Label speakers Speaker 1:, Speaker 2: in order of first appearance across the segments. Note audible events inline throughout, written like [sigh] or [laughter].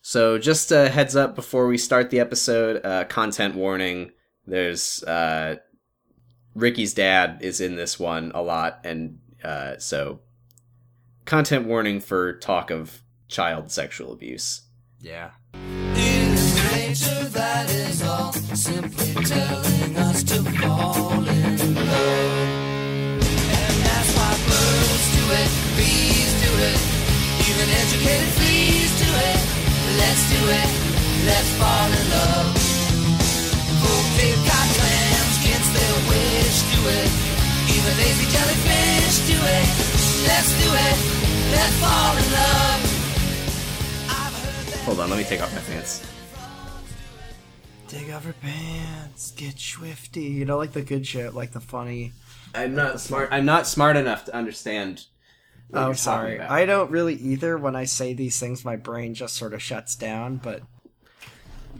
Speaker 1: So, just a heads up before we start the episode uh, content warning. There's uh, Ricky's dad is in this one a lot, and uh, so content warning for talk of child sexual abuse.
Speaker 2: Yeah.
Speaker 1: Hold on, let me take off my pants.
Speaker 3: Take off her pants, get swifty. You know, like the good shit, like the funny.
Speaker 1: I'm not smart. I'm not smart enough to understand. what
Speaker 3: Oh,
Speaker 1: you're talking
Speaker 3: sorry.
Speaker 1: about.
Speaker 3: I don't really either. When I say these things, my brain just sort of shuts down. But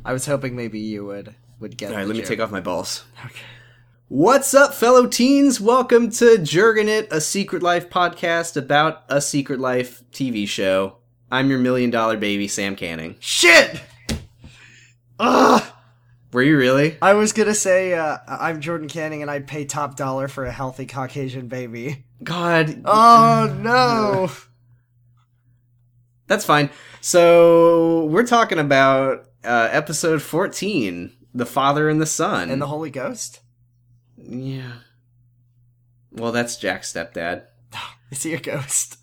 Speaker 3: I was hoping maybe you would would get.
Speaker 1: All right,
Speaker 3: the
Speaker 1: let me
Speaker 3: joke.
Speaker 1: take off my balls.
Speaker 3: Okay.
Speaker 1: What's up, fellow teens? Welcome to Jergin' It, a Secret Life podcast about a Secret Life TV show. I'm your million dollar baby, Sam Canning.
Speaker 3: Shit. Ugh.
Speaker 1: Were you really?
Speaker 3: I was gonna say uh, I'm Jordan Canning, and I pay top dollar for a healthy Caucasian baby.
Speaker 1: God,
Speaker 3: Oh
Speaker 1: [laughs]
Speaker 3: no.
Speaker 1: that's fine. So we're talking about uh, episode 14, the Father and the Son,
Speaker 3: and the Holy Ghost.
Speaker 1: yeah. Well, that's Jack's stepdad. [laughs]
Speaker 3: Is he a ghost?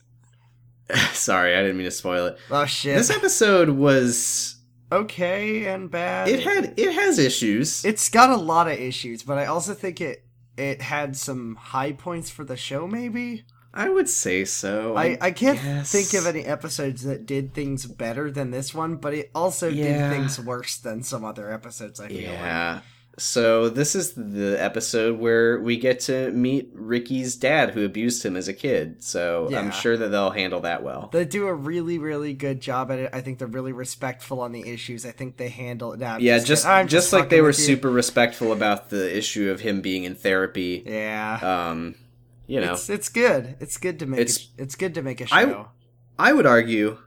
Speaker 1: Sorry, I didn't mean to spoil it.
Speaker 3: Oh shit.
Speaker 1: This episode was
Speaker 3: okay and bad.
Speaker 1: it had it has issues.
Speaker 3: it's got a lot of issues, but I also think it it had some high points for the show. Maybe
Speaker 1: I would say so.
Speaker 3: I I can't
Speaker 1: guess.
Speaker 3: think of any episodes that did things better than this one, but it also
Speaker 1: Yeah.
Speaker 3: did things worse than some other episodes. I feel like.
Speaker 1: Yeah. So this is the episode where we get to meet Ricky's dad, who abused him as a kid. So
Speaker 3: Yeah.
Speaker 1: I'm sure that they'll handle that well.
Speaker 3: They do a really, really good job at it. I think they're really respectful on the issues. I think they handle it out.
Speaker 1: yeah, just
Speaker 3: I'm
Speaker 1: just, like they
Speaker 3: fucking
Speaker 1: were
Speaker 3: with you.
Speaker 1: super respectful about the issue of him being in therapy.
Speaker 3: Yeah,
Speaker 1: Um, you know,
Speaker 3: it's it's good. It's good to make. It's,
Speaker 1: It's-
Speaker 3: it's good to make a show.
Speaker 1: I- I would argue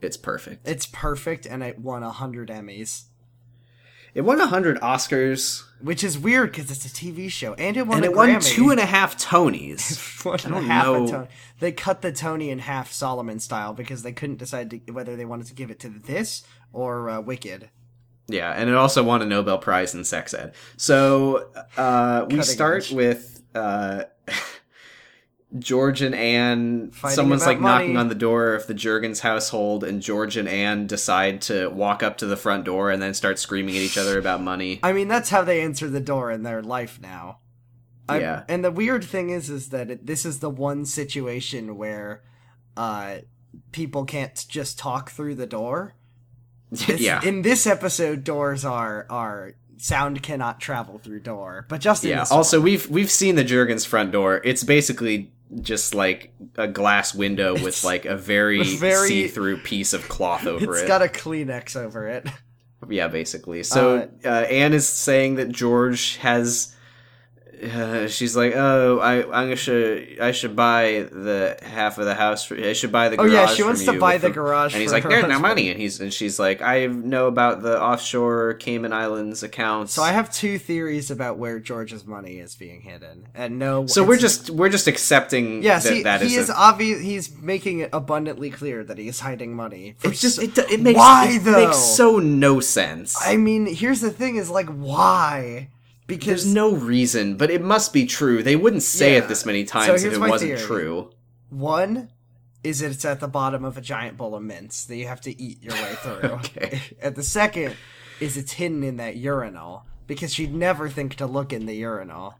Speaker 1: it's perfect.
Speaker 3: it's perfect, and it won hundred Emmys.
Speaker 1: It won 100 Oscars
Speaker 3: which is weird because it's a TV show, and it won
Speaker 1: and
Speaker 3: a
Speaker 1: it won
Speaker 3: Grammy.
Speaker 1: two and
Speaker 3: [laughs]
Speaker 1: a half Tonys.
Speaker 3: One and a
Speaker 1: don't
Speaker 3: half a
Speaker 1: know.
Speaker 3: Tony. They cut the Tony in half, Solomon style, because they couldn't decide to, whether they wanted to give it to this or uh, Wicked.
Speaker 1: Yeah, and it also won a Nobel Prize in sex ed. So uh, we
Speaker 3: Cutting
Speaker 1: start
Speaker 3: edge.
Speaker 1: with uh, [laughs] George and Anne.
Speaker 3: Fighting
Speaker 1: Someone's
Speaker 3: about
Speaker 1: like knocking
Speaker 3: money.
Speaker 1: on the door of the Jurgens household, and George and Anne decide to walk up to the front door and then start screaming at each other about money.
Speaker 3: I mean, that's how they answer the door in their life now. I-
Speaker 1: Yeah.
Speaker 3: And the weird thing is, is that it, this is the one situation where uh, people can't just talk through
Speaker 1: [laughs]
Speaker 3: the door. This-
Speaker 1: yeah,
Speaker 3: In this episode, doors are are sound cannot travel through door, but just in
Speaker 1: yeah.
Speaker 3: this one-
Speaker 1: Also, we've we've seen the Jurgens front door. It's basically just like a glass window with
Speaker 3: [laughs] It's-
Speaker 1: like a very,
Speaker 3: with very-
Speaker 1: see-through piece of cloth over
Speaker 3: It's
Speaker 1: it.
Speaker 3: got a Kleenex over it. [laughs]
Speaker 1: Yeah, basically. So uh, Anne is saying that George has. Uh, she's like, oh, I, I should, I should buy the half of the house. For, I should buy the.
Speaker 3: Oh,
Speaker 1: Garage
Speaker 3: yeah, she
Speaker 1: from
Speaker 3: wants to
Speaker 1: you
Speaker 3: buy
Speaker 1: with
Speaker 3: the garage
Speaker 1: And he's
Speaker 3: for
Speaker 1: like,
Speaker 3: her
Speaker 1: there's no
Speaker 3: husband."
Speaker 1: money. And he's and she's like, I know about the offshore Cayman Islands accounts.
Speaker 3: So I have two theories about where George's money is being hidden, and no.
Speaker 1: So we're
Speaker 3: it's-
Speaker 1: just we're just accepting.
Speaker 3: yes,
Speaker 1: that,
Speaker 3: he,
Speaker 1: that
Speaker 3: he
Speaker 1: a-
Speaker 3: is obvious. He's making it abundantly clear that he's hiding money. for
Speaker 1: It's just
Speaker 3: so-
Speaker 1: it, it makes
Speaker 3: why
Speaker 1: it
Speaker 3: though?
Speaker 1: makes so no sense.
Speaker 3: I mean, here's the thing: is like why? Because
Speaker 1: There's no reason, but it must be true. They wouldn't say
Speaker 3: Yeah.
Speaker 1: it this many
Speaker 3: So
Speaker 1: times if
Speaker 3: here's
Speaker 1: it
Speaker 3: my
Speaker 1: wasn't
Speaker 3: theory.
Speaker 1: true.
Speaker 3: one is it's at the bottom of a giant bowl of mints that you have to eat your way through.
Speaker 1: [laughs] Okay.
Speaker 3: And the second is it's hidden in that urinal because she'd never think to look in the urinal.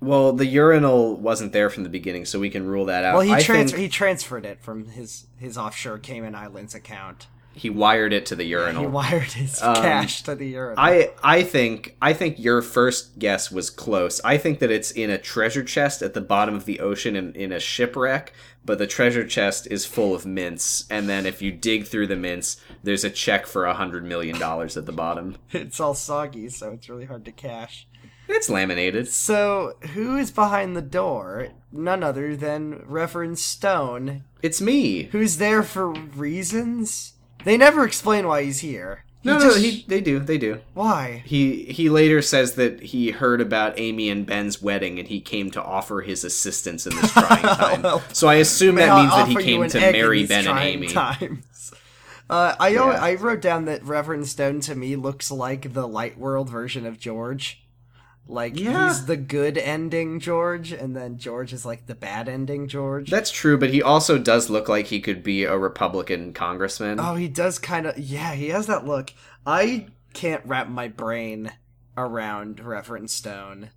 Speaker 1: Well, the urinal wasn't there from the beginning, so we can rule that out.
Speaker 3: Well, he
Speaker 1: I
Speaker 3: trans-
Speaker 1: think
Speaker 3: he transferred it from his his offshore Cayman Islands account.
Speaker 1: he wired it to the urinal.
Speaker 3: He wired his
Speaker 1: Um,
Speaker 3: cash to the urinal.
Speaker 1: I I think I think your first guess was close. I think that it's in a treasure chest at the bottom of the ocean in, in a shipwreck, but the treasure chest is full of mints, and then if you dig through the mints, there's a check for a hundred million dollars at the bottom.
Speaker 3: [laughs] it's all soggy, so it's really hard to cash.
Speaker 1: It's laminated.
Speaker 3: So, who is behind the door? None other than Reverend Stone,
Speaker 1: It's me.
Speaker 3: who's there for reasons They never explain why he's here. He
Speaker 1: No,
Speaker 3: just-
Speaker 1: no, he, they do, they do.
Speaker 3: Why?
Speaker 1: He he later says that he heard about Amy and Ben's wedding and he came to offer his assistance in this
Speaker 3: [laughs]
Speaker 1: trying time.
Speaker 3: Well,
Speaker 1: so I assume
Speaker 3: May I
Speaker 1: that means that he
Speaker 3: offer you
Speaker 1: came
Speaker 3: an
Speaker 1: to
Speaker 3: egg in
Speaker 1: marry
Speaker 3: these
Speaker 1: Ben and
Speaker 3: trying
Speaker 1: Amy.
Speaker 3: Times. [laughs] Uh, I al-
Speaker 1: Yeah.
Speaker 3: I wrote down that Reverend Stone to me looks like the Light World version of George. Like
Speaker 1: Yeah.
Speaker 3: he's the good ending George, and then George is like the bad ending George.
Speaker 1: That's true, but he also does look like he could be a Republican congressman.
Speaker 3: oh, he does kind of. Yeah, he has that look. I can't wrap my brain around Reverend Stone.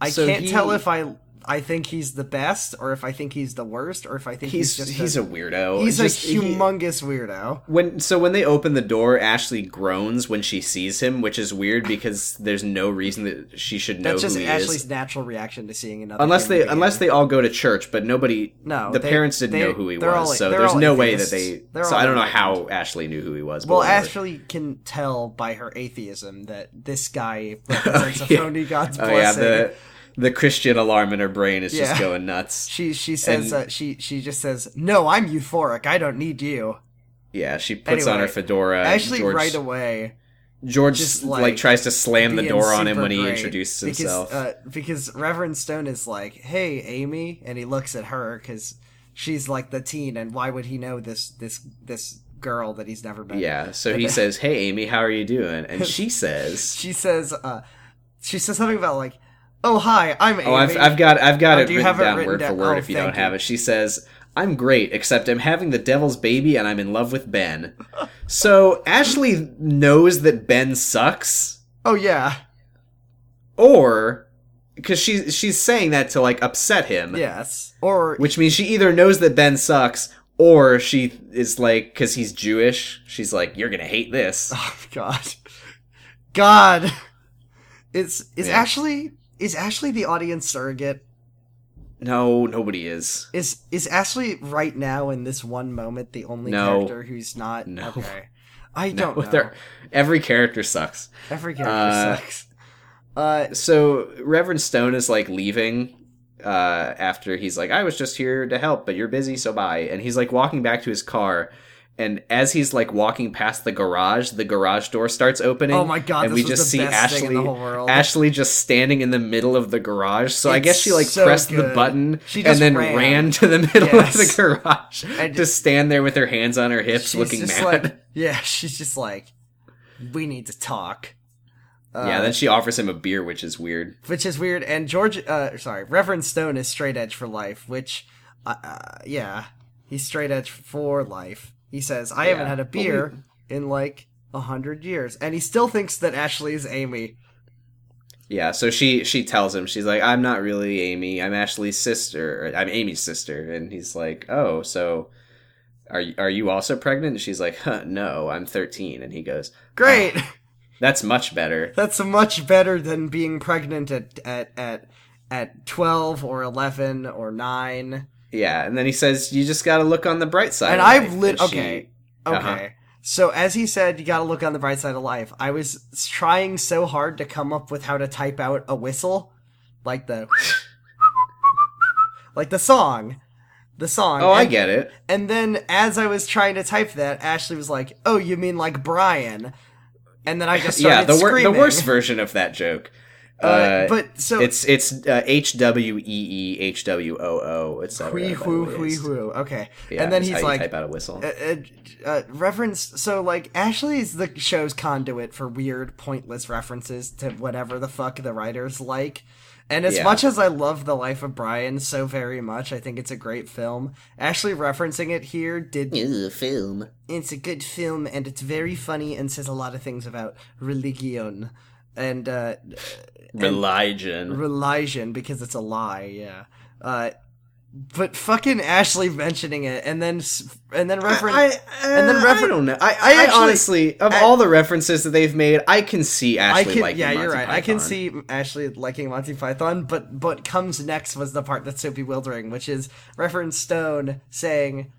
Speaker 3: I
Speaker 1: So
Speaker 3: can't
Speaker 1: he-
Speaker 3: tell if I I think he's the best, or if I think he's the worst, or if I think
Speaker 1: he's
Speaker 3: he's, just
Speaker 1: he's a, weirdo.
Speaker 3: he's
Speaker 1: Just-
Speaker 3: a
Speaker 1: he-
Speaker 3: humongous weirdo.
Speaker 1: when so when they open the door, Ashley groans when she sees him, which is weird because there's no reason that she should know
Speaker 3: That's just
Speaker 1: who he
Speaker 3: Ashley's
Speaker 1: is.
Speaker 3: natural reaction to seeing another.
Speaker 1: Unless
Speaker 3: human
Speaker 1: they
Speaker 3: being.
Speaker 1: unless they all go to church, but nobody
Speaker 3: No,
Speaker 1: the
Speaker 3: Oh, they-
Speaker 1: parents didn't
Speaker 3: they-
Speaker 1: know who he
Speaker 3: they're
Speaker 1: was,
Speaker 3: all-
Speaker 1: so
Speaker 3: they're
Speaker 1: there's
Speaker 3: all
Speaker 1: no way that
Speaker 3: atheists.
Speaker 1: they
Speaker 3: They're
Speaker 1: so
Speaker 3: all
Speaker 1: I don't know
Speaker 3: atheists.
Speaker 1: how Ashley knew who he was. but
Speaker 3: well,
Speaker 1: whatever.
Speaker 3: Ashley can tell by her atheism that
Speaker 1: [laughs]
Speaker 3: this guy represents
Speaker 1: yeah.
Speaker 3: a phony God's
Speaker 1: Oh yeah,
Speaker 3: blessing.
Speaker 1: the the Christian alarm in her brain is just
Speaker 3: Yeah.
Speaker 1: going nuts.
Speaker 3: She she says
Speaker 1: and-
Speaker 3: uh, she she just says no. I'm euphoric. I don't need you.
Speaker 1: Yeah, she puts on
Speaker 3: Anyway,
Speaker 1: her fedora.
Speaker 3: Ashley
Speaker 1: Uh, George,
Speaker 3: right away.
Speaker 1: George
Speaker 3: just,
Speaker 1: like,
Speaker 3: like,
Speaker 1: tries to slam the
Speaker 3: being
Speaker 1: door on him
Speaker 3: super
Speaker 1: when he
Speaker 3: great
Speaker 1: introduces
Speaker 3: because,
Speaker 1: himself.
Speaker 3: uh, because Reverend Stone is like, "Hey, Amy," and he looks at her because she's like the teen, and why would he know this this this girl that he's never met?
Speaker 1: yeah, so
Speaker 3: [laughs]
Speaker 1: he says, "Hey, Amy, how are you doing?" And she says,
Speaker 3: she says uh she says something about like oh hi i'm Amy.
Speaker 1: "Oh, I've, I've got I've got
Speaker 3: Oh,
Speaker 1: it
Speaker 3: do you
Speaker 1: written
Speaker 3: have it
Speaker 1: down
Speaker 3: written
Speaker 1: word for
Speaker 3: down?
Speaker 1: word
Speaker 3: Oh,
Speaker 1: if you
Speaker 3: thank
Speaker 1: don't have
Speaker 3: you.
Speaker 1: it." She says, "I'm great, except I'm having the devil's baby and I'm in love with Ben." so Ashley knows that Ben sucks.
Speaker 3: oh
Speaker 1: [laughs]
Speaker 3: yeah
Speaker 1: or because she's she's saying that to like upset him
Speaker 3: yes or
Speaker 1: which means she either knows that ben sucks or she is like because he's jewish she's like you're gonna hate
Speaker 3: [sighs]
Speaker 1: this
Speaker 3: [laughs] oh god god [laughs] it's is
Speaker 1: Yeah.
Speaker 3: ashley is ashley the audience surrogate
Speaker 1: no nobody is
Speaker 3: is is ashley right now in this one moment the only
Speaker 1: No.
Speaker 3: character who's not
Speaker 1: No.
Speaker 3: okay i
Speaker 1: no,
Speaker 3: don't know
Speaker 1: [laughs] they're- every character sucks
Speaker 3: every character
Speaker 1: uh,
Speaker 3: sucks uh
Speaker 1: so reverend stone is like leaving uh after he's like i was just here to help but you're busy so bye and he's like walking back to his car and as he's like walking past the garage the garage door starts opening
Speaker 3: oh my god
Speaker 1: and
Speaker 3: this
Speaker 1: we
Speaker 3: was
Speaker 1: just see
Speaker 3: the best
Speaker 1: ashley
Speaker 3: thing in the whole world
Speaker 1: Ashley just standing in the middle of the garage. So I
Speaker 3: It's
Speaker 1: guess she like
Speaker 3: so
Speaker 1: pressed the
Speaker 3: good.
Speaker 1: button
Speaker 3: She
Speaker 1: and
Speaker 3: just
Speaker 1: then ran.
Speaker 3: ran.
Speaker 1: to the [laughs] middle of the
Speaker 3: Yes.
Speaker 1: garage
Speaker 3: And-
Speaker 1: to stand there with her hands on her hips
Speaker 3: She's
Speaker 1: looking
Speaker 3: just
Speaker 1: mad.
Speaker 3: Like, yeah, [laughs] she's just like, we need to talk. Uh,
Speaker 1: [laughs] yeah, then she offers him a beer, which is weird.
Speaker 3: which is weird. And George, uh, sorry, Reverend Stone is straight edge for life. Which, uh, uh, yeah, he's straight edge for life. He says, I haven't
Speaker 1: Yeah,
Speaker 3: had a
Speaker 1: but we-
Speaker 3: beer in like a hundred years, and he still thinks that Ashley is Amy.
Speaker 1: Yeah, so she she tells him she's like, "I'm not really Amy. I'm Ashley's sister. or, I'm Amy's sister." And he's like, "Oh, so are you, are you also pregnant?" And she's like, huh, "No, I'm 13." And he goes,
Speaker 3: Great,
Speaker 1: Oh. "That's much better."
Speaker 3: that's much better than being pregnant at at at at twelve or eleven or nine.
Speaker 1: Yeah, and then he says, "You just got to look on the bright side."
Speaker 3: and
Speaker 1: of
Speaker 3: I
Speaker 1: life."
Speaker 3: lit.
Speaker 1: And she-
Speaker 3: Okay, okay.
Speaker 1: Uh-huh.
Speaker 3: So as he said, you gotta look on the bright side of life. I was trying so hard to come up with how to type out a whistle, like the, like the song, the song.
Speaker 1: Oh, I
Speaker 3: And-
Speaker 1: get it.
Speaker 3: And then as I was trying to type that, Ashley was like, "Oh, you mean like Brian?" And then I
Speaker 1: [laughs]
Speaker 3: just
Speaker 1: yeah,
Speaker 3: started
Speaker 1: the, wor- the
Speaker 3: screaming.
Speaker 1: worst version of that joke. Uh,
Speaker 3: Uh, but so
Speaker 1: it's it's uh, H W E E H W O O. It's not
Speaker 3: whee
Speaker 1: whatever
Speaker 3: hoo
Speaker 1: it
Speaker 3: whee
Speaker 1: is.
Speaker 3: hoo. Okay,
Speaker 1: Yeah,
Speaker 3: and then
Speaker 1: that's how
Speaker 3: he's
Speaker 1: you
Speaker 3: like,
Speaker 1: type out a whistle.
Speaker 3: uh, uh, reference so like ashley's the show's conduit for weird pointless references to whatever the fuck the writers like and as
Speaker 1: Yeah.
Speaker 3: much as i love the life of brian so very much i think it's a great film ashley referencing it here did
Speaker 1: film.
Speaker 3: it's a good film and it's very funny and says a lot of things about religion and uh
Speaker 1: Religion.
Speaker 3: religion because it's a lie yeah uh but fucking ashley mentioning it and then s- and then reference
Speaker 1: I, and then
Speaker 3: then refer-
Speaker 1: I don't know. I, I,
Speaker 3: I actually-
Speaker 1: honestly, of
Speaker 3: I-
Speaker 1: all the references that they've made, I can see
Speaker 3: I
Speaker 1: Ashley
Speaker 3: can,
Speaker 1: liking
Speaker 3: yeah,
Speaker 1: Monty
Speaker 3: you're right. I can
Speaker 1: Python.
Speaker 3: see Ashley liking Monty Python, but but comes next was the part that's so bewildering, which is Reverend Stone saying,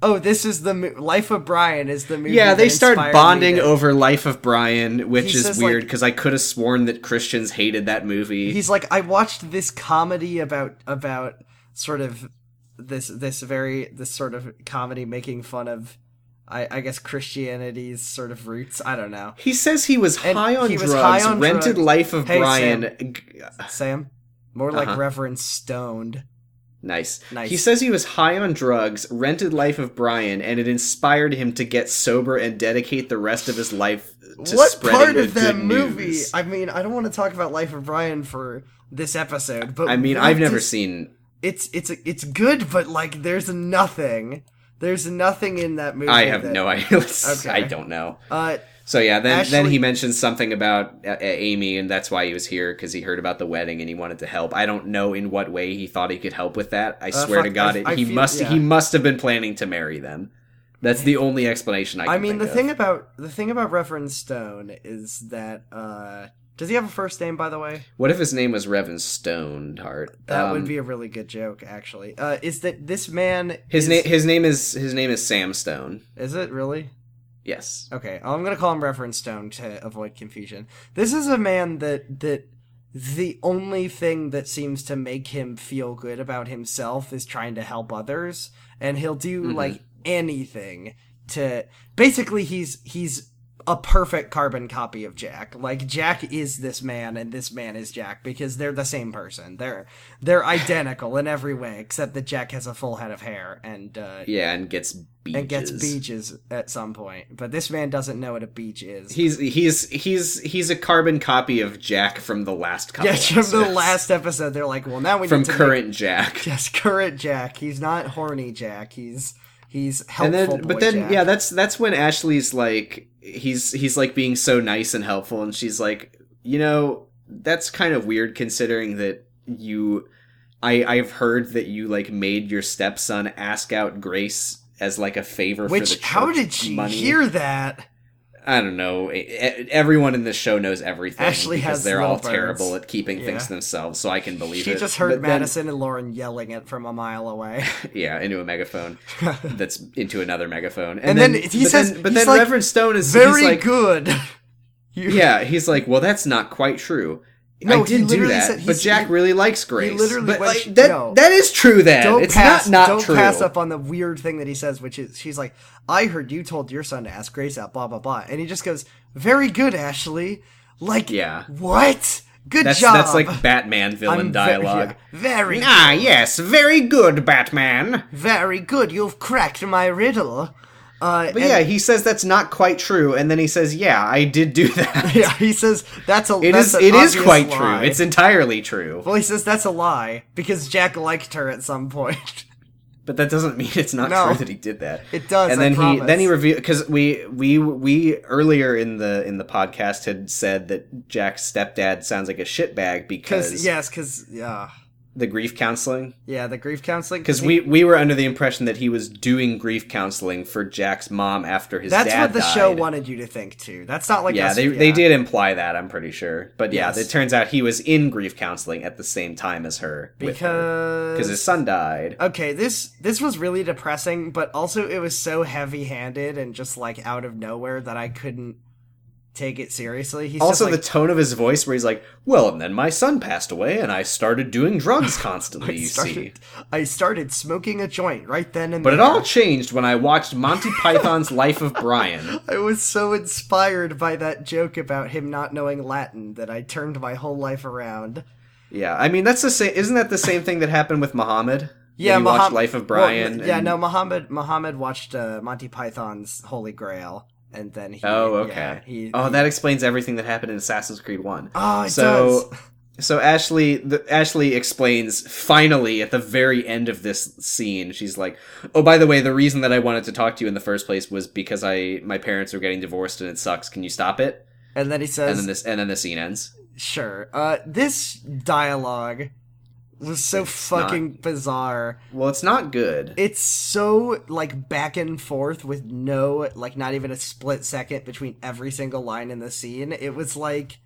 Speaker 3: "Oh, this is the mo- Life of Brian is the movie."
Speaker 1: Yeah,
Speaker 3: that
Speaker 1: they start
Speaker 3: inspired me
Speaker 1: bonding
Speaker 3: to-"
Speaker 1: over Life of Brian, which
Speaker 3: He
Speaker 1: is
Speaker 3: says,
Speaker 1: weird
Speaker 3: like-
Speaker 1: because I could have sworn that Christians hated that movie.
Speaker 3: He's like, "I watched this comedy about about sort of this this very this sort of comedy making fun of I, I guess Christianity's sort of roots. I don't know.
Speaker 1: He says he was
Speaker 3: And
Speaker 1: high on
Speaker 3: he was
Speaker 1: drugs,
Speaker 3: high on
Speaker 1: rented
Speaker 3: drugs.
Speaker 1: Life of
Speaker 3: Hey,
Speaker 1: Brian. G-
Speaker 3: Sam, more like
Speaker 1: Uh-huh.
Speaker 3: Reverend Stoned.
Speaker 1: Nice.
Speaker 3: Nice.
Speaker 1: He says he was high on drugs, rented Life of Brian, and it inspired him to get sober and dedicate the rest of his life to
Speaker 3: what
Speaker 1: spreading
Speaker 3: part
Speaker 1: the
Speaker 3: of that
Speaker 1: good
Speaker 3: movie?
Speaker 1: news.
Speaker 3: I mean, I don't want to talk about Life of Brian for this episode, but
Speaker 1: I mean,
Speaker 3: what
Speaker 1: I've never
Speaker 3: does-
Speaker 1: seen.
Speaker 3: It's it's it's good, but like, there's nothing. There's nothing in that movie.
Speaker 1: I have
Speaker 3: that- uh,
Speaker 1: no [laughs] idea. It's- I
Speaker 3: Okay.
Speaker 1: don't know.
Speaker 3: Uh,
Speaker 1: So yeah, then then
Speaker 3: Ashley-
Speaker 1: he mentions something about uh, uh, Amy, and that's why he was here because he heard about the wedding and he wanted to help. I don't know in what way he thought he could help with that. I swear
Speaker 3: fuck,
Speaker 1: to God,
Speaker 3: I-
Speaker 1: it,
Speaker 3: I
Speaker 1: he
Speaker 3: feel-
Speaker 1: must
Speaker 3: yeah.
Speaker 1: he must have been planning to marry them. That's the only explanation I. Can
Speaker 3: I mean,
Speaker 1: think
Speaker 3: the
Speaker 1: of.
Speaker 3: thing about the thing about Reverend Stone is that uh, does he have a first name? By the way,
Speaker 1: What if his name was Revan Stoneheart?
Speaker 3: that
Speaker 1: Um,
Speaker 3: would be a really good joke, actually. Uh, is that this man?
Speaker 1: His
Speaker 3: is,
Speaker 1: name his name is his name is Sam Stone.
Speaker 3: is it really?
Speaker 1: Yes.
Speaker 3: Okay, I'm gonna call him Reference Stone to avoid confusion. This is a man that that the only thing that seems to make him feel good about himself is trying to help others, and he'll do
Speaker 1: Mhm.
Speaker 3: like anything to. Basically, he's he's a perfect carbon copy of Jack. Like Jack is this man, and this man is Jack because they're the same person. They're they're identical in every way, except that Jack has a full head of hair and uh,
Speaker 1: Yeah, and gets beaches.
Speaker 3: and gets beaches at some point. But this man doesn't know what a beach is.
Speaker 1: He's he's he's he's a carbon copy of Jack from the last couple.
Speaker 3: yeah, from the
Speaker 1: episodes.
Speaker 3: last episode, they're like, "Well, now we
Speaker 1: from
Speaker 3: need to
Speaker 1: current Jack.
Speaker 3: Make, [laughs] yes, current Jack. He's not horny Jack. He's he's helpful."
Speaker 1: and then
Speaker 3: boy
Speaker 1: but then
Speaker 3: Jack.
Speaker 1: yeah that's that's when ashley's like he's he's like being so nice and helpful and she's like you know that's kind of weird considering that you i i've heard that you like made your stepson ask out grace as like a favor for
Speaker 3: Which
Speaker 1: the
Speaker 3: how
Speaker 1: church
Speaker 3: did she
Speaker 1: money.
Speaker 3: hear that?
Speaker 1: i don't know E- e- everyone in this show knows everything
Speaker 3: Ashley
Speaker 1: because
Speaker 3: has
Speaker 1: they're all
Speaker 3: little birds.
Speaker 1: terrible at keeping things
Speaker 3: Yeah.
Speaker 1: to themselves so i can believe
Speaker 3: She
Speaker 1: it
Speaker 3: just heard
Speaker 1: But then-
Speaker 3: Madison and Lauren yelling it from a mile
Speaker 1: [laughs]
Speaker 3: away. [laughs]
Speaker 1: yeah into a megaphone
Speaker 3: Very
Speaker 1: that's into another megaphone and,
Speaker 3: And
Speaker 1: then,
Speaker 3: then he
Speaker 1: but
Speaker 3: says-
Speaker 1: then, but
Speaker 3: he's
Speaker 1: then
Speaker 3: like,
Speaker 1: reverend stone is he's like,
Speaker 3: good. [laughs] You-
Speaker 1: yeah, he's like, well, that's not quite true.
Speaker 3: No,
Speaker 1: I
Speaker 3: he
Speaker 1: did do
Speaker 3: literally
Speaker 1: that,
Speaker 3: said-
Speaker 1: but
Speaker 3: he's-
Speaker 1: Jack
Speaker 3: he-
Speaker 1: really likes Grace.
Speaker 3: literally
Speaker 1: but
Speaker 3: went-
Speaker 1: like, that
Speaker 3: no.
Speaker 1: that is true. Then
Speaker 3: Don't
Speaker 1: it's
Speaker 3: pass,
Speaker 1: not not
Speaker 3: don't
Speaker 1: true.
Speaker 3: pass up on the weird thing that he says, which is she's like, "I heard you told your son to ask Grace out, blah blah blah," and he just goes, "Very good, Ashley." Like,
Speaker 1: Yeah.
Speaker 3: what? Good
Speaker 1: that's
Speaker 3: job.
Speaker 1: that's like Batman villain
Speaker 3: I'm ve-
Speaker 1: dialogue.
Speaker 3: yeah, Very,
Speaker 1: Ah, yes, very good, Batman.
Speaker 3: very good. You've cracked my riddle. Uh,
Speaker 1: But
Speaker 3: and-
Speaker 1: yeah, he says that's not quite true, and then he says, "Yeah, I did do
Speaker 3: [laughs]
Speaker 1: that.
Speaker 3: [laughs] yeah, he says that's a.
Speaker 1: It
Speaker 3: that's
Speaker 1: is
Speaker 3: an
Speaker 1: it is
Speaker 3: obvious
Speaker 1: quite
Speaker 3: lie."
Speaker 1: true. It's entirely true."
Speaker 3: well, he says that's a lie because Jack liked her at some point. [laughs]
Speaker 1: But that doesn't mean it's not
Speaker 3: No.
Speaker 1: true that he did that.
Speaker 3: It does,
Speaker 1: And
Speaker 3: I
Speaker 1: then he
Speaker 3: promise.
Speaker 1: then he revealed because we we we earlier in the in the podcast had said that Jack's stepdad sounds like a shitbag because
Speaker 3: Because yes, because yeah,
Speaker 1: the grief counseling.
Speaker 3: yeah, the grief counseling.
Speaker 1: Because we we were under the impression that he was doing grief counseling for Jack's mom after his
Speaker 3: That's
Speaker 1: dad
Speaker 3: what the show
Speaker 1: died.
Speaker 3: wanted you to think too. That's not like
Speaker 1: Yeah,
Speaker 3: us-
Speaker 1: they they did imply that I'm pretty sure. But yeah,
Speaker 3: Yes.
Speaker 1: it turns out he was in grief counseling at the same time as her because
Speaker 3: because
Speaker 1: his son died.
Speaker 3: okay this this was really depressing but also it was so heavy handed and just like out of nowhere that i couldn't take it seriously he's
Speaker 1: also,
Speaker 3: just like, [laughs]
Speaker 1: the tone of his voice, where he's like, "Well, and then my son passed away, and I started doing drugs
Speaker 3: [laughs]
Speaker 1: constantly." you see,
Speaker 3: started, i started smoking a joint right then and
Speaker 1: But it
Speaker 3: there.
Speaker 1: all changed when I watched Monty Python's Life of Brian.
Speaker 3: i was so inspired by that joke about him not knowing latin that i turned my whole life around
Speaker 1: Yeah, I mean that's the same. Isn't that the same thing that happened with Muhammad?
Speaker 3: yeah
Speaker 1: When he
Speaker 3: Muhammad-
Speaker 1: watched Life of
Speaker 3: well,
Speaker 1: Brian.
Speaker 3: yeah
Speaker 1: and-
Speaker 3: no muhammad muhammad watched uh, monty python's holy grail and then he
Speaker 1: Oh, okay.
Speaker 3: yeah, he,
Speaker 1: oh,
Speaker 3: he-
Speaker 1: that explains everything that happened in Assassin's Creed One.
Speaker 3: oh it
Speaker 1: so-
Speaker 3: does.
Speaker 1: So Ashley, the, Ashley explains finally at the very end of this scene. She's like, "Oh, by the way, the reason that I wanted to talk to you in the first place was because I my parents are getting divorced and it sucks. Can you stop it?"
Speaker 3: and then he says
Speaker 1: And then this and then the scene ends.
Speaker 3: Sure. Uh, this dialogue was so
Speaker 1: It's not-
Speaker 3: fucking bizarre.
Speaker 1: Well, it's not good.
Speaker 3: It's so like back and forth with no like not even a split second between every single line in the scene. It was like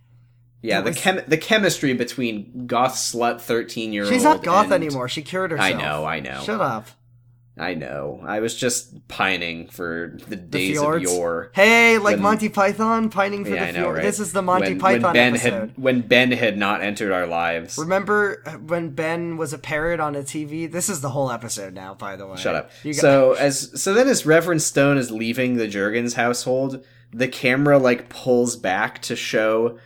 Speaker 1: Yeah,
Speaker 3: It
Speaker 1: the
Speaker 3: was-
Speaker 1: chem- the chemistry between goth slut thirteen year old.
Speaker 3: she's not goth anymore. She cured herself.
Speaker 1: I know, I know.
Speaker 3: Shut up.
Speaker 1: I know. I was just pining for the days of
Speaker 3: fjords?
Speaker 1: yore.
Speaker 3: Hey, like
Speaker 1: When-
Speaker 3: Monty Python pining for
Speaker 1: Yeah,
Speaker 3: the
Speaker 1: I know,
Speaker 3: fjord.
Speaker 1: right?
Speaker 3: This is the Monty
Speaker 1: when,
Speaker 3: Python
Speaker 1: when Ben
Speaker 3: episode.
Speaker 1: had when Ben had not entered our lives.
Speaker 3: Remember uh, when Ben was a parrot on a TV? This is the whole episode now, by the way.
Speaker 1: Shut up.
Speaker 3: You got-
Speaker 1: so as so then as Reverend Stone is leaving the Jurgens household, the camera like pulls back to show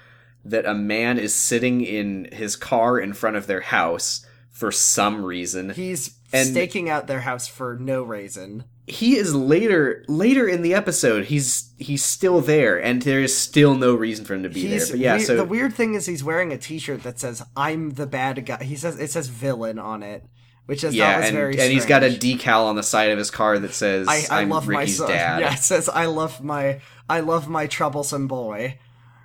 Speaker 1: that a man is sitting in his car in front of their house for some reason. He,
Speaker 3: he's
Speaker 1: And-
Speaker 3: staking out their house for no reason.
Speaker 1: is later later in the episode. He's he's still there, and there is still no reason for him to be
Speaker 3: He's
Speaker 1: there. But yeah,
Speaker 3: we-
Speaker 1: so
Speaker 3: the weird thing is he's wearing a T-shirt that says "I'm the bad guy." He says it says "villain" on it, which is that
Speaker 1: yeah,
Speaker 3: was
Speaker 1: and,
Speaker 3: very.
Speaker 1: and he's got a
Speaker 3: strange.
Speaker 1: decal on the side of his car that says
Speaker 3: I, I
Speaker 1: am
Speaker 3: love
Speaker 1: Ricky's
Speaker 3: my son. [laughs]
Speaker 1: dad."
Speaker 3: Yeah, it says I love my I love my troublesome boy.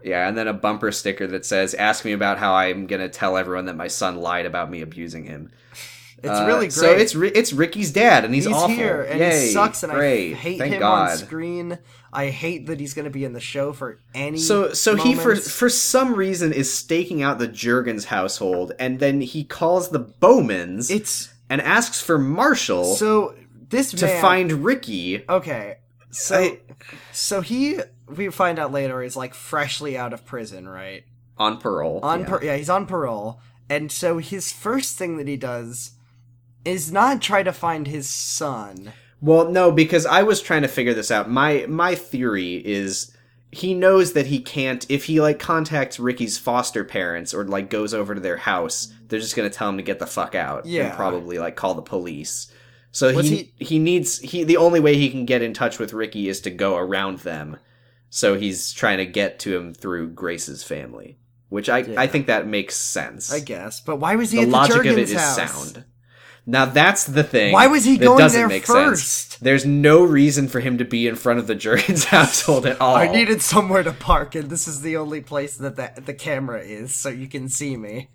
Speaker 1: Yeah, and then a bumper sticker that says, "Ask me about how I'm gonna tell everyone that my son lied about me abusing him."
Speaker 3: It's
Speaker 1: Uh,
Speaker 3: really great.
Speaker 1: So it's Ri- it's Ricky's dad, and he's,
Speaker 3: he's
Speaker 1: awful.
Speaker 3: here and
Speaker 1: Yay,
Speaker 3: he sucks, and
Speaker 1: great.
Speaker 3: I hate
Speaker 1: Thank
Speaker 3: him
Speaker 1: God.
Speaker 3: on screen. I hate that he's going to be in the show for any.
Speaker 1: So so he for
Speaker 3: moments.
Speaker 1: for some reason is staking out the Jurgens household, and then he calls the Bowmans
Speaker 3: it's
Speaker 1: and asks for Marshall
Speaker 3: so this
Speaker 1: to
Speaker 3: man,
Speaker 1: find Ricky.
Speaker 3: Okay, so
Speaker 1: I-
Speaker 3: so he we find out later is like freshly out of prison, right?
Speaker 1: on parole.
Speaker 3: On
Speaker 1: yeah.
Speaker 3: yeah. yeah, he's on parole, and so his first thing that he does is not try to find his son.
Speaker 1: Well, no, because I was trying to figure this out. My my theory is he knows that he can't if he like contacts Ricky's foster parents or like goes over to their house, they're just going to tell him to get the fuck out
Speaker 3: Yeah.
Speaker 1: and probably like call the police. So
Speaker 3: Was
Speaker 1: he, he needs he the only way he can get in touch with Ricky is to go around them. So he's trying to get to him through Grace's family, which I
Speaker 3: Yeah.
Speaker 1: I think that makes sense.
Speaker 3: I guess, but why was he
Speaker 1: the
Speaker 3: at
Speaker 1: logic
Speaker 3: the
Speaker 1: of
Speaker 3: Jurgens
Speaker 1: it is
Speaker 3: house?
Speaker 1: sound. Now that's the thing.
Speaker 3: Why was he
Speaker 1: that
Speaker 3: going
Speaker 1: doesn't
Speaker 3: there
Speaker 1: make sense.
Speaker 3: first?
Speaker 1: There's no reason for him to be in front of the Jurgens [laughs] household at all.
Speaker 3: I needed somewhere to park, and this is the only place that the, the camera is, so you can see me.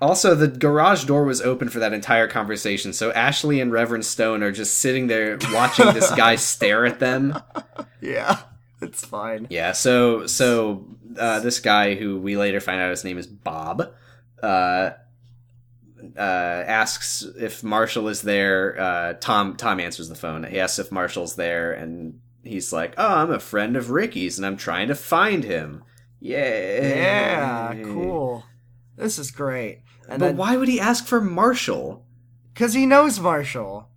Speaker 1: also, the garage door was open for that entire conversation, so Ashley and Reverend Stone are just sitting there watching this guy [laughs] stare at them.
Speaker 3: Yeah, [laughs] it's fine.
Speaker 1: Yeah, so so uh, this guy who we later find out his name is Bob uh, uh, asks if Marshall is there. Uh, Tom Tom answers the phone. He asks if Marshall's there, and he's like, "Oh, I'm a friend of Ricky's, and I'm trying to find him." Yay!
Speaker 3: Yeah, cool. This is great. And
Speaker 1: but
Speaker 3: then,
Speaker 1: why would he ask for Marshall?
Speaker 3: Because he knows Marshall.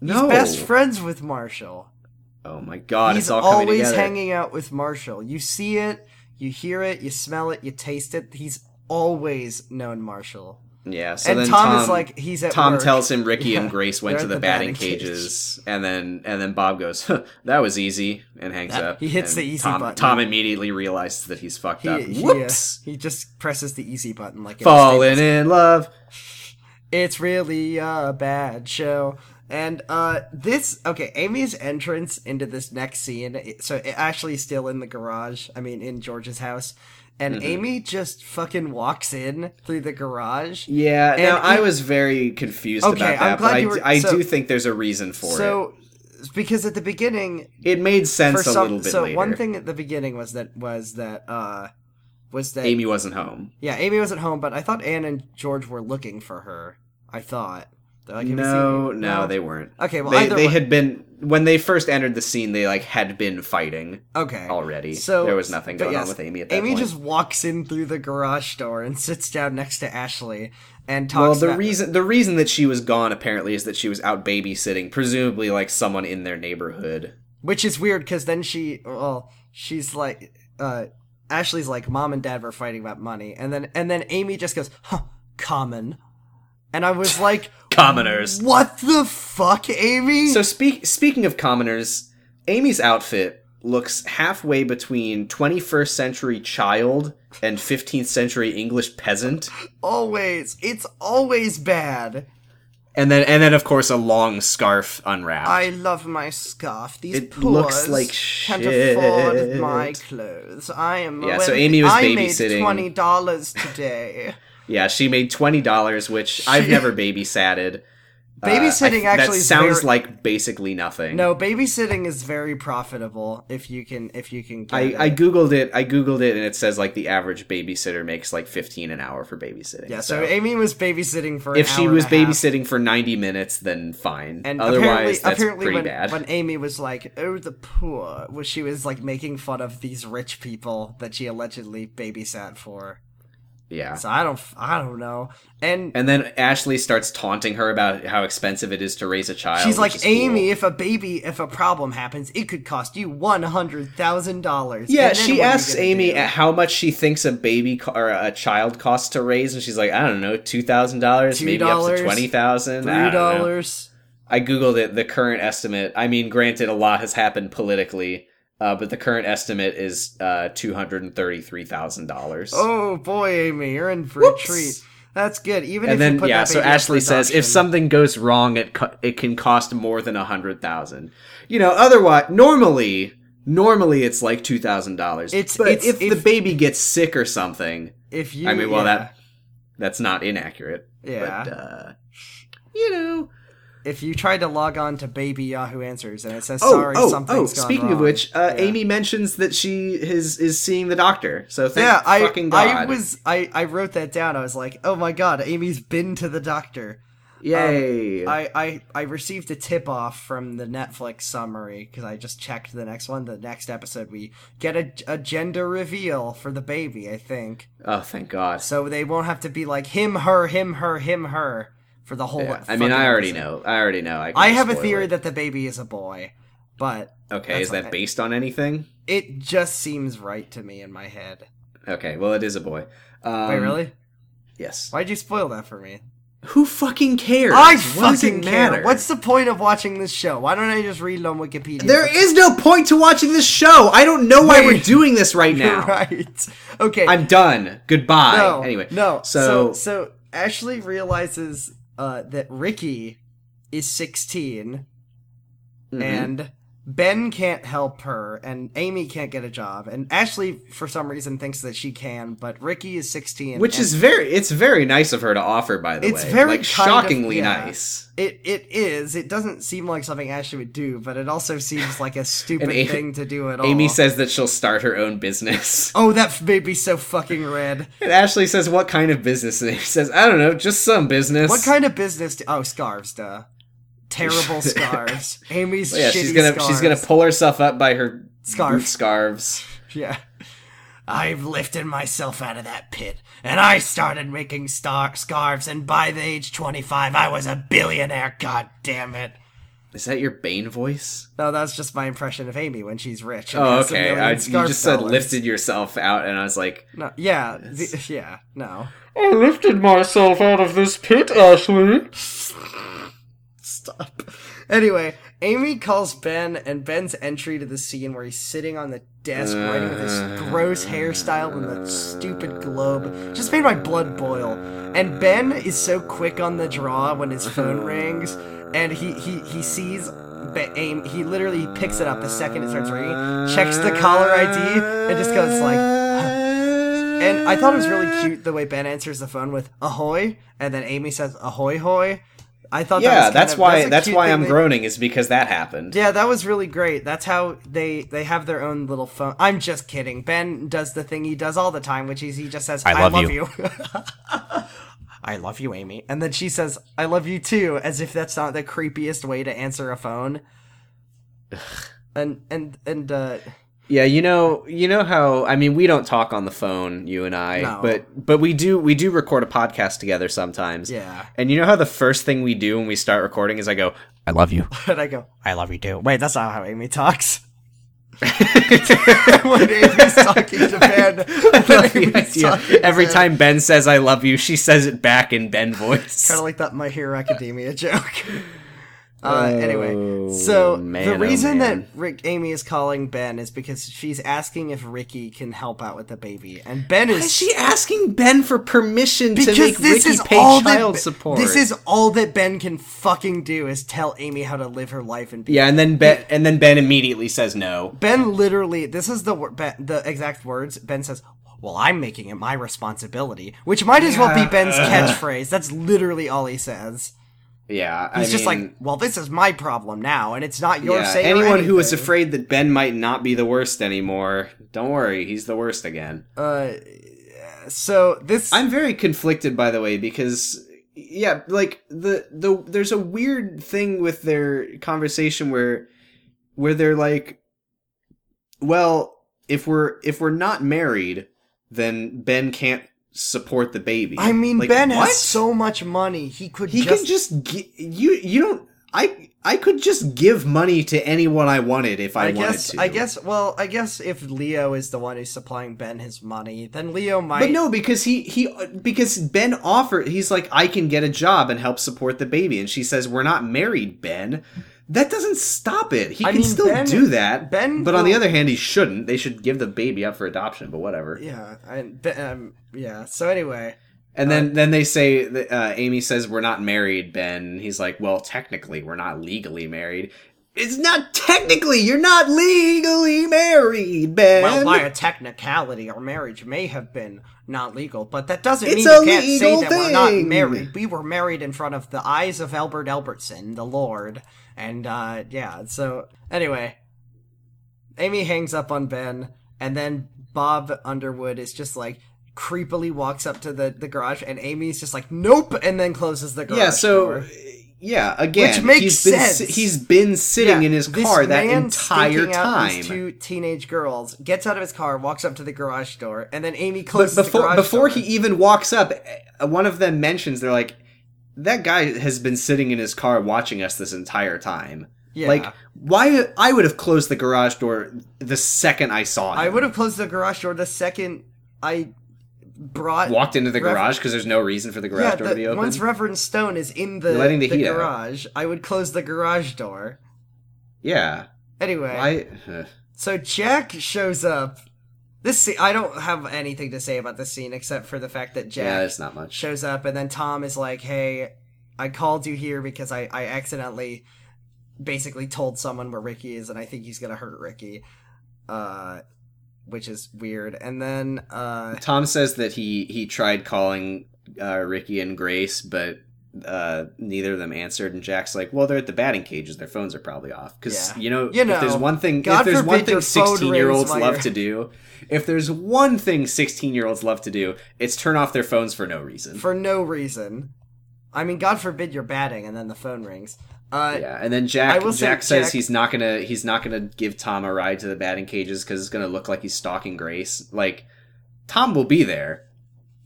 Speaker 1: No.
Speaker 3: He's best friends with Marshall.
Speaker 1: oh my Oh. god,
Speaker 3: He's
Speaker 1: it's all coming
Speaker 3: always
Speaker 1: together.
Speaker 3: hanging out with Marshall. You see it, you hear it, you smell it, you taste it. He's always known Marshall.
Speaker 1: yeah. So
Speaker 3: and
Speaker 1: then
Speaker 3: Tom, is like, he's at
Speaker 1: Tom
Speaker 3: work.
Speaker 1: tells him Ricky
Speaker 3: Yeah,
Speaker 1: and Grace went
Speaker 3: they're
Speaker 1: to the,
Speaker 3: at the
Speaker 1: batting,
Speaker 3: batting cage.
Speaker 1: cages, and then and then Bob goes, huh, "That was easy," and hangs
Speaker 3: That-
Speaker 1: up.
Speaker 3: he hits
Speaker 1: And
Speaker 3: the easy
Speaker 1: Tom,
Speaker 3: button.
Speaker 1: Tom immediately realizes that he's fucked
Speaker 3: he,
Speaker 1: up.
Speaker 3: he, uh,
Speaker 1: Whoops!
Speaker 3: He, just presses the easy button like in a
Speaker 1: Falling in love.
Speaker 3: It's really a bad show. And uh this okay, Amy's entrance into this next scene it- so it actually is still in the garage, I mean in George's house. And
Speaker 1: Mm-hmm.
Speaker 3: Amy just fucking walks in through the garage.
Speaker 1: Yeah. now
Speaker 3: it-
Speaker 1: I was very confused
Speaker 3: Okay,
Speaker 1: about that,
Speaker 3: I'm glad
Speaker 1: but
Speaker 3: you
Speaker 1: I,
Speaker 3: were-
Speaker 1: I
Speaker 3: so-
Speaker 1: do think there's a reason for
Speaker 3: So because at the beginning
Speaker 1: it. It made
Speaker 3: for
Speaker 1: sense a
Speaker 3: some
Speaker 1: little bit
Speaker 3: so
Speaker 1: later.
Speaker 3: one thing at the beginning was that was that uh was that
Speaker 1: Amy wasn't home.
Speaker 3: Yeah, Amy was at home, but I thought Anne and George were looking for her. I thought. They're like, "Have you seen
Speaker 1: No,
Speaker 3: Amy?"
Speaker 1: no, they weren't.
Speaker 3: Okay, well
Speaker 1: they
Speaker 3: either
Speaker 1: they
Speaker 3: way-
Speaker 1: had been when they first entered the scene. They like had been fighting
Speaker 3: Okay.
Speaker 1: already.
Speaker 3: So
Speaker 1: there was nothing
Speaker 3: but
Speaker 1: going
Speaker 3: yes,
Speaker 1: on with Amy at that
Speaker 3: Amy
Speaker 1: point.
Speaker 3: just walks in through the garage door and sits down next to Ashley and talks.
Speaker 1: Well, the
Speaker 3: about-
Speaker 1: reason the reason that she was gone apparently is that she was out babysitting, presumably like someone in their neighborhood.
Speaker 3: which is weird because then she, well, she's like, uh, Ashley's like, mom and dad were fighting about money, and then and then Amy just goes, huh, common, and I
Speaker 1: [laughs]
Speaker 3: was like,
Speaker 1: Commoners.
Speaker 3: what the fuck, Amy?
Speaker 1: So speak speaking of commoners, Amy's outfit looks halfway between 21st century child and 15th century English peasant,
Speaker 3: always, it's always bad.
Speaker 1: and then and then of course a long scarf unwrapped.
Speaker 3: I love my scarf. These
Speaker 1: It looks
Speaker 3: poors
Speaker 1: like
Speaker 3: can't afford
Speaker 1: shit.
Speaker 3: my clothes. I am.
Speaker 1: Yeah,
Speaker 3: aware
Speaker 1: so
Speaker 3: that
Speaker 1: Amy was
Speaker 3: I
Speaker 1: babysitting. Uh,
Speaker 3: made twenty dollars today.
Speaker 1: [laughs] yeah, she made twenty dollars, which I've never babysatted. Uh,
Speaker 3: Babysitting
Speaker 1: I-
Speaker 3: actually
Speaker 1: that
Speaker 3: is
Speaker 1: sounds
Speaker 3: very-
Speaker 1: like basically nothing.
Speaker 3: No, babysitting is very profitable if you can if you can get
Speaker 1: I,
Speaker 3: it.
Speaker 1: I googled it. I googled it, and it says like the average babysitter makes like fifteen an hour for babysitting.
Speaker 3: yeah, so, Amy was babysitting for an
Speaker 1: if she
Speaker 3: hour
Speaker 1: was
Speaker 3: and a half.
Speaker 1: babysitting for ninety minutes, then fine.
Speaker 3: And
Speaker 1: Otherwise,
Speaker 3: apparently,
Speaker 1: that's
Speaker 3: apparently
Speaker 1: pretty
Speaker 3: when,
Speaker 1: bad.
Speaker 3: when Amy was like, "Oh, the poor," was she was like making fun of these rich people that she allegedly babysat for.
Speaker 1: yeah.
Speaker 3: So I don't, f- I don't know. And,
Speaker 1: And then Ashley starts taunting her about how expensive it is to raise a child.
Speaker 3: she's
Speaker 1: which
Speaker 3: like,
Speaker 1: is cool.
Speaker 3: "Amy, if a baby, if a problem happens, it could cost you one hundred thousand dollars."
Speaker 1: Yeah, she asks Amy how much she thinks a baby co- or a child costs to raise, and she's like, I don't know, two thousand dollars, maybe up
Speaker 3: $2,
Speaker 1: to twenty thousand.
Speaker 3: three dollars.
Speaker 1: I googled it. The current estimate. I mean, granted, a lot has happened politically, uh, but the current estimate is uh, two hundred and thirty-three thousand dollars.
Speaker 3: Oh boy, Amy, you're in for a treat. That's good. Even if
Speaker 1: And
Speaker 3: you
Speaker 1: then
Speaker 3: put
Speaker 1: yeah,
Speaker 3: that
Speaker 1: so
Speaker 3: baby up
Speaker 1: Ashley
Speaker 3: for
Speaker 1: says if
Speaker 3: adoption-
Speaker 1: something goes wrong, it co- it can cost more than a hundred thousand. You know, otherwise, normally, normally it's like two thousand dollars.
Speaker 3: It's-
Speaker 1: but
Speaker 3: it's-
Speaker 1: if, the
Speaker 3: if-
Speaker 1: baby gets sick or something,
Speaker 3: if you,
Speaker 1: I mean, well,
Speaker 3: yeah,
Speaker 1: that that's not inaccurate.
Speaker 3: yeah.
Speaker 1: But, uh, you know.
Speaker 3: if you tried to log on to baby Yahoo Answers and it says
Speaker 1: Oh,
Speaker 3: sorry,
Speaker 1: oh,
Speaker 3: something's
Speaker 1: oh!
Speaker 3: gone
Speaker 1: Speaking of
Speaker 3: wrong."
Speaker 1: which, uh,
Speaker 3: Yeah.
Speaker 1: Amy mentions that she is is seeing the doctor. So thank
Speaker 3: yeah, I
Speaker 1: fucking god.
Speaker 3: I was um, I I wrote that down. I was like, oh my god, Amy's been to the doctor.
Speaker 1: yay.
Speaker 3: I I I received a tip off from the Netflix summary because I just checked the next one. The next episode we get a, a gender reveal for the baby, I think,
Speaker 1: oh, thank god.
Speaker 3: so they won't have to be like him, her, him, her, him, her for the whole.
Speaker 1: Yeah. I mean,
Speaker 3: fucking
Speaker 1: I already
Speaker 3: episode.
Speaker 1: know. I already know. I,
Speaker 3: I have a
Speaker 1: spoil
Speaker 3: theory
Speaker 1: it.
Speaker 3: that the baby is a boy, but
Speaker 1: Okay,
Speaker 3: That's
Speaker 1: is that
Speaker 3: okay.
Speaker 1: based on anything?
Speaker 3: it just seems right to me in my head.
Speaker 1: Okay, well, it is a boy. Um,
Speaker 3: Wait, really?
Speaker 1: Yes.
Speaker 3: Why'd you spoil that for me?
Speaker 1: Who fucking cares?
Speaker 3: I
Speaker 1: What does it
Speaker 3: fucking
Speaker 1: matter?
Speaker 3: care. What's the point of watching this show? Why don't I just read it on Wikipedia?
Speaker 1: there is no point to watching this show. I don't know why
Speaker 3: Wait.
Speaker 1: we're doing this right
Speaker 3: [laughs] You're
Speaker 1: now.
Speaker 3: right. Okay.
Speaker 1: I'm done. Goodbye.
Speaker 3: no,
Speaker 1: anyway,
Speaker 3: No.
Speaker 1: So,
Speaker 3: so so Ashley realizes uh, that Ricky is 16
Speaker 1: Mhm.
Speaker 3: and Ben can't help her, and Amy can't get a job, and Ashley for some reason thinks that she can, but Ricky is 16,
Speaker 1: which
Speaker 3: and
Speaker 1: is very it's very nice of her to offer by the
Speaker 3: It's
Speaker 1: way
Speaker 3: very
Speaker 1: like
Speaker 3: kind of-
Speaker 1: shockingly
Speaker 3: yeah.
Speaker 1: nice
Speaker 3: It it is. It doesn't seem like something Ashley would do, but it also seems
Speaker 1: [laughs]
Speaker 3: like a stupid
Speaker 1: Amy-
Speaker 3: thing to do at all.
Speaker 1: amy says that she'll start her own business [laughs]
Speaker 3: "Oh, that f- made me so fucking red."
Speaker 1: and ashley says what kind of business and he says i don't know just some business
Speaker 3: What kind of business? Do- oh, scarves, duh.
Speaker 1: [laughs]
Speaker 3: Terrible scarves. Amy's
Speaker 1: yeah
Speaker 3: shitty
Speaker 1: she's gonna
Speaker 3: scarves.
Speaker 1: she's gonna pull herself up by her
Speaker 3: Scarf.
Speaker 1: boot scarves
Speaker 3: Yeah. I've lifted myself out of that pit, and I started making star- scarves. And by the age twenty-five, I was a billionaire. God damn it!
Speaker 1: is that your bane voice
Speaker 3: No, that's just my impression of Amy when she's rich. and
Speaker 1: oh
Speaker 3: has a
Speaker 1: okay
Speaker 3: million
Speaker 1: I, you
Speaker 3: scarf
Speaker 1: just said
Speaker 3: dollars.
Speaker 1: lifted yourself out and i was like
Speaker 3: No, yeah, the, yeah, no.
Speaker 2: I lifted myself out of this pit, Ashley.
Speaker 3: Stop. Anyway, Amy calls Ben, and Ben's entry to the scene where he's sitting on the desk writing with his gross hairstyle and the stupid globe just made my blood boil. And Ben is so quick on the draw when
Speaker 1: [laughs]
Speaker 3: his phone rings, and he he he sees. Ba- Aim, he literally picks it up the second it starts ringing, checks the caller ID, and just goes like, [laughs] and I thought it was really cute the way Ben answers the phone with "ahoy" and then Amy says "ahoy hoy." I thought that was
Speaker 1: yeah
Speaker 3: kind
Speaker 1: that's
Speaker 3: of-
Speaker 1: why
Speaker 3: a
Speaker 1: that's,
Speaker 3: cute
Speaker 1: why
Speaker 3: thing
Speaker 1: i'm
Speaker 3: they-
Speaker 1: groaning is because that happened
Speaker 3: Yeah, that was really great. That's how they they have their own little phone. I'm just kidding. Ben does the thing he does all the time, which is he just says "I, love, you." [laughs] I love you, Amy, and then she says "I love you too," as if that's not the creepiest way to answer a phone. And and and uh, [laughs]
Speaker 1: Yeah, you know, you know how I mean, we don't talk on the phone, you and I,
Speaker 3: No.
Speaker 1: but but we do we do record a podcast together sometimes.
Speaker 3: yeah,
Speaker 1: And you know how the first thing we do when we start recording is I go, "I love you."
Speaker 3: and I go "I love you too." [laughs] Wait, that's not how Amy
Speaker 1: [laughs]
Speaker 3: talks. [laughs] when Amy's talking to Ben,
Speaker 1: I love the
Speaker 3: Amy's
Speaker 1: idea.
Speaker 3: talking to
Speaker 1: Every
Speaker 3: Ben.
Speaker 1: time Ben says "I love you," she says it back in Ben voice.
Speaker 3: kind of like that My Hero Academia [laughs] joke. Uh, anyway,
Speaker 1: Oh,
Speaker 3: so
Speaker 1: man,
Speaker 3: the
Speaker 1: oh,
Speaker 3: reason
Speaker 1: man.
Speaker 3: that Rick Amy is calling Ben is because she's asking if Ricky can help out with the baby, and Ben
Speaker 1: Why
Speaker 3: is
Speaker 1: is she asking Ben for permission
Speaker 3: because
Speaker 1: to make
Speaker 3: this
Speaker 1: Ricky
Speaker 3: is
Speaker 1: pay
Speaker 3: all
Speaker 1: child
Speaker 3: that,
Speaker 1: support?
Speaker 3: This is all that Ben can fucking do is tell Amy how to live her life and be.
Speaker 1: yeah, and then Ben and then Ben immediately says no.
Speaker 3: Ben literally, this is the wor- ben, the exact words Ben says. Well, I'm making it my responsibility, which might as well be Ben's catchphrase. That's literally all he says.
Speaker 1: Yeah, I
Speaker 3: He's just
Speaker 1: mean,
Speaker 3: like, well, this is my problem now, and it's not your
Speaker 1: yeah,
Speaker 3: say. or
Speaker 1: anyone who was
Speaker 3: anything."
Speaker 1: afraid that Ben might not be the worst anymore, don't worry, he's the worst again.
Speaker 3: Uh, so this.
Speaker 1: I'm very conflicted by the way because yeah, like the the there's a weird thing with their conversation where where they're like well, if we're if we're not married, then Ben can't support the baby.
Speaker 3: I mean,
Speaker 1: Like,
Speaker 3: Ben
Speaker 1: what?
Speaker 3: has so much money. He could
Speaker 1: he
Speaker 3: just,
Speaker 1: can just gi- you you don't I I could just give money to anyone I wanted if I,
Speaker 3: I,
Speaker 1: wanted
Speaker 3: guess.
Speaker 1: to.
Speaker 3: I guess. Well, I guess if Leo is the one who's supplying Ben his money, then Leo might.
Speaker 1: But no, because he he because Ben offered. He's like, I can get a job and help support the baby, and she says, "We're not married, Ben." That doesn't stop it. He
Speaker 3: I
Speaker 1: can
Speaker 3: mean,
Speaker 1: still
Speaker 3: Ben-
Speaker 1: do that.
Speaker 3: Ben
Speaker 1: but on the
Speaker 3: will-
Speaker 1: other hand, he shouldn't. They should give the baby up for adoption. But whatever.
Speaker 3: Yeah. And Ben- um, yeah. So anyway,
Speaker 1: And then then they say that, uh, Amy says, "We're not married, Ben." He's like, "Well, technically, we're not legally married." It's not technically. You're not legally married, Ben.
Speaker 3: well, by a technicality, our marriage may have been not legal, but that doesn't
Speaker 1: It's
Speaker 3: mean
Speaker 1: a
Speaker 3: you can't say
Speaker 1: legal
Speaker 3: that we're not
Speaker 1: thing.
Speaker 3: married. We were married in front of the eyes of Albert Albertson, the Lord, and uh, yeah. So anyway, Amy hangs up on Ben, and then Bob Underwood is just like creepily walks up to the the garage, and Amy's just like, "Nope," and then closes the garage.
Speaker 1: yeah so uh,
Speaker 3: door.
Speaker 1: yeah again
Speaker 3: Which makes
Speaker 1: he's been, si-
Speaker 3: sense.
Speaker 1: he's been sitting
Speaker 3: Yeah,
Speaker 1: in his
Speaker 3: this
Speaker 1: car that
Speaker 3: man
Speaker 1: entire
Speaker 3: staking out these
Speaker 1: time
Speaker 3: two teenage girls gets out of his car, walks up to the garage door, and then Amy
Speaker 1: but
Speaker 3: closes the
Speaker 1: before
Speaker 3: garage
Speaker 1: before
Speaker 3: door.
Speaker 1: he even walks up uh, one of them mentions they're like that guy has been sitting in his car watching us this entire time
Speaker 3: Yeah.
Speaker 1: like why i would have closed the garage door the second i saw him
Speaker 3: I would have closed the garage door the second I brought
Speaker 1: walked into the
Speaker 3: Rever-
Speaker 1: garage because there's no reason for the garage
Speaker 3: yeah,
Speaker 1: door
Speaker 3: the-
Speaker 1: to be open
Speaker 3: Once Reverend Stone is in the,
Speaker 1: You're letting the heat out.
Speaker 3: garage, I would close the garage door.
Speaker 1: yeah
Speaker 3: Anyway,
Speaker 1: i uh,
Speaker 3: so Jack shows up. This scene, I don't have anything to say about this scene except for the fact that Jack
Speaker 1: yeah it's not much
Speaker 3: shows up and then Tom is like, "Hey, I called you here because I I accidentally basically told someone where Ricky is and I think he's going to hurt Ricky." Uh which is weird. And then uh
Speaker 1: Tom says that he he tried calling uh, Ricky and Grace, but uh, neither of them answered. And Jack's like, "Well, they're at the batting cages. Their phones are probably off." Because
Speaker 3: Yeah.
Speaker 1: you know,
Speaker 3: You
Speaker 1: if there's
Speaker 3: know,
Speaker 1: one thing,
Speaker 3: God
Speaker 1: if there's one
Speaker 3: forbid
Speaker 1: thing
Speaker 3: your phone
Speaker 1: sixteen year olds
Speaker 3: rings while
Speaker 1: love
Speaker 3: you're-
Speaker 1: to do, if there's one thing sixteen year olds love to do, it's turn off their phones for no reason.
Speaker 3: for no reason, I mean, God forbid you're batting and then the phone rings. Uh
Speaker 1: yeah, and then Jack
Speaker 3: I will say
Speaker 1: Jack says
Speaker 3: Jack-
Speaker 1: he's not gonna he's not gonna give Tom a ride to the batting cages because it's gonna look like he's stalking Grace. Like Tom will be there.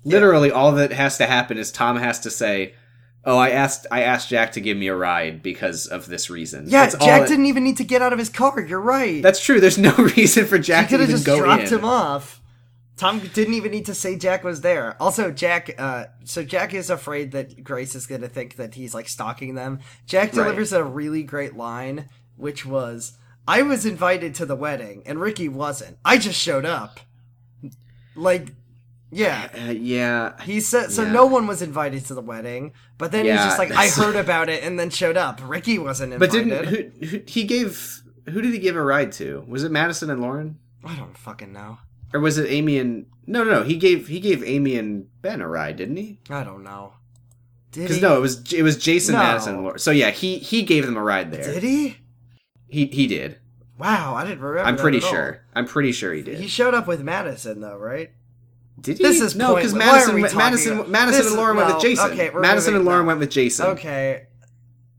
Speaker 1: Literally, all that has to happen is Tom has to say, "Oh, I asked I asked Jack to give me a ride because of this reason."
Speaker 3: Yeah,
Speaker 1: That's all
Speaker 3: Jack
Speaker 1: it-
Speaker 3: didn't even need to get out of his car. You're right.
Speaker 1: That's true. There's no [laughs] reason for Jack to
Speaker 3: he could have
Speaker 1: even
Speaker 3: just
Speaker 1: go
Speaker 3: dropped
Speaker 1: in.
Speaker 3: him off. Tom didn't even need to say Jack was there. Also, Jack. Uh, so Jack is afraid that Grace is going to think that he's like stalking them. Jack
Speaker 1: Right.
Speaker 3: delivers a really great line, which was, "I was invited to the wedding, and Ricky wasn't. I just showed up." Like, yeah.
Speaker 1: Uh, yeah,
Speaker 3: He said so.
Speaker 1: Yeah.
Speaker 3: No one was invited to the wedding, but then he's
Speaker 1: Yeah,
Speaker 3: just like, "I
Speaker 1: that's-
Speaker 3: heard about it and then showed up." Ricky wasn't
Speaker 1: but
Speaker 3: invited.
Speaker 1: didn't who, who he gave who did he give a ride to? Was it Madison and Lauren?
Speaker 3: I don't fucking know.
Speaker 1: Or was it Amy and no no no he gave he gave Amy and Ben a ride didn't he?
Speaker 3: I don't know. Did
Speaker 1: Because
Speaker 3: he?
Speaker 1: no, it was it was Jason
Speaker 3: No.
Speaker 1: Madison. and Laura- So yeah, he he gave them a ride there.
Speaker 3: Did he?
Speaker 1: He he did.
Speaker 3: Wow, I didn't remember.
Speaker 1: I'm
Speaker 3: that
Speaker 1: pretty
Speaker 3: at all.
Speaker 1: sure. I'm pretty sure he did.
Speaker 3: He showed up with Madison though, right?
Speaker 1: did he?
Speaker 3: this is
Speaker 1: no, because
Speaker 3: pointless. Why are
Speaker 1: Madison
Speaker 3: we
Speaker 1: went-
Speaker 3: talking
Speaker 1: Madison
Speaker 3: about-
Speaker 1: Madison
Speaker 3: This
Speaker 1: and
Speaker 3: is-
Speaker 1: Lauren went
Speaker 3: no,
Speaker 1: with Jason.
Speaker 3: okay, we're
Speaker 1: Madison
Speaker 3: moving
Speaker 1: and Lauren
Speaker 3: now.
Speaker 1: went with Jason.
Speaker 3: Okay.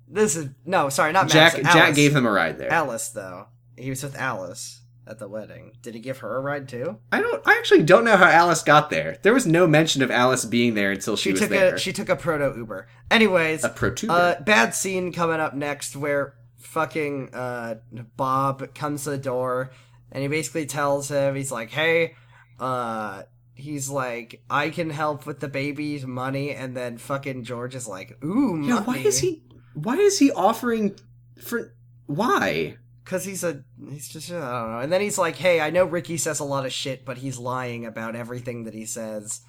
Speaker 3: This is no, sorry, not
Speaker 1: Jack
Speaker 3: Madison.
Speaker 1: Jack
Speaker 3: Alice.
Speaker 1: gave them a ride there.
Speaker 3: Alice though. He was with Alice at the wedding. Did he give her a ride too?
Speaker 1: I don't. I actually don't know how Alice got there. There was no mention of Alice being there until she,
Speaker 3: She
Speaker 1: was
Speaker 3: took
Speaker 1: there.
Speaker 3: a she took a proto Uber. Anyways,
Speaker 1: a protuber.
Speaker 3: uh, bad scene coming up next where fucking uh, Bob comes to the door and he basically tells him he's like, "Hey, uh, he's like, I can help with the baby's money," and then fucking George is like, "Ooh, money.
Speaker 1: yeah, why is he? Why is he offering for? Why?
Speaker 3: Because he's a he's just I don't know." And then he's like, "Hey, I know Ricky says a lot of shit, but he's lying about everything that he says."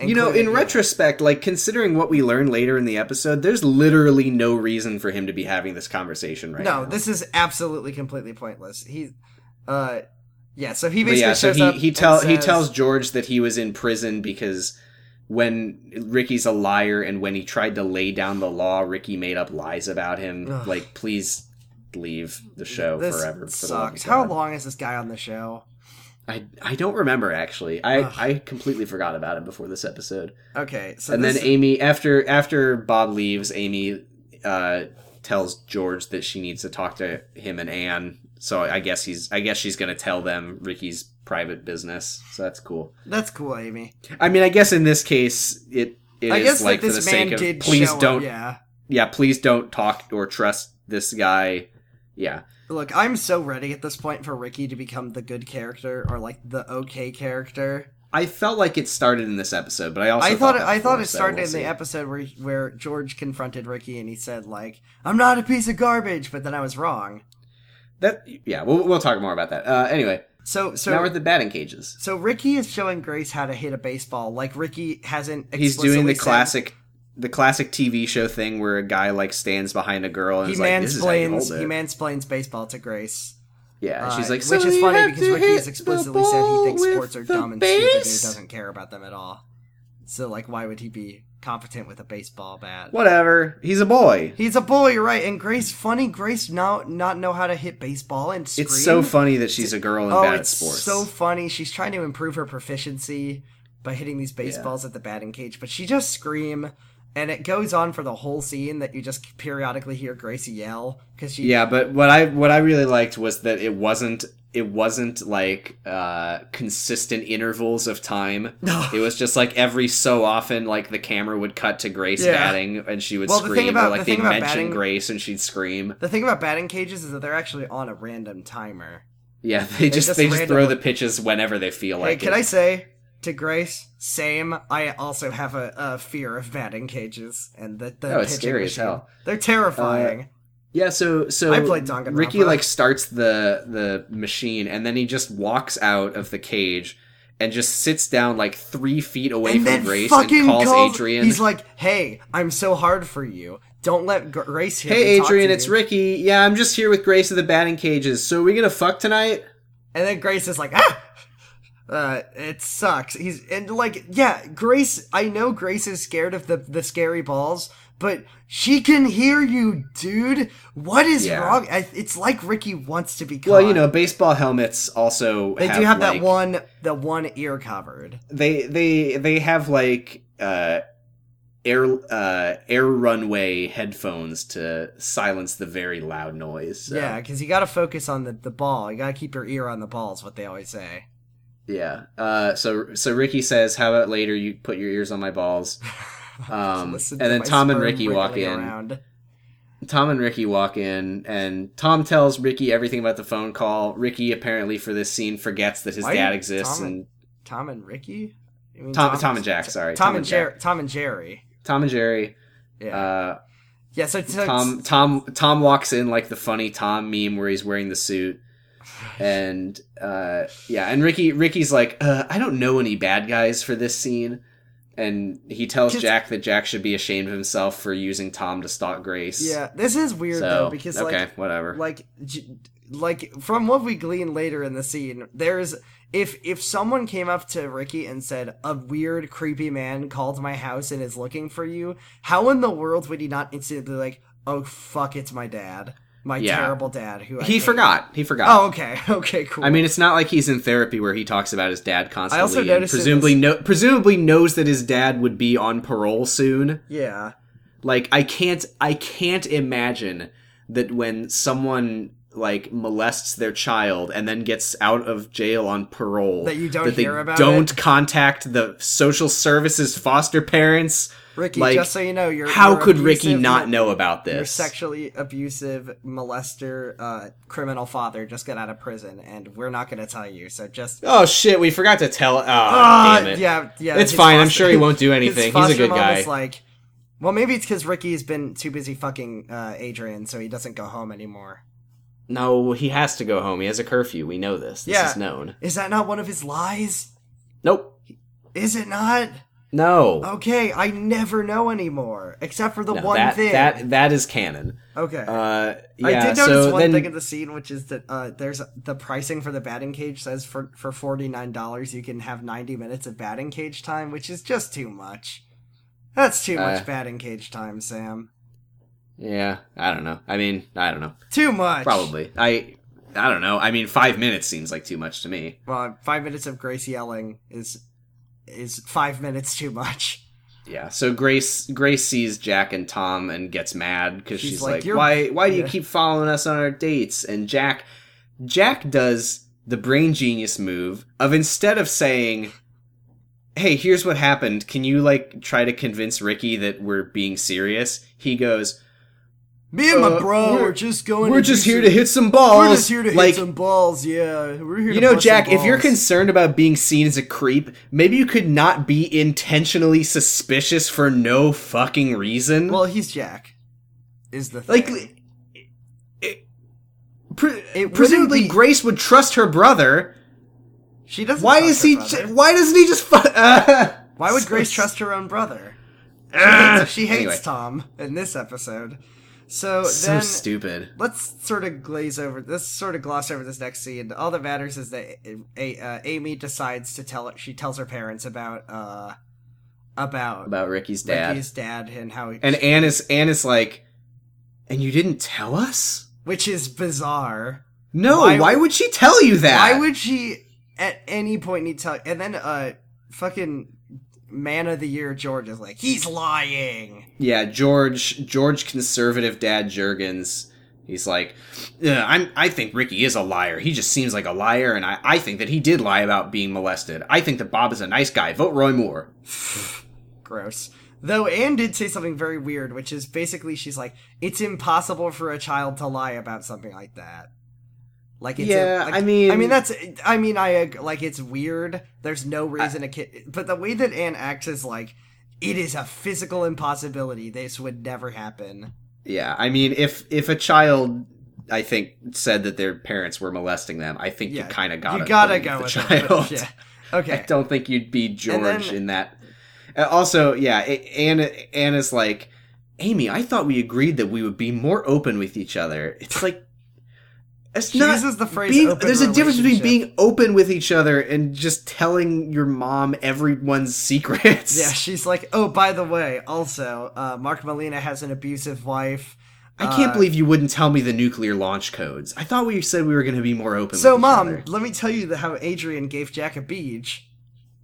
Speaker 1: You know, in
Speaker 3: including-
Speaker 1: retrospect, like considering what we learn later in the episode, there's literally no reason for him to be having this conversation right
Speaker 3: no,
Speaker 1: now.
Speaker 3: this is absolutely completely pointless. He, uh, yeah. So he
Speaker 1: But
Speaker 3: basically
Speaker 1: yeah, so
Speaker 3: shows
Speaker 1: he
Speaker 3: up
Speaker 1: he
Speaker 3: and
Speaker 1: tell he
Speaker 3: says-
Speaker 1: tells George that he was in prison because when Ricky's a liar and when he tried to lay down the law, Ricky made up lies about him.
Speaker 3: Ugh.
Speaker 1: Like, please leave the show
Speaker 3: this
Speaker 1: forever. For the love of
Speaker 3: sucks. How
Speaker 1: God.
Speaker 3: long is this guy on the show?
Speaker 1: I I don't remember actually. I
Speaker 3: Ugh.
Speaker 1: I completely forgot about him before this episode.
Speaker 3: Okay, so
Speaker 1: and then
Speaker 3: this-
Speaker 1: Amy after after Bob leaves, Amy uh tells George that she needs to talk to him and Anne. So I guess he's I guess she's going to tell them Ricky's private business. So that's cool.
Speaker 3: that's cool, Amy.
Speaker 1: I mean, I guess in this case it it is
Speaker 3: I guess
Speaker 1: like
Speaker 3: that
Speaker 1: for the
Speaker 3: this man
Speaker 1: sake of
Speaker 3: did
Speaker 1: please
Speaker 3: show up,
Speaker 1: don't
Speaker 3: Yeah,
Speaker 1: yeah, please don't talk or trust this guy. Yeah.
Speaker 3: look, I'm so ready at this point for Ricky to become the good character or like the okay character.
Speaker 1: I felt like it started in this episode, but I also
Speaker 3: I thought it,
Speaker 1: that
Speaker 3: I thought
Speaker 1: before,
Speaker 3: it
Speaker 1: so
Speaker 3: started
Speaker 1: we'll
Speaker 3: in the
Speaker 1: see.
Speaker 3: episode where where George confronted Ricky and he said like, "I'm not a piece of garbage," but then I was wrong.
Speaker 1: That yeah, we'll we'll talk more about that. Uh, anyway,
Speaker 3: So so
Speaker 1: now we're at the batting cages.
Speaker 3: so Ricky is showing Grace how to hit a baseball. Like Ricky hasn't.
Speaker 1: He's doing
Speaker 3: explicitly
Speaker 1: the
Speaker 3: said-
Speaker 1: classic, the classic TV show thing where a guy like stands behind a girl and
Speaker 3: He
Speaker 1: is like, "This is how you hold
Speaker 3: mansplains.
Speaker 1: it."
Speaker 3: He mansplains baseball to Grace.
Speaker 1: yeah,
Speaker 3: Uh,
Speaker 1: she's like,
Speaker 3: which
Speaker 1: "So
Speaker 3: is
Speaker 1: you
Speaker 3: funny
Speaker 1: have
Speaker 3: because
Speaker 1: to
Speaker 3: Ricky
Speaker 1: hit
Speaker 3: has
Speaker 1: the
Speaker 3: explicitly said he thinks
Speaker 1: ball
Speaker 3: sports are
Speaker 1: with the
Speaker 3: dumb and stupid and he
Speaker 1: base?"
Speaker 3: doesn't care about them at all. So, like, why would he be competent with a baseball bat?
Speaker 1: Whatever. He's a boy.
Speaker 3: He's a boy, you're right. And Grace, funny Grace, now not know how to hit baseball and scream.
Speaker 1: It's so funny that she's a girl and
Speaker 3: Oh,
Speaker 1: bad at
Speaker 3: it's
Speaker 1: sports.
Speaker 3: so funny. She's trying to improve her proficiency by hitting these baseballs at the batting cage, but she just scream, and it goes on for the whole scene that you just periodically hear Grace yell because she
Speaker 1: yeah, but what I what I really liked was that it wasn't it wasn't like uh consistent intervals of time. it was just like every so often like the camera would cut to Grace
Speaker 3: Yeah.
Speaker 1: batting and she would
Speaker 3: Well, the
Speaker 1: scream
Speaker 3: thing about-
Speaker 1: or like
Speaker 3: the
Speaker 1: they
Speaker 3: thing about
Speaker 1: mentioned
Speaker 3: batting-
Speaker 1: Grace and she'd scream.
Speaker 3: [laughs] The thing about batting cages is that they're actually on a random timer.
Speaker 1: Yeah, they just
Speaker 3: just
Speaker 1: they just throw
Speaker 3: randomly-
Speaker 1: the pitches whenever they feel
Speaker 3: Hey,
Speaker 1: like
Speaker 3: can
Speaker 1: it.
Speaker 3: I say to Grace, same. I also have a, a fear of batting cages and the, the
Speaker 1: Oh, it's
Speaker 3: pitching
Speaker 1: scary as
Speaker 3: machine.
Speaker 1: hell. Uh,
Speaker 3: They're terrifying.
Speaker 1: Yeah, so so
Speaker 3: I played Danganronpa.
Speaker 1: Ricky like starts the the machine and then he just walks out of the cage and just sits down like three feet away
Speaker 3: and
Speaker 1: from
Speaker 3: then
Speaker 1: Grace and
Speaker 3: fucking
Speaker 1: calls,
Speaker 3: calls-
Speaker 1: Adrian.
Speaker 3: He's like, "Hey, I'm so hard for you. Don't let Gr- Grace hear
Speaker 1: Hey
Speaker 3: me talk to
Speaker 1: Adrian, it's
Speaker 3: you."
Speaker 1: Ricky. Yeah, I'm just here with Grace of the batting cages. So are we gonna fuck tonight?
Speaker 3: And then Grace is like, ah! Uh, it sucks. He's and like, yeah, Grace. I know Grace is scared of the the scary balls, but she can hear you, dude. What is
Speaker 1: Yeah.
Speaker 3: wrong? I, it's like Ricky wants to be. Caught.
Speaker 1: Well, you know, baseball helmets also
Speaker 3: they do have
Speaker 1: like-
Speaker 3: that one, the one ear covered.
Speaker 1: They they they have like uh air uh air runway headphones to silence the very loud noise. So,
Speaker 3: Yeah, because you got to focus on the the ball. You got to keep your ear on the ball. Is what they always say. [laughs]
Speaker 1: yeah. Uh, so so Ricky says, "How about later? You put your ears on my balls." Um,
Speaker 3: Listen
Speaker 1: and
Speaker 3: to
Speaker 1: then
Speaker 3: my
Speaker 1: Tom and
Speaker 3: sperm
Speaker 1: Ricky walk
Speaker 3: wiggling
Speaker 1: in.
Speaker 3: around.
Speaker 1: Tom and Ricky walk in, and Tom tells Ricky everything about the phone call. Ricky apparently for this scene forgets that his
Speaker 3: Why
Speaker 1: dad
Speaker 3: did
Speaker 1: exists,
Speaker 3: Tom and-
Speaker 1: and
Speaker 3: Tom and Ricky. I mean,
Speaker 1: Tom- Tom and Jack, sorry.
Speaker 3: Tom,
Speaker 1: Tom
Speaker 3: and,
Speaker 1: and
Speaker 3: Jerry. Tom and Jerry.
Speaker 1: Tom and Jerry.
Speaker 3: Yeah.
Speaker 1: Uh,
Speaker 3: yeah. So, so
Speaker 1: Tom Tom Tom walks in like the funny Tom meme where he's wearing the suit, and uh, yeah, and Ricky Ricky's like, uh, I don't know any bad guys for this scene, and he tells
Speaker 3: Just-
Speaker 1: Jack that Jack should be ashamed of himself for using Tom to stalk Grace.
Speaker 3: Yeah, this is weird
Speaker 1: so
Speaker 3: though because
Speaker 1: okay,
Speaker 3: like
Speaker 1: whatever.
Speaker 3: like j- like from what we glean later in the scene, there's if if someone came up to Ricky and said a weird creepy man called my house and is looking for you, how in the world would he not instantly be like, oh fuck, it's my dad, my
Speaker 1: Yeah.
Speaker 3: terrible dad who I
Speaker 1: he
Speaker 3: hate."
Speaker 1: forgot. He forgot.
Speaker 3: Oh okay, [laughs] okay, cool.
Speaker 1: I mean, it's not like he's in therapy where he talks about his dad constantly.
Speaker 3: also
Speaker 1: and
Speaker 3: noticed in
Speaker 1: presumably, no, presumably knows that his dad would be on parole soon.
Speaker 3: yeah,
Speaker 1: Like, I can't, I can't imagine that when someone like molests their child and then gets out of jail on parole,
Speaker 3: That you don't
Speaker 1: they
Speaker 3: hear about
Speaker 1: don't
Speaker 3: it?
Speaker 1: contact the social services foster parents.
Speaker 3: Ricky,
Speaker 1: Like,
Speaker 3: just so you know, you're
Speaker 1: How
Speaker 3: you're
Speaker 1: could Ricky
Speaker 3: abusive,
Speaker 1: not
Speaker 3: you're-
Speaker 1: know about
Speaker 3: Your
Speaker 1: this?
Speaker 3: sexually abusive molester uh, criminal father just got out of prison, and we're not going to tell you. So just
Speaker 1: oh shit, we forgot to tell. Oh,
Speaker 3: Ah,
Speaker 1: damn it.
Speaker 3: yeah, yeah.
Speaker 1: It's
Speaker 3: his
Speaker 1: fine, I'm sure he won't do
Speaker 3: [laughs] his
Speaker 1: anything. He's a
Speaker 3: foster
Speaker 1: good
Speaker 3: mom
Speaker 1: guy.
Speaker 3: is like, well, maybe it's because Ricky's been too busy fucking uh, Adrian, so he doesn't go home anymore.
Speaker 1: No, he has to go home. He has a curfew. We know this. This
Speaker 3: Yeah.
Speaker 1: is known.
Speaker 3: Is that not one of his lies?
Speaker 1: Nope.
Speaker 3: Is it not?
Speaker 1: No.
Speaker 3: Okay, I never know anymore, except for Oh, the
Speaker 1: No,
Speaker 3: one
Speaker 1: that,
Speaker 3: thing.
Speaker 1: That that is canon.
Speaker 3: okay.
Speaker 1: Uh, yeah,
Speaker 3: I did notice
Speaker 1: so
Speaker 3: one
Speaker 1: then,
Speaker 3: thing in the scene, which is that uh, there's the pricing for the batting cage says for for forty nine dollars you can have ninety minutes of batting cage time, which is just too much. That's too
Speaker 1: Uh.
Speaker 3: much batting cage time, Sam.
Speaker 1: Yeah, I don't know. I mean, I don't know.
Speaker 3: Too much.
Speaker 1: Probably. I I don't know. I mean, five minutes seems like too much to me.
Speaker 3: Well, five minutes of Grace yelling is is five minutes too much.
Speaker 1: Yeah. So Grace Grace sees Jack and Tom and gets mad because
Speaker 3: She's
Speaker 1: she's,
Speaker 3: like,
Speaker 1: like,
Speaker 3: "You're-"
Speaker 1: why why do you
Speaker 3: Yeah.
Speaker 1: keep following us on our dates? And Jack Jack does the brain genius move of instead of saying. Hey, here's what happened. Can you like try to convince Ricky that we're being serious? He goes,
Speaker 3: Me and my
Speaker 1: Uh,
Speaker 3: bro, we're,
Speaker 1: we're-
Speaker 3: just going.
Speaker 1: "We're
Speaker 3: do
Speaker 1: just here
Speaker 3: some-
Speaker 1: to hit some balls."
Speaker 3: We're just here to
Speaker 1: like,
Speaker 3: hit some balls. Yeah, we're here.
Speaker 1: You
Speaker 3: to
Speaker 1: know,
Speaker 3: bust some
Speaker 1: Jack, if you're
Speaker 3: balls.
Speaker 1: concerned about being seen as a creep, maybe you could not be intentionally suspicious for no fucking reason.
Speaker 3: well, he's Jack. Is the
Speaker 1: like,
Speaker 3: thing.
Speaker 1: it, pre-
Speaker 3: wouldn't
Speaker 1: presumably
Speaker 3: be-
Speaker 1: Grace would trust her brother.
Speaker 3: She doesn't.
Speaker 1: Why
Speaker 3: trust
Speaker 1: is
Speaker 3: her
Speaker 1: he?
Speaker 3: brother.
Speaker 1: ju- why doesn't he just? Fu-
Speaker 3: Why would
Speaker 1: So- [laughs]
Speaker 3: Grace trust her own brother? She
Speaker 1: Ah!
Speaker 3: hates, she hates
Speaker 1: Anyway.
Speaker 3: Tom in this episode. So,
Speaker 1: So
Speaker 3: then
Speaker 1: stupid.
Speaker 3: let's sort of glaze over. Let's sort of gloss over this next scene. All that matters is that a, uh, Amy decides to tell. She tells her parents about uh about,
Speaker 1: About Ricky's dad.
Speaker 3: Ricky's dad and how he,
Speaker 1: And Anne is Anne is like, and you didn't tell us.
Speaker 3: which is bizarre.
Speaker 1: No,
Speaker 3: Why
Speaker 1: why,
Speaker 3: would-
Speaker 1: would she tell you that?
Speaker 3: Why would she at any point need to? And then uh, fucking man of the year George is like, he's lying.
Speaker 1: Yeah, George George conservative dad Jurgens. He's like, "Yeah, I'm. I think Ricky is a liar. He just seems like a liar, and I, I think that he did lie about being molested. I think that Bob is a nice guy. Vote Roy Moore.
Speaker 3: [sighs] gross. Though Anne did say something very weird, which is basically she's like, "It's impossible for a child to lie about something like that." Like, it's
Speaker 1: Yeah,
Speaker 3: like-
Speaker 1: I mean-
Speaker 3: I mean that's, I mean, I ag- like it's weird. There's no reason a kid, but the way that Anne acts is like, it is a physical impossibility. This would never happen.
Speaker 1: Yeah, I mean, if if a child, I think, said that their parents were molesting them, I think you
Speaker 3: Yeah,
Speaker 1: kind of gotta
Speaker 3: you gotta
Speaker 1: believe
Speaker 3: go
Speaker 1: the
Speaker 3: with it, but
Speaker 1: child.
Speaker 3: [laughs] yeah.
Speaker 1: I
Speaker 3: Okay,
Speaker 1: don't think you'd be George
Speaker 3: And then-
Speaker 1: in that. Uh, Also, yeah, A- Anna Anna's like, Amy, I thought we agreed that we would be more open with each other. It's like it's
Speaker 3: she
Speaker 1: not
Speaker 3: uses the phrase.
Speaker 1: being,
Speaker 3: open
Speaker 1: there's a difference between
Speaker 3: relationship.
Speaker 1: being open with each other and just telling your mom everyone's secrets.
Speaker 3: Yeah, she's like, oh, by the way, also, uh, Mark Molina has an abusive wife.
Speaker 1: I can't
Speaker 3: Uh,
Speaker 1: believe you wouldn't tell me the nuclear launch codes. I thought we said we were going to be more open.
Speaker 3: So,
Speaker 1: with each
Speaker 3: mom,
Speaker 1: other.
Speaker 3: let me tell you the, how Adrian gave Jack a beach.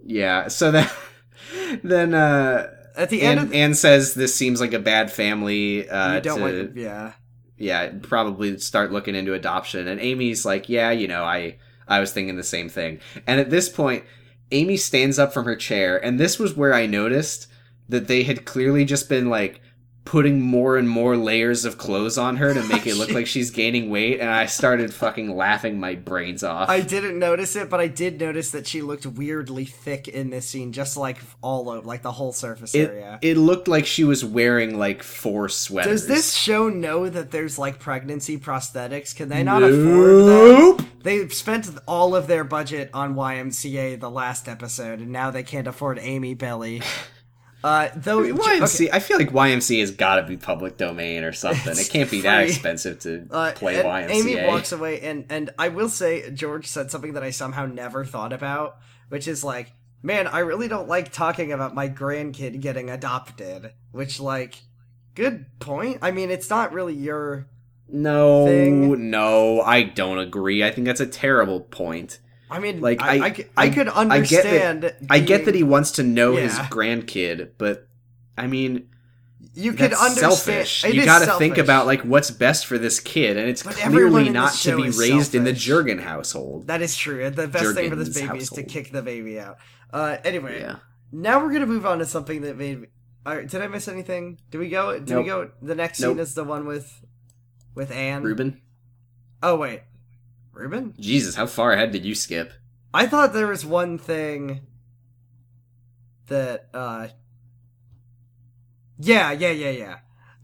Speaker 1: yeah. So then, [laughs] then uh,
Speaker 3: At the end
Speaker 1: Anne,
Speaker 3: of the,
Speaker 1: Anne says this seems like a bad family. Uh,
Speaker 3: you don't
Speaker 1: to-
Speaker 3: want, yeah,
Speaker 1: yeah, probably start looking into adoption. And Amy's like, yeah, you know, I I was thinking the same thing. And at this point, Amy stands up from her chair, and this was where I noticed that they had clearly just been like putting more and more layers of clothes on her to
Speaker 3: [laughs]
Speaker 1: make it look like she's gaining weight, and I started fucking laughing my brains off.
Speaker 3: I didn't notice it, but I did notice that she looked weirdly thick in this scene, just like all over, like the whole surface
Speaker 1: it,
Speaker 3: area.
Speaker 1: it looked like she was wearing like four sweaters.
Speaker 3: Does this show know that there's like pregnancy prosthetics? Can they not afford them? They spent all of their budget on YMCA the last episode, and now they can't afford Amy Belly.
Speaker 1: [sighs]
Speaker 3: Uh, though okay.
Speaker 1: YMCA, I feel like YMCA has got to be public domain or something.
Speaker 3: It's
Speaker 1: it can't be that
Speaker 3: free.
Speaker 1: expensive to
Speaker 3: Uh,
Speaker 1: play
Speaker 3: and
Speaker 1: YMCA.
Speaker 3: Amy walks away, and and I will say George said something that I somehow never thought about, which is like, man, I really don't like talking about my grandkid getting adopted. Which like, good point. I mean, it's not really your.
Speaker 1: no,
Speaker 3: thing.
Speaker 1: no, I don't agree. I think that's a terrible point.
Speaker 3: I mean, like
Speaker 1: Like,
Speaker 3: I, I,
Speaker 1: I-
Speaker 3: c- I
Speaker 1: I-
Speaker 3: could
Speaker 1: I get that-
Speaker 3: understand.
Speaker 1: I get that he wants to know his
Speaker 3: Mm, Yeah.
Speaker 1: grandkid, but I mean,
Speaker 3: You could
Speaker 1: that's
Speaker 3: understand.
Speaker 1: selfish.
Speaker 3: it
Speaker 1: you
Speaker 3: is
Speaker 1: got to think
Speaker 3: selfish.
Speaker 1: about like what's best for this kid, and it's
Speaker 3: But everyone
Speaker 1: clearly
Speaker 3: in
Speaker 1: not
Speaker 3: this
Speaker 1: to
Speaker 3: show
Speaker 1: be raised
Speaker 3: is
Speaker 1: in the
Speaker 3: selfish.
Speaker 1: Jurgen household.
Speaker 3: That is true. The best thing for this
Speaker 1: Jergen's
Speaker 3: baby is to
Speaker 1: household.
Speaker 3: kick the baby out. Uh, anyway,
Speaker 1: yeah,
Speaker 3: now we're gonna move on to something that made me. All right, did I miss anything? Did we go? Did we
Speaker 1: Nope.
Speaker 3: go? The next
Speaker 1: Nope.
Speaker 3: scene is the one with, with Anne.
Speaker 1: Ruben.
Speaker 3: Oh wait, Ruben.
Speaker 1: Jesus, how far ahead did you skip?
Speaker 3: I thought there was one thing. That uh. Yeah, yeah, yeah, yeah.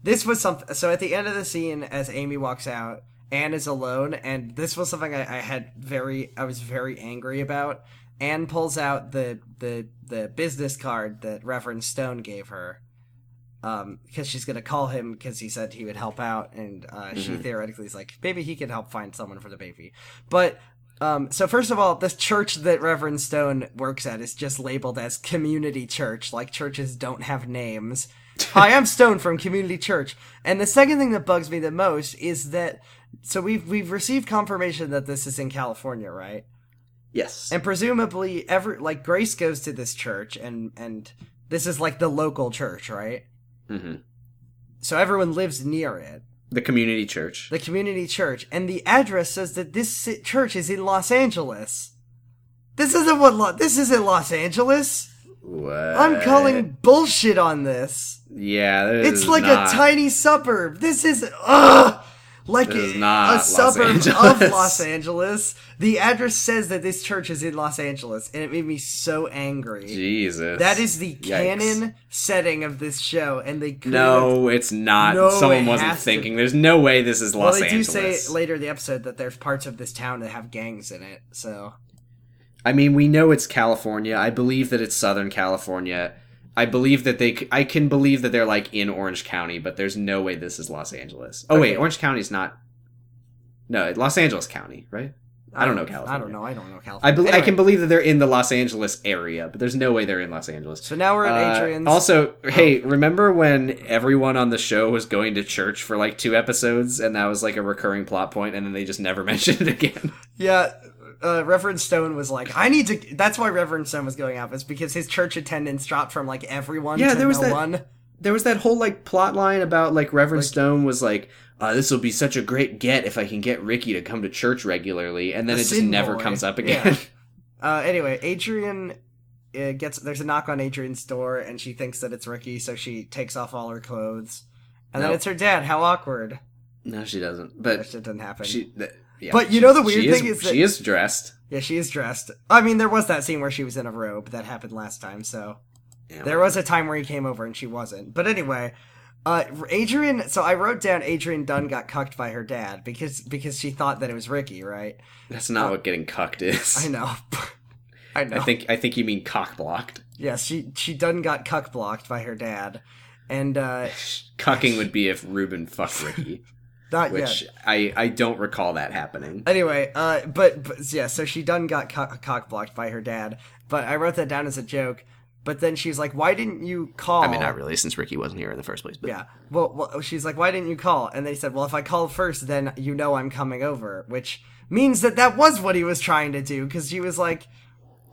Speaker 3: This was something. So at the end of the scene, as Amy walks out, Anne is alone, and this was something I, I had very, I was very angry about. Anne pulls out the the the business card that Reverend Stone gave her, um, because she's gonna call him because he said he would help out, and uh, she
Speaker 1: Mhm.
Speaker 3: theoretically is like, maybe he can help find someone for the baby. But um, so first of all, this church that Reverend Stone works at is just labeled as community church, like churches don't have names. Hi, I'm Stone from Community Church. And the second thing that bugs me the most is that so we've we've received confirmation that this is in California, right?
Speaker 1: Yes.
Speaker 3: And presumably every like Grace goes to this church and and this is like the local church, right?
Speaker 1: hmm
Speaker 3: So everyone lives near it.
Speaker 1: The community church.
Speaker 3: The community church and the address says that this si- church is in Los Angeles. This isn't what Lo- this isn't Los Angeles.
Speaker 1: What?
Speaker 3: I'm calling bullshit on this.
Speaker 1: Yeah, Uh, this
Speaker 3: It's
Speaker 1: is
Speaker 3: like
Speaker 1: not-
Speaker 3: a tiny suburb. This is ugh, like
Speaker 1: This is
Speaker 3: a-
Speaker 1: not
Speaker 3: a
Speaker 1: Los
Speaker 3: suburb of
Speaker 1: Angeles.
Speaker 3: Los Angeles. The address says that this church is in Los Angeles, and it made me so angry.
Speaker 1: Jesus.
Speaker 3: That is the
Speaker 1: Yikes.
Speaker 3: canon setting of this show, and they couldn't-
Speaker 1: No, it's not.
Speaker 3: No,
Speaker 1: Someone
Speaker 3: it
Speaker 1: wasn't
Speaker 3: has to-
Speaker 1: thinking. There's no way this is
Speaker 3: Well,
Speaker 1: Los
Speaker 3: they
Speaker 1: Angeles.
Speaker 3: do say later in the episode that there's parts of this town that have gangs in it. So
Speaker 1: I mean, we know it's California. I believe that it's Southern California. I believe that they. c- I can believe that they're like in Orange County, but there's no way this is Los Angeles. Oh wait,
Speaker 3: Okay.
Speaker 1: Orange County's not. No, Los Angeles County, right? I don't know California.
Speaker 3: I don't know. I don't know California.
Speaker 1: I bel I
Speaker 3: Anyway,
Speaker 1: can believe that they're in the Los Angeles area, but there's no way they're in Los Angeles.
Speaker 3: So now we're at
Speaker 1: Uh,
Speaker 3: Adrian's.
Speaker 1: also, hey, remember when everyone on the show was going to church for like two episodes, and that was like a recurring plot point, and then they just never [laughs] mentioned it again.
Speaker 3: Yeah, uh, Reverend Stone was like, I need to. That's why Reverend Stone was going off, is because his church attendance dropped from like everyone
Speaker 1: Yeah,
Speaker 3: to
Speaker 1: there was
Speaker 3: no
Speaker 1: that-
Speaker 3: one.
Speaker 1: there was that whole like plot line about like Reverend Stone was like, uh, "This will be such a great get if I can get Ricky to come to church regularly," and then
Speaker 3: The
Speaker 1: it just
Speaker 3: Sin
Speaker 1: never
Speaker 3: Boy.
Speaker 1: comes up again. [laughs]
Speaker 3: Uh, anyway, Adrian uh, gets. There's a knock on Adrian's door, and she thinks that it's Ricky, so she takes off all her clothes. And then
Speaker 1: Nope.
Speaker 3: it's her dad. How awkward.
Speaker 1: no, she doesn't.
Speaker 3: That
Speaker 1: But
Speaker 3: shit didn't happen.
Speaker 1: she, th- yeah,
Speaker 3: But you
Speaker 1: she-
Speaker 3: know the weird
Speaker 1: she
Speaker 3: thing is that-
Speaker 1: she is dressed.
Speaker 3: Yeah, she is dressed. I mean, there was that scene where she was in a robe that happened last time, so
Speaker 1: Yeah.
Speaker 3: there was a time where he came over and she wasn't. But anyway, uh, Adrian. So I wrote down Adrian Dunn got cucked by her dad because because she thought that it was Ricky, right?
Speaker 1: That's not what getting cucked is.
Speaker 3: I know. [laughs] I
Speaker 1: [laughs]
Speaker 3: know.
Speaker 1: I think I think you mean cock
Speaker 3: [laughs]
Speaker 1: blocked.
Speaker 3: Yes, she she done got cuck blocked by her dad, and uh,
Speaker 1: Cucking would be if Ruben fucked Ricky,
Speaker 3: [laughs] not yet.
Speaker 1: which I I don't recall that happening.
Speaker 3: Anyway, uh, but, but yeah, so she done got co- cock blocked by her dad, but I wrote that down as a joke. But then she's like, "Why didn't you call?"
Speaker 1: I mean, not really, since Ricky wasn't here in the first place. But
Speaker 3: Yeah. Well, well, she's like, "Why didn't you call?" And they said, "Well, if I call first, then you know I'm coming over," which means that that was what he was trying to do because she was like,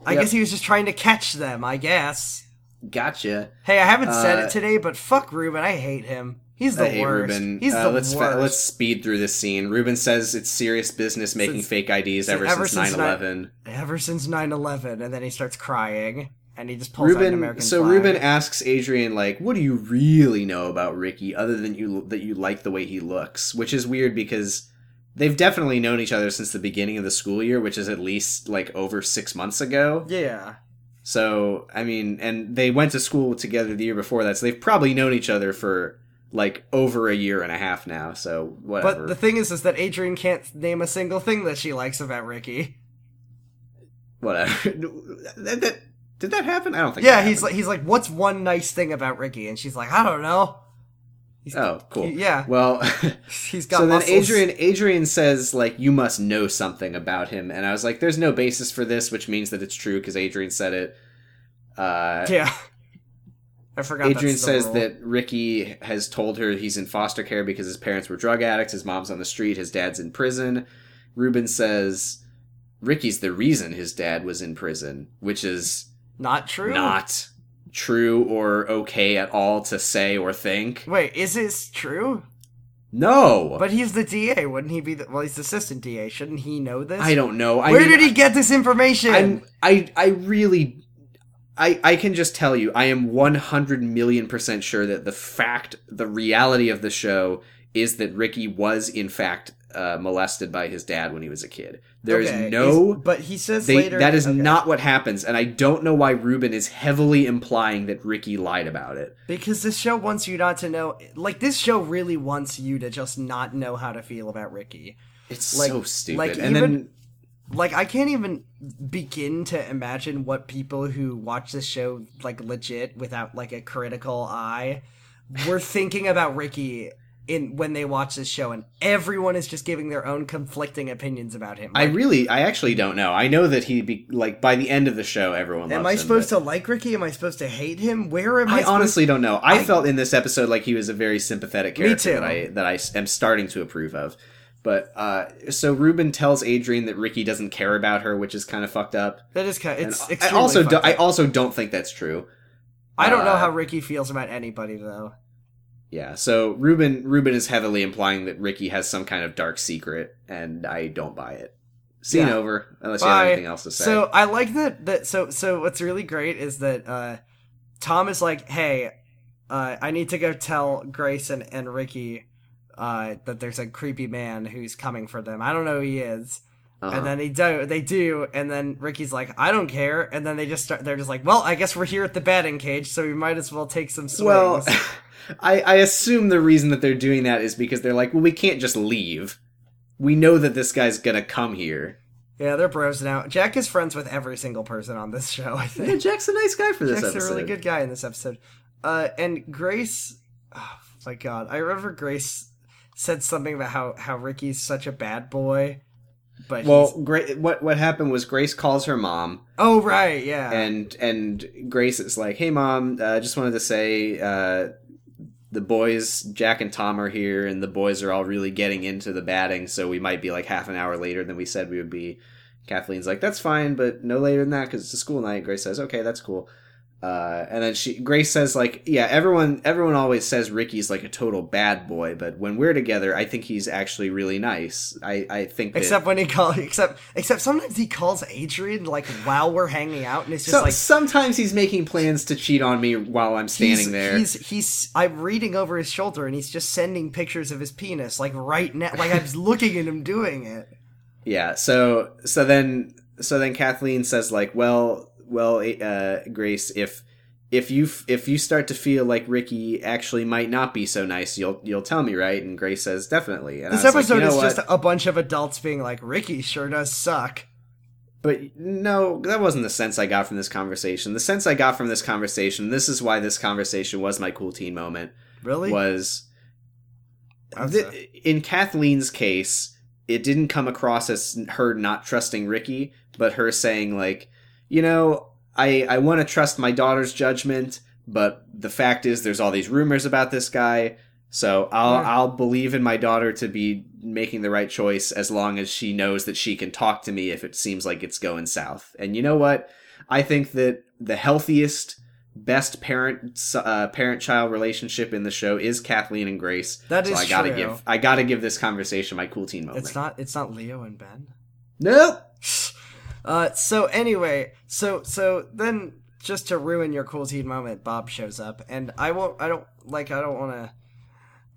Speaker 3: "I
Speaker 1: Yep.
Speaker 3: guess he was just trying to catch them." I guess.
Speaker 1: gotcha.
Speaker 3: Hey, I haven't said
Speaker 1: Uh,
Speaker 3: it today, but fuck Ruben, I hate him. He's the
Speaker 1: I hate
Speaker 3: worst.
Speaker 1: Ruben.
Speaker 3: He's
Speaker 1: Uh,
Speaker 3: the
Speaker 1: let's fa-
Speaker 3: worst.
Speaker 1: let's speed through this scene. Ruben says it's serious business making
Speaker 3: Since-
Speaker 1: fake IDs ever,
Speaker 3: ever
Speaker 1: since
Speaker 3: since
Speaker 1: 9/11.
Speaker 3: Ever since 9-11, and then he starts crying, and he just pulls out an
Speaker 1: Ruben,
Speaker 3: American
Speaker 1: so
Speaker 3: flag.
Speaker 1: Ruben asks Adrian, like, "What do you really know about Ricky, other than you that you like the way he looks?" Which is weird because they've definitely known each other since the beginning of the school year, which is at least like over six months ago.
Speaker 3: Yeah.
Speaker 1: So I mean, and they went to school together the year before that, so they've probably known each other for like over a year and a half now. So whatever.
Speaker 3: But the thing is, is that Adrian can't name a single thing that she likes about Ricky.
Speaker 1: [laughs] whatever. [laughs] that, that, did that happen? I don't think.
Speaker 3: Yeah,
Speaker 1: that
Speaker 3: he's like,
Speaker 1: happened.
Speaker 3: he's like, what's one nice thing about Ricky? And she's like, I don't know. He's,
Speaker 1: oh, cool.
Speaker 3: yeah.
Speaker 1: Well, [laughs]
Speaker 3: he's got.
Speaker 1: so then
Speaker 3: muscles.
Speaker 1: Adrian Adrian says like you must know something about him, and I was like, there's no basis for this, which means that it's true because Adrian said it. Uh,
Speaker 3: [laughs] Yeah. I forgot.
Speaker 1: Adrian
Speaker 3: that's the
Speaker 1: says
Speaker 3: rule.
Speaker 1: that Ricky has told her he's in foster care because his parents were drug addicts, his mom's on the street, his dad's in prison. Ruben says Ricky's the reason his dad was in prison, which is
Speaker 3: not true.
Speaker 1: not true or okay at all to say or think.
Speaker 3: Wait, is this true?
Speaker 1: No,
Speaker 3: But he's the DA, wouldn't he be? The, well, he's the assistant DA. Shouldn't he know this?
Speaker 1: I don't know. I
Speaker 3: Where
Speaker 1: mean,
Speaker 3: did he get this information?
Speaker 1: I'm, I I really I I can just tell you I am 100 million percent sure that the fact the reality of the show is that Ricky was in fact uh, molested by his dad when he was a kid. There is
Speaker 3: Okay,
Speaker 1: no
Speaker 3: he's- But he says
Speaker 1: they,
Speaker 3: later
Speaker 1: that is
Speaker 3: okay.
Speaker 1: not what happens, and I don't know why Ruben is heavily implying that Ricky lied about it.
Speaker 3: because this show wants you not to know. Like this show really wants you to just not know how to feel about Ricky.
Speaker 1: It's
Speaker 3: Like-
Speaker 1: so stupid.
Speaker 3: like
Speaker 1: and
Speaker 3: even-
Speaker 1: then
Speaker 3: like I can't even begin to imagine what people who watch this show like legit without like a critical eye were thinking about Ricky in when they watch this show and everyone is just giving their own conflicting opinions about him.
Speaker 1: I really, I actually don't know. I know that he be like by the end of the show, everyone.
Speaker 3: am
Speaker 1: loves
Speaker 3: I
Speaker 1: him,
Speaker 3: supposed
Speaker 1: but
Speaker 3: to like Ricky? Am I supposed to hate him? Where am I,
Speaker 1: I
Speaker 3: supposed-
Speaker 1: honestly don't know. I,
Speaker 3: I-
Speaker 1: felt in this episode like he was a very sympathetic
Speaker 3: Me
Speaker 1: character
Speaker 3: too.
Speaker 1: that I that I s- am starting to approve of. But uh, so Ruben tells Adrian that Ricky doesn't care about her, which is kind of fucked up.
Speaker 3: that is kind
Speaker 1: And
Speaker 3: it's
Speaker 1: I- I
Speaker 3: extremely
Speaker 1: also do,
Speaker 3: fucked
Speaker 1: I
Speaker 3: up.
Speaker 1: also don't think that's true.
Speaker 3: I don't know
Speaker 1: uh,
Speaker 3: how Ricky feels about anybody though.
Speaker 1: Yeah. So Ruben Ruben is heavily implying that Ricky has some kind of dark secret, and I don't buy it. Scene
Speaker 3: Yeah.
Speaker 1: over. Unless you have
Speaker 3: Bye.
Speaker 1: anything else to say.
Speaker 3: So I like that. That so so what's really great is that uh, Tom is like, hey, uh, I need to go tell Grace and, and Ricky uh, that there's a creepy man who's coming for them. I don't know who he is.
Speaker 1: Uh-huh.
Speaker 3: And then he do they do, and then Ricky's like, I don't care. And then they just start. They're just like, well, I guess we're here at the batting cage, so we might as well take some swings. [laughs]
Speaker 1: well, [laughs] I, I assume the reason that they're doing that is because they're like, well, we can't just leave. We know that this guy's gonna come here.
Speaker 3: yeah, they're bros now. Jack is friends with every single person on this show. I think.
Speaker 1: Yeah, Jack's a nice guy for this
Speaker 3: Jack's
Speaker 1: episode.
Speaker 3: a really good guy in this episode. Uh, and Grace, oh my God, I remember Grace said something about how how Ricky's such a bad boy, but
Speaker 1: Well,
Speaker 3: he's,
Speaker 1: Gra- what what happened was Grace calls her mom,
Speaker 3: oh right, yeah,
Speaker 1: and and Grace is like, "Hey, mom, uh, just wanted to say uh, the boys, Jack and Tom, are here, and the boys are all really getting into the batting, so we might be like half an hour later than we said we would be." Kathleen's like, "That's fine, but no later than that because it's a school night." Grace says, "Okay, that's cool." Uh, and then she Grace says like yeah everyone everyone always says Ricky's like a total bad boy but when we're together I think he's actually really nice I I think that,
Speaker 3: except when he calls, except except sometimes he calls Adrian like while we're hanging out, and it's just
Speaker 1: So
Speaker 3: like
Speaker 1: sometimes he's making plans to cheat on me while I'm standing
Speaker 3: he's,
Speaker 1: there.
Speaker 3: He's he's I'm reading over his shoulder, and he's just sending pictures of his penis like right now, like I'm looking at him doing it.
Speaker 1: Yeah. So so then so then Kathleen says like, well, well, uh, Grace, if if you if you start to feel like Ricky actually might not be so nice, you'll you'll tell me, right? And Grace says definitely. And I
Speaker 3: This
Speaker 1: was like,
Speaker 3: episode
Speaker 1: you know
Speaker 3: is
Speaker 1: what?
Speaker 3: just a bunch of adults being like, Ricky sure does suck.
Speaker 1: But no, that wasn't the sense I got from this conversation. The sense I got from this conversation, this is why this conversation was my cool teen moment.
Speaker 3: Really?
Speaker 1: was
Speaker 3: That's
Speaker 1: Th- in Kathleen's case, it didn't come across as her not trusting Ricky, but her saying like, you know, I I want to trust my daughter's judgment, but the fact is there's all these rumors about this guy, so I'll
Speaker 3: Yeah.
Speaker 1: I'll believe in my daughter to be making the right choice as long as she knows that she can talk to me if it seems like it's going south. And you know what? I think that the healthiest best parent uh, parent child relationship in the show is Kathleen and Grace.
Speaker 3: That is
Speaker 1: so I gotta
Speaker 3: true.
Speaker 1: give I gotta give this conversation my cool teen moment.
Speaker 3: It's not. It's not Leo and Ben.
Speaker 1: nope.
Speaker 3: Uh. So anyway. So so then, just to ruin your cool teen moment, Bob shows up, and I won't. I don't like. I don't want to.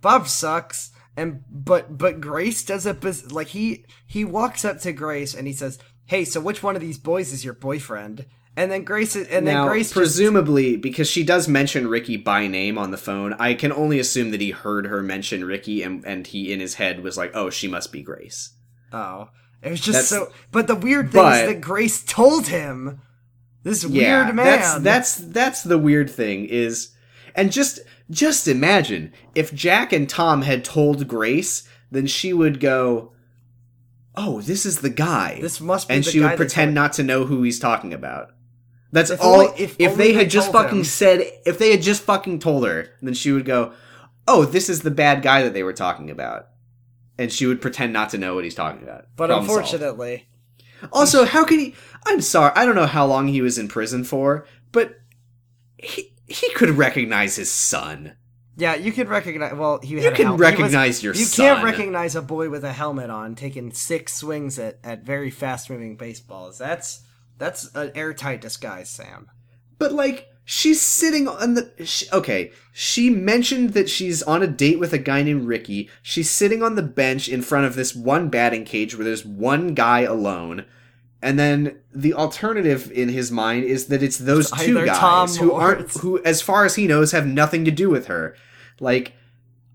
Speaker 3: Bob sucks, and but but Grace does a biz- like he he walks up to Grace and he says, "Hey, so which one of these boys is your boyfriend?" And then Grace is- and
Speaker 1: now,
Speaker 3: then Grace just-
Speaker 1: presumably, because she does mention Ricky by name on the phone, I can only assume that he heard her mention Ricky, and and he in his head was like, "Oh, she must be Grace."
Speaker 3: Oh, it was just
Speaker 1: That's-
Speaker 3: so. But the weird thing
Speaker 1: But-
Speaker 3: is that Grace told him. This
Speaker 1: yeah,
Speaker 3: weird man.
Speaker 1: That's that's that's the weird thing is, and just just imagine if Jack and Tom had told Grace, then she would go, "Oh, this is the guy,"
Speaker 3: This must be
Speaker 1: and
Speaker 3: the
Speaker 1: she
Speaker 3: guy
Speaker 1: would
Speaker 3: that
Speaker 1: pretend not to know who he's talking about. That's
Speaker 3: If
Speaker 1: all.
Speaker 3: only- if
Speaker 1: if
Speaker 3: only
Speaker 1: they
Speaker 3: they
Speaker 1: had just
Speaker 3: told
Speaker 1: fucking
Speaker 3: him.
Speaker 1: said, if they had just fucking told her, then she would go, "Oh, this is the bad guy that they were talking about," and she would pretend not to know what he's talking about.
Speaker 3: But
Speaker 1: Problem solved.
Speaker 3: unfortunately,
Speaker 1: Also, how could he? I'm sorry, I don't know how long he was in prison for, but he he could recognize his son.
Speaker 3: yeah, you could recognize. Well, he
Speaker 1: You
Speaker 3: had a
Speaker 1: can
Speaker 3: hel- he was-
Speaker 1: recognize your
Speaker 3: you
Speaker 1: son.
Speaker 3: can't recognize a boy with a helmet on taking six swings at, at very fast moving baseballs. That's that's an airtight disguise, Sam.
Speaker 1: but like she's sitting on the sh okay. She mentioned that she's on a date with a guy named Ricky. She's sitting on the bench in front of this one batting cage where there's one guy alone. And then the alternative in his mind is that it's those
Speaker 3: It's
Speaker 1: two
Speaker 3: either
Speaker 1: guys
Speaker 3: Tom
Speaker 1: who
Speaker 3: or
Speaker 1: aren't
Speaker 3: it's-
Speaker 1: who as far as he knows have nothing to do with her. Like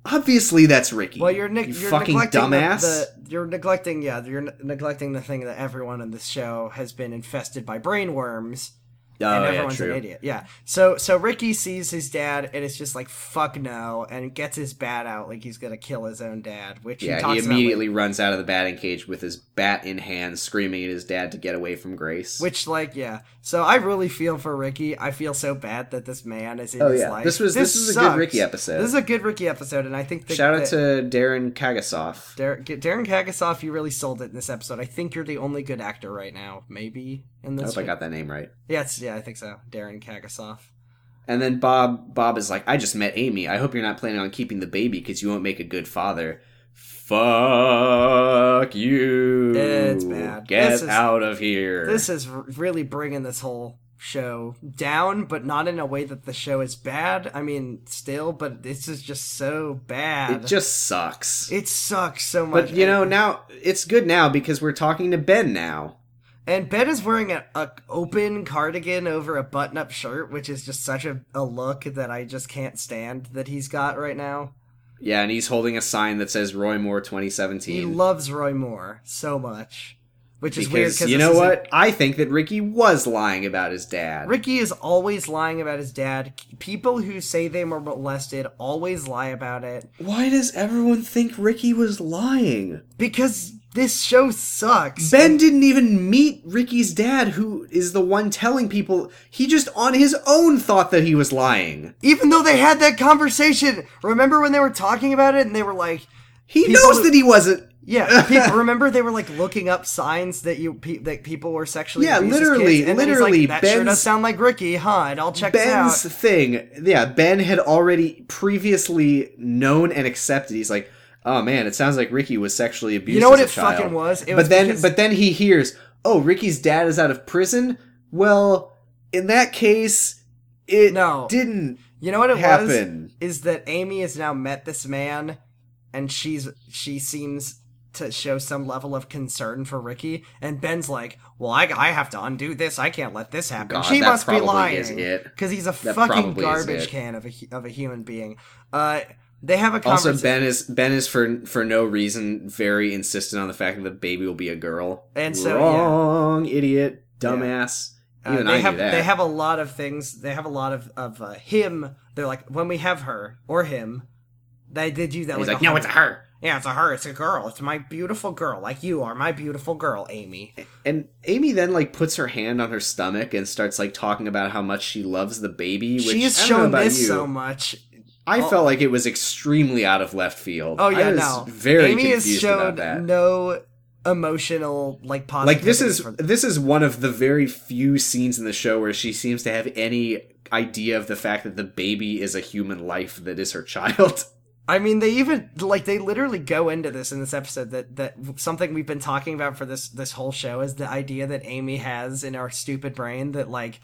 Speaker 1: Obviously, that's Ricky.
Speaker 3: Well, you're, neg-
Speaker 1: you
Speaker 3: you're
Speaker 1: fucking
Speaker 3: neglecting the-
Speaker 1: dumbass.
Speaker 3: The, you're neglecting, yeah, you're ne- neglecting the thing that everyone in this show has been infested by brain worms,
Speaker 1: oh
Speaker 3: and
Speaker 1: yeah,
Speaker 3: everyone's
Speaker 1: true.
Speaker 3: an idiot. Yeah. So so Ricky sees his dad, and it's just like fuck no, and gets his bat out like he's gonna kill his own dad, which he
Speaker 1: Yeah,
Speaker 3: talks
Speaker 1: he
Speaker 3: about
Speaker 1: immediately runs out of the batting cage with his bat in hand, screaming at his dad to get away from Grace.
Speaker 3: Which, like, yeah. So I really feel for Ricky. I feel so bad that this man is in
Speaker 1: Oh,
Speaker 3: his
Speaker 1: yeah.
Speaker 3: life.
Speaker 1: This was- this is a good
Speaker 3: sucks.
Speaker 1: Ricky episode.
Speaker 3: This is a good Ricky episode, and I think that,
Speaker 1: Shout out
Speaker 3: that
Speaker 1: to Darren Kagasoff.
Speaker 3: Dar- G- Darren Kagasoff. You really sold it in this episode. I think you're the only good actor right now, maybe in
Speaker 1: I
Speaker 3: this.
Speaker 1: hope I
Speaker 3: one.
Speaker 1: got that name right.
Speaker 3: Yes, yeah, I think so. Darren Kagasoff.
Speaker 1: And then Bob Bob is like, I just met Amy. I hope you're not planning on keeping the baby because you won't make a good father. Fuck you.
Speaker 3: It's bad.
Speaker 1: Get
Speaker 3: This is-
Speaker 1: out of here.
Speaker 3: This is r- really bringing this whole show down, but not in a way that the show is bad. I mean, still, but this is just so bad.
Speaker 1: it just sucks.
Speaker 3: it sucks so much.
Speaker 1: but you know
Speaker 3: And-
Speaker 1: now it's good now because we're talking to Ben now.
Speaker 3: And Ben is wearing a, a open cardigan over a button up shirt, which is just such a, a look that I just can't stand that he's got right now.
Speaker 1: Yeah, and he's holding a sign that says Roy Moore
Speaker 3: He
Speaker 1: 2017.
Speaker 3: loves Roy Moore so much, which is weird
Speaker 1: because
Speaker 3: because
Speaker 1: you know what? I think that Ricky was lying about his dad.
Speaker 3: Ricky is always lying about his dad. People who say they were molested always lie about it
Speaker 1: Why does everyone think Ricky was lying?
Speaker 3: because this show sucks.
Speaker 1: Ben didn't even meet Ricky's dad, who is the one telling people. He just on his own thought that he was lying.
Speaker 3: Even though they had that conversation, remember when they were talking about it and they were like,
Speaker 1: He
Speaker 3: People
Speaker 1: knows
Speaker 3: who-
Speaker 1: that he wasn't. [laughs]
Speaker 3: Yeah, people, remember they were like looking up signs that you pe- that people were sexually
Speaker 1: Yeah,
Speaker 3: abused as
Speaker 1: literally-
Speaker 3: kids, and then he's
Speaker 1: literally,
Speaker 3: like, that sure
Speaker 1: Ben's-
Speaker 3: does sound like Ricky, huh? It all checks
Speaker 1: Ben's
Speaker 3: out.
Speaker 1: thing, yeah, Ben had already previously known and accepted. He's like, oh man, it sounds like Ricky was sexually abused.
Speaker 3: You know what
Speaker 1: as
Speaker 3: it
Speaker 1: a child."
Speaker 3: fucking was? It
Speaker 1: but
Speaker 3: was
Speaker 1: then,
Speaker 3: because-
Speaker 1: but then he hears, oh, Ricky's dad is out of prison. Well, in that case, it
Speaker 3: No.
Speaker 1: didn't
Speaker 3: You know what it
Speaker 1: happen.
Speaker 3: was? Is that Amy has now met this man, and she's she seems to show some level of concern for Ricky, and Ben's like, well, I, I have to undo this. I can't let this happen.
Speaker 1: God,
Speaker 3: she
Speaker 1: that
Speaker 3: must be
Speaker 1: probably
Speaker 3: lying.
Speaker 1: is it.
Speaker 3: Because he's a
Speaker 1: That
Speaker 3: fucking
Speaker 1: probably is
Speaker 3: garbage
Speaker 1: it.
Speaker 3: can of a hu- of a human being. Uh, they have a conversation.
Speaker 1: Also, Ben is Ben is for for no reason very insistent on the fact that the baby will be a girl.
Speaker 3: And so, yeah.
Speaker 1: wrong idiot, dumbass.
Speaker 3: Uh,
Speaker 1: Even
Speaker 3: they
Speaker 1: I
Speaker 3: have
Speaker 1: knew that.
Speaker 3: they have a lot of things. They have a lot of of uh, him. They're like when we have her or him, they they do that.
Speaker 1: He's
Speaker 3: like
Speaker 1: like, no,
Speaker 3: hun-
Speaker 1: it's a her.
Speaker 3: Yeah, it's a her. It's a girl. It's my beautiful girl. Like you are my beautiful girl, Amy.
Speaker 1: And Amy then like puts her hand on her stomach and starts like talking about how much she loves the baby. Which,
Speaker 3: She's
Speaker 1: I don't know
Speaker 3: shown
Speaker 1: about
Speaker 3: this
Speaker 1: you.
Speaker 3: so much.
Speaker 1: I
Speaker 3: Oh.
Speaker 1: felt like it was extremely out of left field.
Speaker 3: Oh yeah,
Speaker 1: I was
Speaker 3: no.
Speaker 1: very
Speaker 3: Amy has
Speaker 1: confused about
Speaker 3: shown
Speaker 1: that.
Speaker 3: no emotional like positive.
Speaker 1: like this is this is one of the very few scenes in the show where she seems to have any idea of the fact that the baby is a human life that is her child. [laughs]
Speaker 3: I mean, they even like they literally go into this in this episode that that something we've been talking about for this this whole show is the idea that Amy has in our stupid brain that like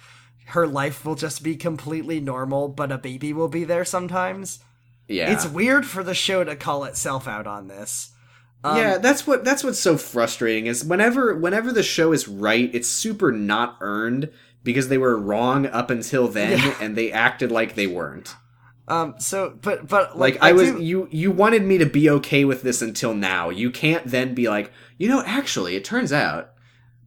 Speaker 3: her life will just be completely normal, but a baby will be there sometimes.
Speaker 1: Yeah.
Speaker 3: It's weird for the show to call itself out on this. Um,
Speaker 1: yeah, that's what that's what's so frustrating is whenever whenever the show is right, it's super not earned because they were wrong up until then
Speaker 3: Yeah.
Speaker 1: and they acted like they weren't.
Speaker 3: Um. So, but but
Speaker 1: Like I, was
Speaker 3: do-
Speaker 1: you you wanted me to be okay with this until now. You can't then be like, you know, actually it turns out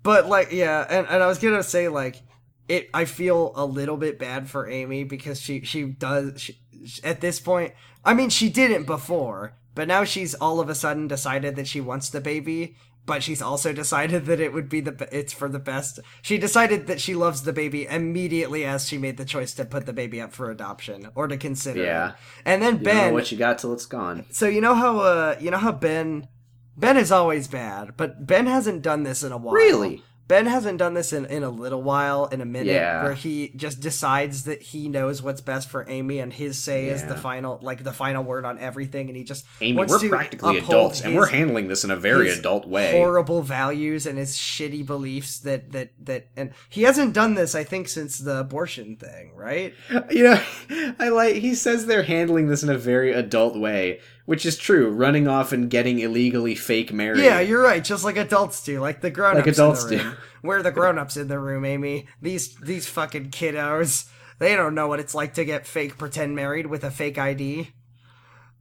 Speaker 3: but like yeah and, and i was gonna say like it i feel a little bit bad for amy because she she does she, at this point i mean she didn't before but now she's all of a sudden decided that she wants the baby but she's also [laughs] decided that it would be the be- it's for the best she decided that she loves the baby immediately as she made the choice to put the baby up for adoption or to consider it.
Speaker 1: Yeah.
Speaker 3: and then
Speaker 1: you don't know
Speaker 3: ben
Speaker 1: what you got till it's gone.
Speaker 3: so you know how uh you know how ben ben is always bad but ben hasn't done this in a while
Speaker 1: Really?
Speaker 3: Ben hasn't done this in, in a little while, in a minute,
Speaker 1: Yeah.
Speaker 3: where he just decides that he knows what's best for Amy, and his say is the
Speaker 1: Yeah.
Speaker 3: final, like the final word on everything, and he just
Speaker 1: Amy,
Speaker 3: wants
Speaker 1: we're
Speaker 3: to
Speaker 1: practically
Speaker 3: uphold
Speaker 1: adults and
Speaker 3: his
Speaker 1: we're handling this in a very
Speaker 3: his
Speaker 1: adult way.
Speaker 3: horrible values and his shitty beliefs that that that, and he hasn't done this, I think, since the abortion thing, right?
Speaker 1: [laughs] You know, I like he says they're handling this in a very adult way, which is true. Running off and getting illegally fake married.
Speaker 3: Yeah, you're right. Just like adults do, like the grown ups.
Speaker 1: Like adults
Speaker 3: in
Speaker 1: do.
Speaker 3: the room. We're the grown ups in the room, Amy. These these fucking kiddos. They don't know what it's like to get fake pretend married with a fake ID.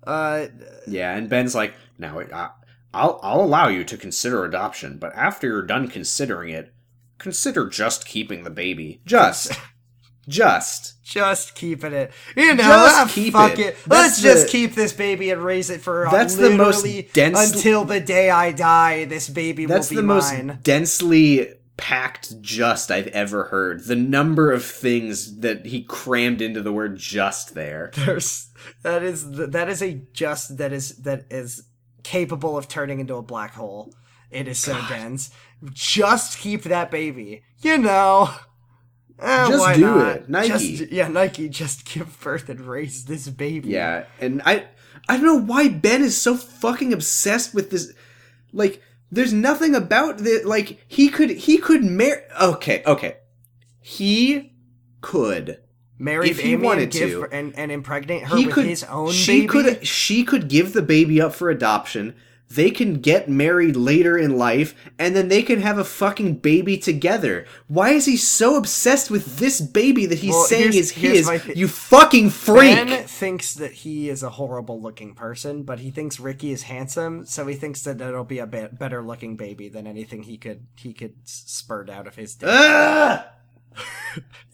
Speaker 3: Uh,
Speaker 1: Yeah, and Ben's like, "Now, I, I'll I'll allow you to consider adoption, but after you're done considering it, consider just keeping the baby.
Speaker 3: [laughs]
Speaker 1: Just, just."
Speaker 3: just keeping it. You know,
Speaker 1: Just
Speaker 3: ah,
Speaker 1: keep
Speaker 3: fuck
Speaker 1: it.
Speaker 3: it.
Speaker 1: That's
Speaker 3: Let's just
Speaker 1: the-
Speaker 3: keep this baby and raise it for uh,
Speaker 1: That's the
Speaker 3: literally
Speaker 1: most dense-
Speaker 3: until the day I die. This baby
Speaker 1: That's
Speaker 3: will
Speaker 1: the
Speaker 3: be
Speaker 1: most
Speaker 3: mine.
Speaker 1: densely packed just I've ever heard. The number of things that he crammed into the word just there.
Speaker 3: There's that is the, that is a just that is that is capable of turning into a black hole. It is so dense. Just keep that baby. You know. Eh,
Speaker 1: Just
Speaker 3: why
Speaker 1: do
Speaker 3: not?
Speaker 1: it. Nike.
Speaker 3: Just- yeah, Nike. Just give birth and raise this baby.
Speaker 1: Yeah, and I I don't know why Ben is so fucking obsessed with this. Like, there's nothing about the like he could he could marry. Okay, okay, he could.
Speaker 3: marry
Speaker 1: If he
Speaker 3: Amy
Speaker 1: wanted
Speaker 3: and, give,
Speaker 1: to.
Speaker 3: and and impregnate her
Speaker 1: he
Speaker 3: with
Speaker 1: could.
Speaker 3: his own
Speaker 1: she
Speaker 3: baby.
Speaker 1: could. She could give the baby up for adoption. They can get married later in life, and then they can have a fucking baby together. Why is he so obsessed with this baby that he's
Speaker 3: Well,
Speaker 1: saying
Speaker 3: here's-
Speaker 1: is
Speaker 3: here's
Speaker 1: his?
Speaker 3: my thi-
Speaker 1: you fucking freak!
Speaker 3: Ben thinks that he is a horrible looking person, but he thinks Ricky is handsome, so he thinks that it'll be a bit better looking baby than anything he could he could s- spurt out
Speaker 1: [laughs]
Speaker 3: of his dick.
Speaker 1: Ugh!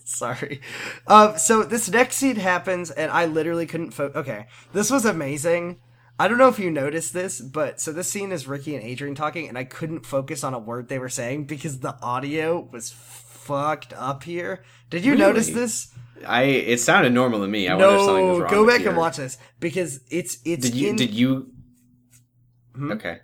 Speaker 3: Sorry. Um, so this next scene happens, and I literally couldn't. Fo- okay, this was amazing. I don't know if you noticed this, but so this scene is Ricky and Adrian talking, and I couldn't focus on a word they were saying because the audio was fucked up here. Did you notice
Speaker 1: Really?
Speaker 3: this?
Speaker 1: I it sounded normal to me. I wonder if something was
Speaker 3: no,
Speaker 1: wrong.
Speaker 3: go
Speaker 1: with
Speaker 3: back
Speaker 1: your-
Speaker 3: and watch this because it's it's
Speaker 1: Did you
Speaker 3: in-
Speaker 1: did you Okay.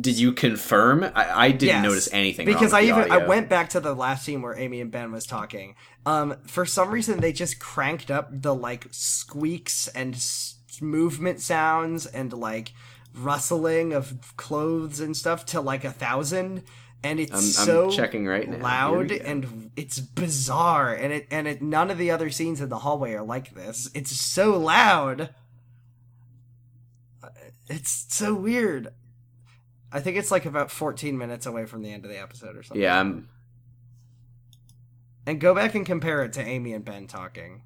Speaker 1: Did you confirm? I, I didn't
Speaker 3: Hmm? Yes.
Speaker 1: notice anything wrong
Speaker 3: because
Speaker 1: with
Speaker 3: I
Speaker 1: the
Speaker 3: even I
Speaker 1: audio.
Speaker 3: went back to the last scene where Amy and Ben was talking. Um, for some reason they just cranked up the like squeaks and s- movement sounds and like rustling of clothes and stuff to like a thousand, and it's
Speaker 1: I'm, I'm
Speaker 3: so
Speaker 1: checking right now.
Speaker 3: loud
Speaker 1: Here we go.
Speaker 3: and it's bizarre and it and it none of the other scenes in the hallway are like this it's so loud it's so weird i think it's like about 14 minutes away from the end of the episode or something
Speaker 1: yeah, um, I'm,
Speaker 3: and go back and compare it to amy and ben talking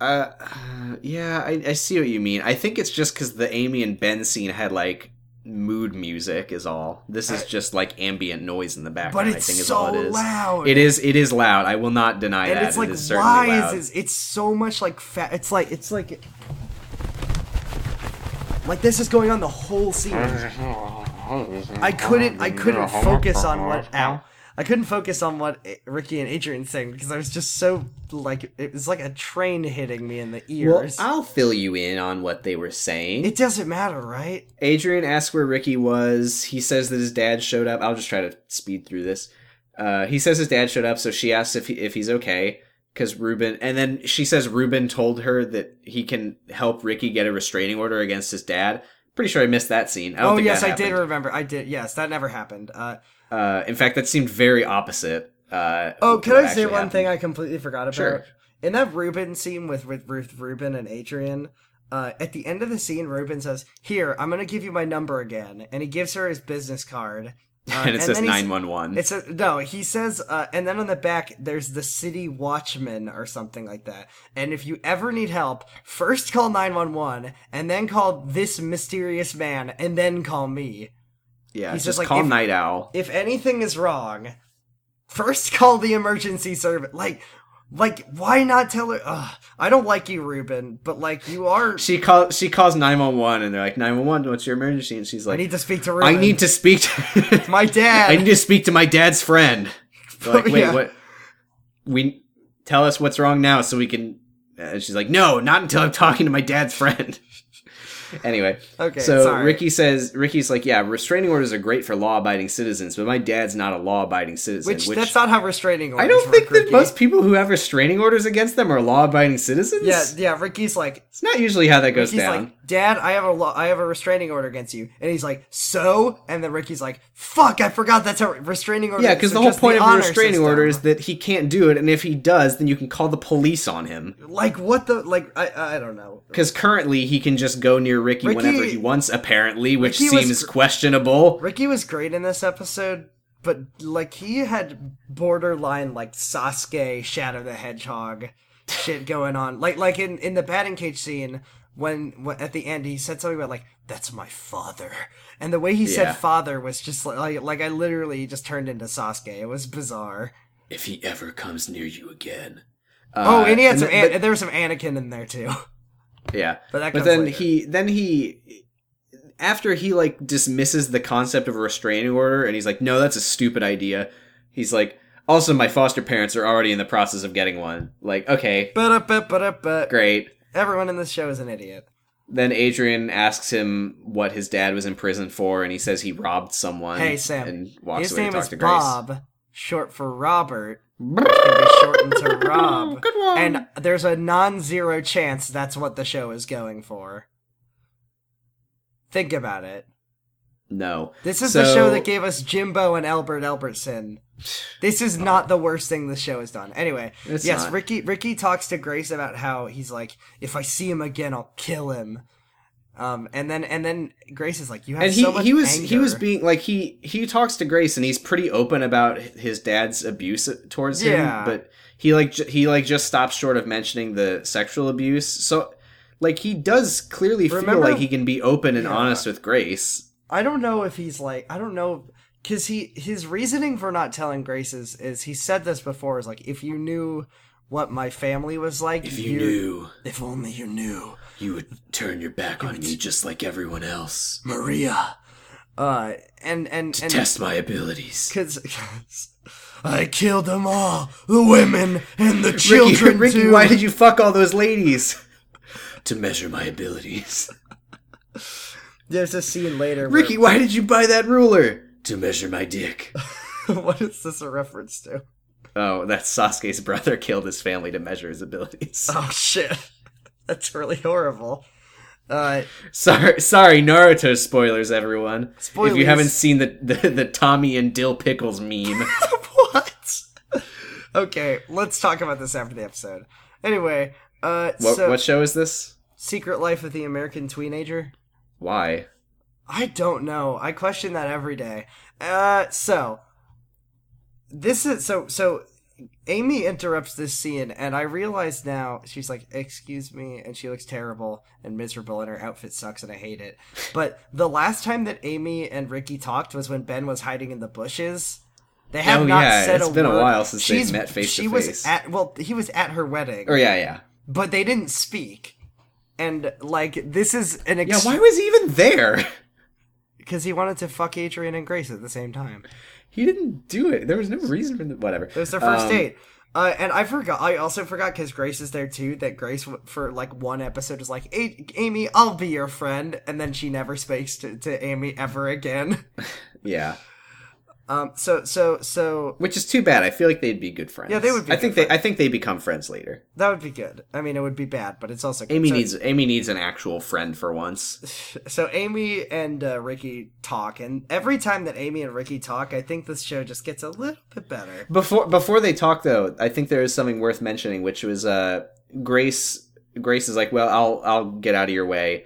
Speaker 1: uh, yeah, I, I see what you mean. I think it's just because the Amy and Ben scene had like mood music is all. This is
Speaker 3: I-
Speaker 1: just like ambient noise in the
Speaker 3: but
Speaker 1: background.
Speaker 3: it's
Speaker 1: I think is
Speaker 3: so
Speaker 1: all it is.
Speaker 3: loud
Speaker 1: It is. It is loud. I will not deny
Speaker 3: and
Speaker 1: that.
Speaker 3: it's like
Speaker 1: it is certainly
Speaker 3: why
Speaker 1: loud.
Speaker 3: is this, it's so much like fat it's like it's like like this is going on the whole scene I
Speaker 2: I
Speaker 3: couldn't I couldn't focus on what ow. I couldn't focus on what I- Ricky and Adrian saying because I was just so like it was like a train hitting me in the
Speaker 1: Well,
Speaker 3: ears.
Speaker 1: I'll fill you in on what they were saying.
Speaker 3: it doesn't matter, right?
Speaker 1: Adrian asks where Ricky was. He says that his dad showed up. I'll just try to speed through this. Uh, he says his dad showed up, so she asks if he, if he's okay because Ruben. And then she says Ruben told her that he can help Ricky get a restraining order against his dad. Pretty sure I missed that scene. I don't
Speaker 3: Oh
Speaker 1: think
Speaker 3: yes,
Speaker 1: that
Speaker 3: I did
Speaker 1: happened.
Speaker 3: remember. I did. Yes, that never happened. Uh,
Speaker 1: Uh, in fact, that seemed very opposite. Uh,
Speaker 3: oh,
Speaker 1: to
Speaker 3: can
Speaker 1: what
Speaker 3: I say
Speaker 1: actually
Speaker 3: one
Speaker 1: happened. [laughs]
Speaker 3: thing I completely forgot about?
Speaker 1: Sure.
Speaker 3: In that Ruben scene with with Ruth Ruben and Adrian, uh, at the end of the scene, Ruben says, "Here, I'm gonna give you my number again," and he gives her his
Speaker 1: [laughs]
Speaker 3: business card. Uh,
Speaker 1: and it says
Speaker 3: then he's-
Speaker 1: nine one one.
Speaker 3: It's a, no, he says, uh, and then on the back there's the city watchman or something like that. And if you ever need help, first call nine one one, and then call this mysterious man, and then call me.
Speaker 1: Yeah,
Speaker 3: he's
Speaker 1: just,
Speaker 3: just like,
Speaker 1: call
Speaker 3: if-
Speaker 1: Night Owl.
Speaker 3: If anything is wrong, first call the emergency service. Like, like why not tell her? Ugh, I don't like you, Ruben, but like you are.
Speaker 1: She calls. She calls nine one one, and they're like, nine one one. What's your emergency? And she's
Speaker 3: I
Speaker 1: like,
Speaker 3: need to speak to Ruben.
Speaker 1: I need to speak to [laughs]
Speaker 3: my dad.
Speaker 1: I need to speak to my dad's
Speaker 3: [laughs]
Speaker 1: friend. Like, wait,
Speaker 3: Yeah.
Speaker 1: what? We tell us what's wrong now, so we can. And she's like, no, not until I'm talking to my dad's friend. [laughs] anyway,
Speaker 3: Okay,
Speaker 1: so
Speaker 3: sorry.
Speaker 1: Ricky says, Ricky's like, yeah, restraining orders are great for law-abiding citizens, but my dad's not a law-abiding citizen.
Speaker 3: Which,
Speaker 1: Which,
Speaker 3: that's not how restraining orders
Speaker 1: I don't think
Speaker 3: work,
Speaker 1: that
Speaker 3: Ricky.
Speaker 1: most people who have restraining orders against them are law-abiding citizens.
Speaker 3: Yeah, yeah. Ricky's like,
Speaker 1: it's not usually how that goes
Speaker 3: He's
Speaker 1: down.
Speaker 3: like, Dad, I have a lo- I have a restraining order against you, and he's like, so, and then Ricky's like, fuck, I forgot that's a restraining order.
Speaker 1: yeah, because
Speaker 3: So
Speaker 1: the whole
Speaker 3: just
Speaker 1: point of a
Speaker 3: honor
Speaker 1: restraining
Speaker 3: system.
Speaker 1: order is that he can't do it, and if he does, then you can call the police on him.
Speaker 3: like what the like I I don't know.
Speaker 1: Because currently he can just go near Ricky,
Speaker 3: Ricky-
Speaker 1: whenever he wants, apparently, which
Speaker 3: Ricky was
Speaker 1: seems
Speaker 3: gr-
Speaker 1: questionable.
Speaker 3: Ricky was great in this episode, but like he had borderline like Sasuke Shadow the Hedgehog shit going on. Like like in in the batting cage scene when, when at the end he said something about like that's my father, and the way he
Speaker 1: Yeah.
Speaker 3: said father was just like like, like I literally just turned into Sasuke. It was bizarre.
Speaker 1: If he ever comes near you again.
Speaker 3: oh,
Speaker 1: Uh,
Speaker 3: and he had some.
Speaker 1: then-
Speaker 3: An- there was some Anakin in there too. [laughs]
Speaker 1: but- yeah.
Speaker 3: But that.
Speaker 1: But
Speaker 3: Comes
Speaker 1: then
Speaker 3: later.
Speaker 1: he then he after he like dismisses the concept of a restraining order and he's like, "No, that's a stupid idea." He's like, "Also, my foster parents are already in the process of getting one." Like, okay,
Speaker 3: Ba-da-ba-ba-da-ba.
Speaker 1: great.
Speaker 3: Everyone in this show is an idiot.
Speaker 1: Then Adrian asks him what his dad was in prison for, and he says he robbed someone.
Speaker 3: Hey, Sam.
Speaker 1: and walks
Speaker 3: His
Speaker 1: away
Speaker 3: name
Speaker 1: to talk
Speaker 3: is
Speaker 1: to Grace.
Speaker 3: Bob, short for Robert. Can be shortened
Speaker 1: [laughs]
Speaker 3: to Rob.
Speaker 1: Good one.
Speaker 3: And there's a non-zero chance that's what the show is going for. Think about it.
Speaker 1: no,
Speaker 3: This is
Speaker 1: So-
Speaker 3: the show that gave us Jimbo and Albert Albertson. This is not the worst thing the show has done. Anyway,
Speaker 1: It's
Speaker 3: yes,
Speaker 1: not.
Speaker 3: Ricky Ricky talks to Grace about how he's like, if I see him again, I'll kill him. Um, and then and then Grace is like, you have
Speaker 1: and he,
Speaker 3: so much
Speaker 1: he was he
Speaker 3: anger."
Speaker 1: was being like he he talks to Grace and he's pretty open about his dad's abuse towards
Speaker 3: Yeah.
Speaker 1: him, but he like ju- he like just stops short of mentioning the sexual abuse. So like he does clearly
Speaker 3: Remember-
Speaker 1: feel like he can be open and
Speaker 3: Yeah.
Speaker 1: honest with Grace.
Speaker 3: I don't know if he's like I don't know because he his reasoning for not telling Grace is, is he said this before is like if you knew what my family was like if only you knew
Speaker 1: you would turn your back on me just like everyone else.
Speaker 3: Maria uh and and and
Speaker 1: my abilities.
Speaker 3: because I killed them all the women and the
Speaker 1: Ricky,
Speaker 3: children
Speaker 1: Ricky
Speaker 3: too.
Speaker 1: why did you fuck all those ladies? to measure my abilities.
Speaker 3: There's a scene later. where-
Speaker 1: Ricky, why did you buy that ruler? To measure my dick.
Speaker 3: [laughs] what is this a reference to?
Speaker 1: Oh, that's Sasuke's brother killed his family to measure his abilities.
Speaker 3: Oh shit, [laughs] that's really horrible. Uh,
Speaker 1: [laughs] Sorry, sorry, Naruto spoilers, everyone. If you
Speaker 3: Spoilies.
Speaker 1: haven't seen the, the the Tommy and Dill pickles meme,
Speaker 3: [laughs] what? [laughs] Okay, let's talk about this after the episode. Anyway, uh,
Speaker 1: what,
Speaker 3: so
Speaker 1: what show is this?
Speaker 3: Secret Life of the American Teenager.
Speaker 1: Why?
Speaker 3: I don't know. I question that every day. Uh, so this is so so. Amy interrupts this scene, and I realize now she's like, "Excuse me," and she looks terrible and miserable, and her outfit sucks, and I hate it. But the last time that Amy and Ricky talked was when Ben was hiding in the bushes. They have
Speaker 1: Oh,
Speaker 3: not
Speaker 1: yeah,
Speaker 3: said
Speaker 1: it's
Speaker 3: a
Speaker 1: been a
Speaker 3: word.
Speaker 1: while since they've
Speaker 3: She's-
Speaker 1: met face to
Speaker 3: She was
Speaker 1: face.
Speaker 3: at well, he was at her wedding,
Speaker 1: Oh yeah, yeah,
Speaker 3: but they didn't speak. And like this is an
Speaker 1: yeah.
Speaker 3: ex-
Speaker 1: Why was he even there? [laughs]
Speaker 3: because he wanted to fuck Adrian and Grace at the same time.
Speaker 1: He didn't do it. There was no reason for the, whatever.
Speaker 3: It was their first
Speaker 1: Um,
Speaker 3: date. Uh, and I forgot. I also forgot because Grace is there too. That Grace w- for like one episode is like, "A- "Amy, I'll be your friend," and then she never speaks to, to Amy ever again. [laughs]
Speaker 1: Yeah,
Speaker 3: Um. So so so
Speaker 1: which is too bad. I feel like they'd be good friends.
Speaker 3: Yeah, they would be
Speaker 1: I think
Speaker 3: good
Speaker 1: they. I think they become friends later.
Speaker 3: that would be good. I mean, it would be bad, but it's also good.
Speaker 1: Amy
Speaker 3: So-
Speaker 1: needs. Amy needs an actual friend for once.
Speaker 3: So Amy and uh, Ricky talk, and every time that Amy and Ricky talk, I think this show just gets a little bit better.
Speaker 1: Before before they talk though, I think there is something worth mentioning, which was uh, Grace. Grace is like, "Well, I'll I'll get out of your way,"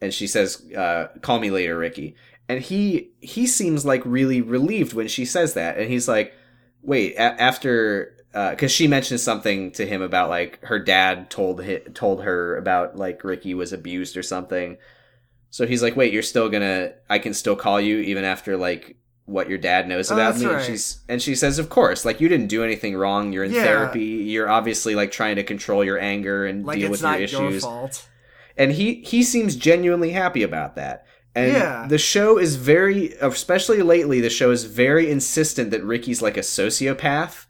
Speaker 1: and she says, uh, "Call me later, Ricky." And he he seems like really relieved when she says that, and he's like, "Wait, a- after." Because she mentions something to him about like her dad told hi- told her about like Ricky was abused or something, so he's like, "Wait, you're still gonna? I can still call you even after like what your dad knows
Speaker 3: Oh,
Speaker 1: about
Speaker 3: that's
Speaker 1: me." And
Speaker 3: right.
Speaker 1: she's and she says, "Of course, like you didn't do anything wrong. You're in
Speaker 3: Yeah.
Speaker 1: therapy. You're obviously like trying to control your anger and
Speaker 3: Like
Speaker 1: deal
Speaker 3: it's
Speaker 1: with
Speaker 3: not
Speaker 1: your
Speaker 3: your
Speaker 1: issues."
Speaker 3: fault.
Speaker 1: and he he seems genuinely happy about that. And
Speaker 3: Yeah.
Speaker 1: the show is very, especially lately, the show is very insistent that Ricky's like a sociopath.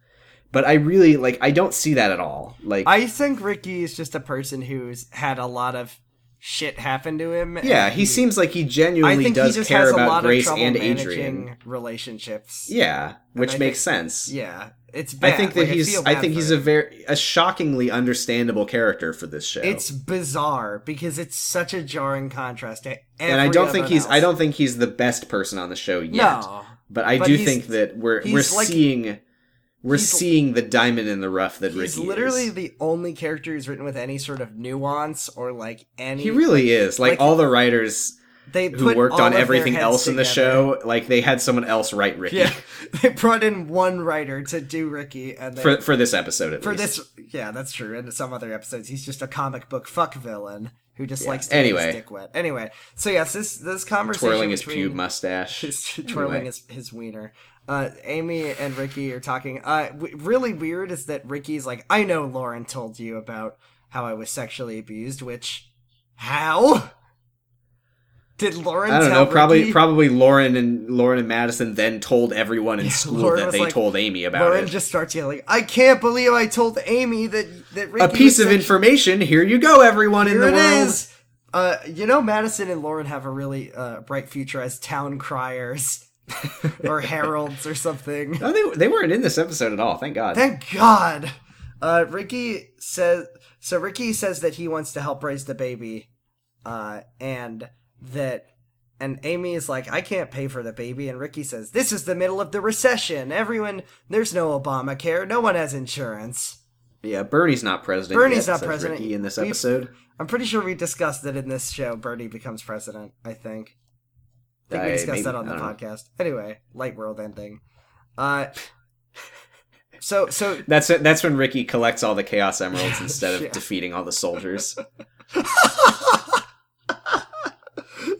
Speaker 1: But I really like I don't see that at all. Like
Speaker 3: I think Ricky is just a person who's had a lot of shit happen to him. and
Speaker 1: yeah, he seems like he genuinely does care about Grace and Adrian.
Speaker 3: relationships.
Speaker 1: Yeah, which
Speaker 3: I
Speaker 1: makes sense.
Speaker 3: yeah, it's. Bad.
Speaker 1: I think that
Speaker 3: Like,
Speaker 1: he's
Speaker 3: feel
Speaker 1: I,
Speaker 3: bad
Speaker 1: think
Speaker 3: for
Speaker 1: he's
Speaker 3: him.
Speaker 1: a very a shockingly understandable character for this show.
Speaker 3: It's bizarre because it's such a jarring contrast to.
Speaker 1: and I
Speaker 3: every
Speaker 1: don't
Speaker 3: other
Speaker 1: think he's
Speaker 3: else.
Speaker 1: I don't think he's the best person on the show yet.
Speaker 3: No,
Speaker 1: but I
Speaker 3: but
Speaker 1: do
Speaker 3: he's-
Speaker 1: think that we're
Speaker 3: he's
Speaker 1: we're
Speaker 3: like-
Speaker 1: seeing we're
Speaker 3: he's-
Speaker 1: seeing the diamond in the rough that
Speaker 3: he's
Speaker 1: Ricky
Speaker 3: literally
Speaker 1: is.
Speaker 3: the only character who's written with any sort of nuance or like any.
Speaker 1: He really is. Like,
Speaker 3: like-
Speaker 1: all the writers
Speaker 3: they
Speaker 1: who
Speaker 3: put
Speaker 1: worked
Speaker 3: all
Speaker 1: on
Speaker 3: of their
Speaker 1: everything
Speaker 3: heads
Speaker 1: else in the
Speaker 3: together.
Speaker 1: show, like they had someone else write Ricky
Speaker 3: [laughs] Yeah, they brought in one writer to do Ricky, and they,
Speaker 1: for for this episode at
Speaker 3: for
Speaker 1: least.
Speaker 3: this yeah, that's true. And in some other episodes, he's just a comic book fuck villain who just likes to get
Speaker 1: Anyway.
Speaker 3: his dick wet. Anyway, so yes, this this conversation
Speaker 1: twirling his
Speaker 3: between-
Speaker 1: pube mustache.
Speaker 3: [laughs] his twirling
Speaker 1: Anyway.
Speaker 3: his his wiener. Uh, Amy and Ricky are talking. Uh, w- really weird is that Ricky's like, I know Lauren told you about how I was sexually abused. Which, how did Lauren?
Speaker 1: I don't
Speaker 3: tell
Speaker 1: know. Probably,
Speaker 3: Ricky?
Speaker 1: probably Lauren and Lauren and Madison then told everyone in
Speaker 3: Yeah,
Speaker 1: school
Speaker 3: Lauren
Speaker 1: that
Speaker 3: was
Speaker 1: they
Speaker 3: like,
Speaker 1: told Amy about
Speaker 3: Lauren
Speaker 1: it.
Speaker 3: just starts yelling, "I can't believe I told Amy that that Ricky
Speaker 1: a piece
Speaker 3: was
Speaker 1: of
Speaker 3: sexually
Speaker 1: information. Here you go, everyone in
Speaker 3: Here
Speaker 1: the
Speaker 3: it
Speaker 1: world.
Speaker 3: is. Uh, you know, Madison and Lauren have a really uh, bright future as town criers [laughs] or heralds
Speaker 1: [laughs]
Speaker 3: or something.
Speaker 1: No, they they weren't in this episode at all. Thank God.
Speaker 3: Thank God. Uh, Ricky says so. Ricky says that he wants to help raise the baby, uh, and that and Amy is like, I can't pay for the baby, and Ricky says, This is the middle of the recession. Everyone, there's no Obamacare. No one has insurance.
Speaker 1: yeah, Bernie's not president.
Speaker 3: Bernie's
Speaker 1: yet,
Speaker 3: not
Speaker 1: says
Speaker 3: president.
Speaker 1: Ricky in this
Speaker 3: We-
Speaker 1: episode.
Speaker 3: I'm pretty sure we discussed that in this show. Bernie becomes president. I think. I think
Speaker 1: I-
Speaker 3: we discussed
Speaker 1: maybe-
Speaker 3: that on the
Speaker 1: I don't know.
Speaker 3: podcast. Anyway, light world ending. [laughs] Uh, so so
Speaker 1: That's it. That's when Ricky collects all the Chaos
Speaker 3: [laughs]
Speaker 1: Emeralds instead of
Speaker 3: Yeah.
Speaker 1: defeating all the
Speaker 3: [laughs]
Speaker 1: soldiers.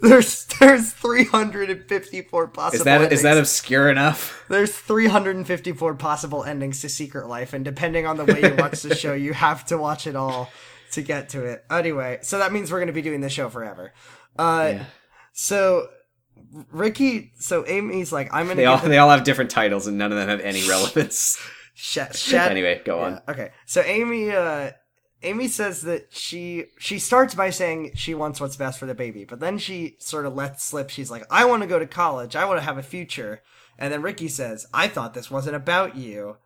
Speaker 3: there's there's 354 possible.
Speaker 1: Is that is that
Speaker 3: endings.
Speaker 1: obscure enough?
Speaker 3: There's 354 possible endings to Secret Life, and depending on the way you watch the show, you have to watch it all to get to it. Anyway, so that means we're going to be doing this show forever. Uh,
Speaker 1: Yeah.
Speaker 3: So Ricky, so Amy's like, I'm going to
Speaker 1: They all
Speaker 3: get the
Speaker 1: [laughs] they all have different titles and none of them have any relevance.
Speaker 3: shat, shat,
Speaker 1: anyway, go on.
Speaker 3: Yeah, Okay. So Amy uh Amy says that she she starts by saying she wants what's best for the baby, but then she sort of lets slip she's like, "I want to go to college. I want to have a future." And then Ricky says, "I thought this wasn't about you."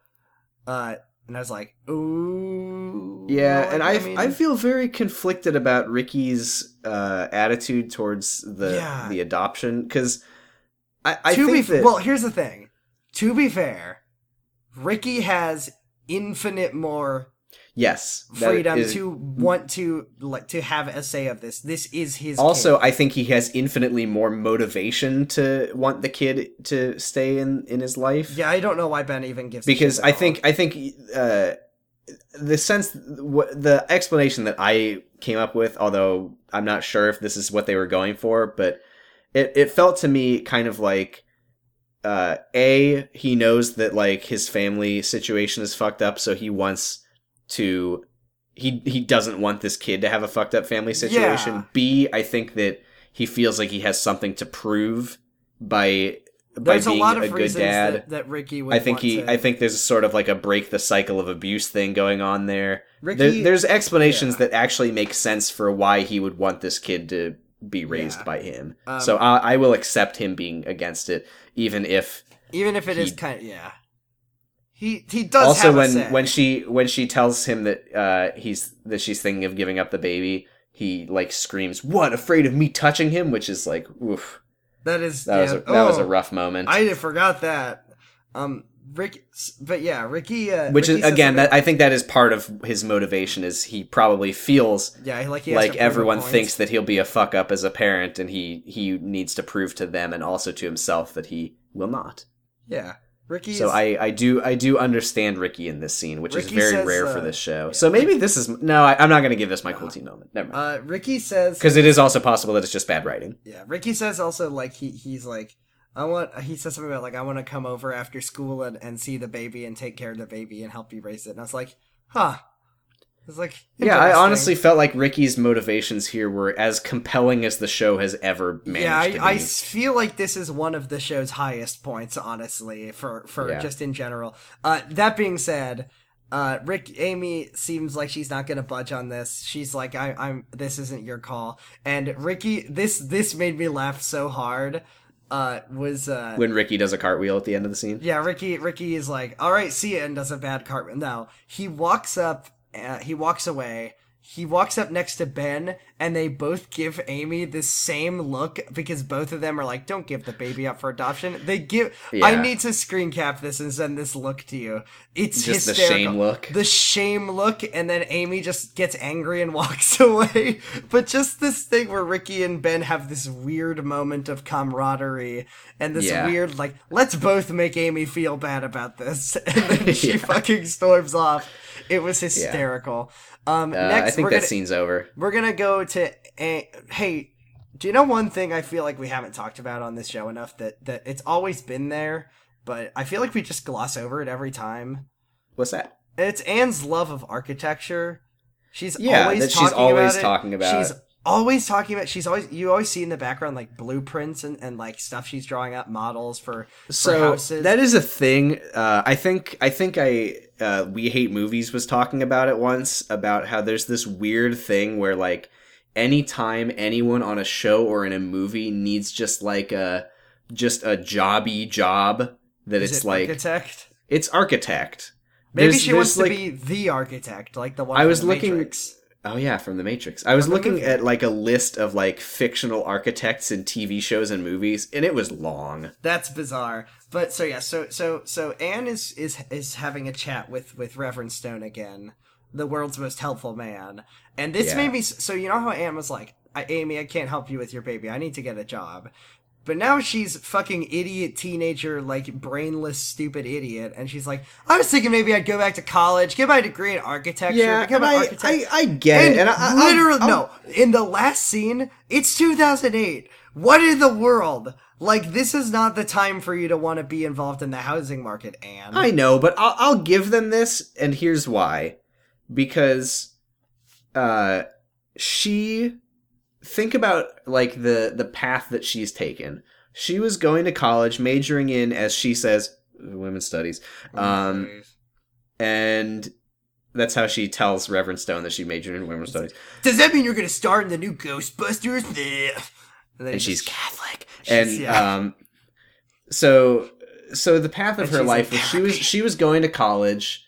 Speaker 3: Uh and I was like, "Ooh."
Speaker 1: Yeah, and I
Speaker 3: mean-
Speaker 1: I feel very conflicted about Ricky's uh, attitude towards the
Speaker 3: Yeah.
Speaker 1: the adoption because I, I
Speaker 3: to be
Speaker 1: think
Speaker 3: f-
Speaker 1: that
Speaker 3: well, here's the thing. To be fair, Ricky has infinite more
Speaker 1: yes that
Speaker 3: freedom
Speaker 1: is-
Speaker 3: to want to like to have a say of this. This is his
Speaker 1: also I think he has infinitely more motivation to want the kid to stay in in his life
Speaker 3: Yeah, I don't know why Ben even gives. a
Speaker 1: because
Speaker 3: shit
Speaker 1: I
Speaker 3: at all.
Speaker 1: think I think uh, the sense wh- the explanation that I came up with, although I'm not sure if this is what they were going for, but it it felt to me kind of like uh, a he knows that like his family situation is fucked up, so he wants to he he doesn't want this kid to have a fucked up family situation.
Speaker 3: Yeah.
Speaker 1: B I think that he feels like he has something to prove by by
Speaker 3: there's
Speaker 1: being
Speaker 3: a lot of
Speaker 1: good
Speaker 3: reasons
Speaker 1: dad.
Speaker 3: That, that Ricky would.
Speaker 1: I think
Speaker 3: want
Speaker 1: he.
Speaker 3: To,
Speaker 1: I think there's a sort of like a break the cycle of abuse thing going on there.
Speaker 3: Ricky.
Speaker 1: there there's explanations
Speaker 3: yeah.
Speaker 1: that actually make sense for why he would want this kid to be raised
Speaker 3: Yeah.
Speaker 1: by him.
Speaker 3: um,
Speaker 1: so I, I will accept him being against it, even if
Speaker 3: even if it is
Speaker 1: he-
Speaker 3: kind of yeah, he he does
Speaker 1: also
Speaker 3: have a
Speaker 1: when
Speaker 3: say.
Speaker 1: when she when she tells him that uh, he's that she's thinking of giving up the baby. He like screams, "What? Afraid of me touching him?" Which is like, oof.
Speaker 3: that is
Speaker 1: That was
Speaker 3: yeah,
Speaker 1: a, that was a
Speaker 3: oh,
Speaker 1: rough moment.
Speaker 3: I forgot that. Um, Rick, but yeah, Ricky. Uh,
Speaker 1: which
Speaker 3: Ricky
Speaker 1: is
Speaker 3: says
Speaker 1: again,
Speaker 3: something-
Speaker 1: that I think that is part of his motivation. Is he probably feels
Speaker 3: yeah, like he has to
Speaker 1: like
Speaker 3: prove a
Speaker 1: everyone
Speaker 3: point.
Speaker 1: thinks that he'll be a fuck up as a parent and he he needs to prove to them and also to himself that he will not
Speaker 3: Yeah, Ricky.
Speaker 1: so
Speaker 3: is-
Speaker 1: i i do i do understand ricky in this scene which
Speaker 3: Ricky
Speaker 1: is very
Speaker 3: says,
Speaker 1: rare
Speaker 3: uh,
Speaker 1: for this show so maybe this is no I, i'm not gonna give this my cool team moment never mind
Speaker 3: Uh, Ricky says
Speaker 1: because it is also possible that it's just bad writing
Speaker 3: Yeah, Ricky says also like he he's like I want he says something about like I want to come over after school and, and see the baby and take care of the baby and help you raise it. And I was like, huh. It's like
Speaker 1: yeah i
Speaker 3: interesting.
Speaker 1: honestly felt like ricky's motivations here were as compelling as the show has ever managed
Speaker 3: yeah,
Speaker 1: to
Speaker 3: I, I
Speaker 1: be.
Speaker 3: s- feel like this is one of the show's highest points, honestly, for for
Speaker 1: Yeah.
Speaker 3: just in general. Uh, that being said, uh, Rick Amy seems like she's not gonna budge on this. She's like, I, I'm this isn't your call. And Ricky, this this made me laugh so hard. Uh, was uh,
Speaker 1: when ricky does a cartwheel at the end of the scene
Speaker 3: Yeah, Ricky. Ricky is like, "All right, see ya," and does a bad cart. No, he walks up. Uh, he walks away. He walks up next to Ben, and they both give Amy the same look because both of them are like, "Don't give the baby up for adoption." They give. I
Speaker 1: Yeah.
Speaker 3: need to screen cap this and send this look to you. It's
Speaker 1: Just the
Speaker 3: hysterical.
Speaker 1: shame look.
Speaker 3: The shame look, and then Amy just gets angry and [laughs] walks away. But just this thing where Ricky and Ben have this weird moment of camaraderie and this
Speaker 1: Yeah.
Speaker 3: weird, like, let's both make Amy feel bad about this. [laughs]
Speaker 1: [laughs]
Speaker 3: And then she
Speaker 1: Yeah.
Speaker 3: fucking storms off. It was hysterical. Um,
Speaker 1: Uh,
Speaker 3: next,
Speaker 1: I think
Speaker 3: we're,
Speaker 1: that
Speaker 3: gonna,
Speaker 1: scene's over.
Speaker 3: we're gonna go to. A- hey, do you know one thing I feel like we haven't talked about on this show enough that, that it's always been there, but I feel like we just gloss over it every time?
Speaker 1: What's that?
Speaker 3: It's Anne's love of architecture. She's
Speaker 1: Yeah,
Speaker 3: always
Speaker 1: that she's
Speaker 3: talking
Speaker 1: always
Speaker 3: about it.
Speaker 1: talking about
Speaker 3: She's always talking about. She's always you always see in the background like blueprints and, and like stuff she's drawing up models for. for
Speaker 1: So
Speaker 3: houses.
Speaker 1: that is a thing. Uh, I think I think I uh, we hate movies was talking about it once about how there's this weird thing where like anytime anyone on a show or in a movie needs just like a just a jobby job that
Speaker 3: Is
Speaker 1: it's
Speaker 3: it
Speaker 1: like
Speaker 3: architect.
Speaker 1: it's architect.
Speaker 3: Maybe
Speaker 1: There's-
Speaker 3: she
Speaker 1: there's,
Speaker 3: wants
Speaker 1: like-
Speaker 3: to be the architect, like the one.
Speaker 1: I
Speaker 3: from
Speaker 1: was
Speaker 3: The
Speaker 1: looking-
Speaker 3: Matrix.
Speaker 1: Oh yeah, from the Matrix. I was
Speaker 3: From the
Speaker 1: looking
Speaker 3: movie.
Speaker 1: at like a list of like fictional architects in TV shows and movies, and it was long.
Speaker 3: That's bizarre. But so yeah, so so so Anne is is is having a chat with with Reverend Stone again, the world's most helpful man. And this
Speaker 1: Yeah.
Speaker 3: made me so you know how Anne was like, I, Amy, I can't help you with your baby. I need to get a job. But now she's fucking idiot teenager, like brainless, stupid idiot, and she's like, I was thinking maybe I'd go back to college, get my degree in architecture, become
Speaker 1: and I,
Speaker 3: an architect.
Speaker 1: I I get
Speaker 3: And
Speaker 1: it, and I, I I'll-
Speaker 3: literally,
Speaker 1: I'll-
Speaker 3: no. In the last scene, it's 2008. What in the world? Like, this is not the time for you to want to be involved in the housing market, Anne.
Speaker 1: I know, but I'll, I'll give them this, and here's why: because, uh, she think about like the the path that she's taken. She was going to college, majoring in, as she says, women's studies, um, and that's how she tells Reverend Stone that she majored in women's studies,
Speaker 3: Does that mean you're going to star in the new Ghostbusters? Bleh. then
Speaker 1: and
Speaker 3: he
Speaker 1: she's
Speaker 3: just-
Speaker 1: Catholic,
Speaker 3: she's-
Speaker 1: and
Speaker 3: yeah.
Speaker 1: um, so so the path of
Speaker 3: And
Speaker 1: her
Speaker 3: she's
Speaker 1: life
Speaker 3: like,
Speaker 1: was she was she was going to college.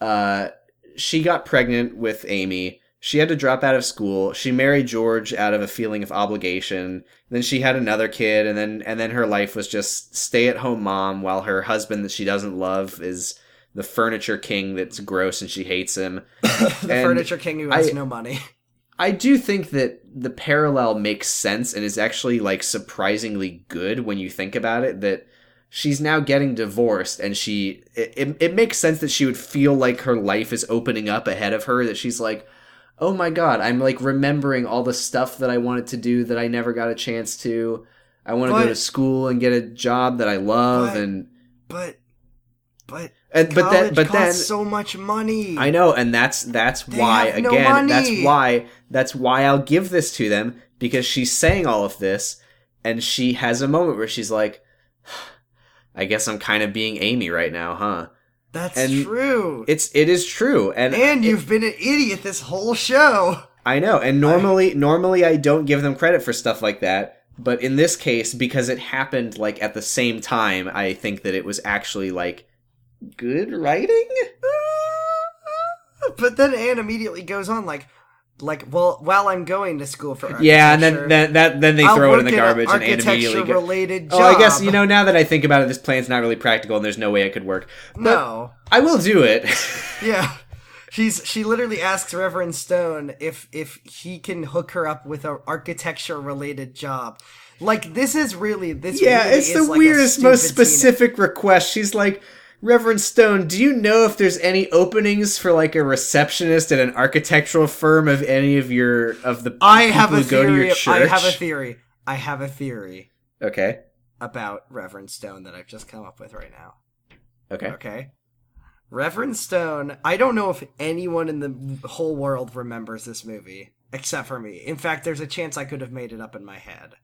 Speaker 1: Uh, she got pregnant with Amy. She had to drop out of school. She married George out of a feeling of obligation. Then she had another kid, and then and then her life was just stay at home mom while her husband that she doesn't love is the furniture king that's gross and she hates him.
Speaker 3: [laughs] the
Speaker 1: and
Speaker 3: furniture king who has
Speaker 1: I-
Speaker 3: no money. [laughs]
Speaker 1: I do think that the parallel makes sense and is actually like surprisingly good when you think about it that she's now getting divorced and she it, it, it makes sense that she would feel like her life is opening up ahead of her that she's like oh my god i'm like remembering all the stuff that i wanted to do that i never got a chance to i want to go
Speaker 3: But-
Speaker 1: to school and get a job that i love
Speaker 3: But-
Speaker 1: and
Speaker 3: But, but,
Speaker 1: and but
Speaker 3: college
Speaker 1: then but
Speaker 3: costs
Speaker 1: then
Speaker 3: so much money.
Speaker 1: I know, and that's that's
Speaker 3: They
Speaker 1: why
Speaker 3: have no
Speaker 1: again, that's
Speaker 3: money.
Speaker 1: why that's why I'll give this to them because she's saying all of this, and she has a moment where she's like, [sighs] "I guess I'm kind of being Amy right now, huh?"
Speaker 3: That's
Speaker 1: and
Speaker 3: true.
Speaker 1: It's it is true, and,
Speaker 3: and you've been an idiot this whole show. [laughs]
Speaker 1: I know, and normally normally I don't give them credit for stuff like that, but in this case, because it happened like at the same time, I think that it was actually like good writing.
Speaker 3: Uh, But then Anne immediately goes on like, like, well, while I'm going to school for architecture,
Speaker 1: Yeah, and then, then that then they
Speaker 3: I'll
Speaker 1: throw it in
Speaker 3: work
Speaker 1: the
Speaker 3: at an
Speaker 1: garbage, and Anne immediately go-
Speaker 3: architecture-related
Speaker 1: Oh, I guess you know. Now that I think about it, this plan's not really practical, and there's no way it could work.
Speaker 3: No,
Speaker 1: I will do it. [laughs]
Speaker 3: yeah, she's she literally asks Reverend Stone if if he can hook her up with an architecture related job. Like this is really this.
Speaker 1: yeah,
Speaker 3: really
Speaker 1: it's
Speaker 3: is
Speaker 1: the
Speaker 3: like a
Speaker 1: weirdest, most
Speaker 3: stupid teenage-
Speaker 1: specific request. She's like, Reverend Stone, do you know if there's any openings for like a receptionist at an architectural firm of any of your of the
Speaker 3: I have
Speaker 1: people
Speaker 3: a
Speaker 1: who go to
Speaker 3: theory.
Speaker 1: your
Speaker 3: I
Speaker 1: church?
Speaker 3: have a theory. I have a theory
Speaker 1: Okay,
Speaker 3: about Reverend Stone that I've just come up with right now.
Speaker 1: okay,
Speaker 3: Okay. Reverend Stone, I don't know if anyone in the whole world remembers this movie except for me. In fact, there's a chance I could have made it up in my head.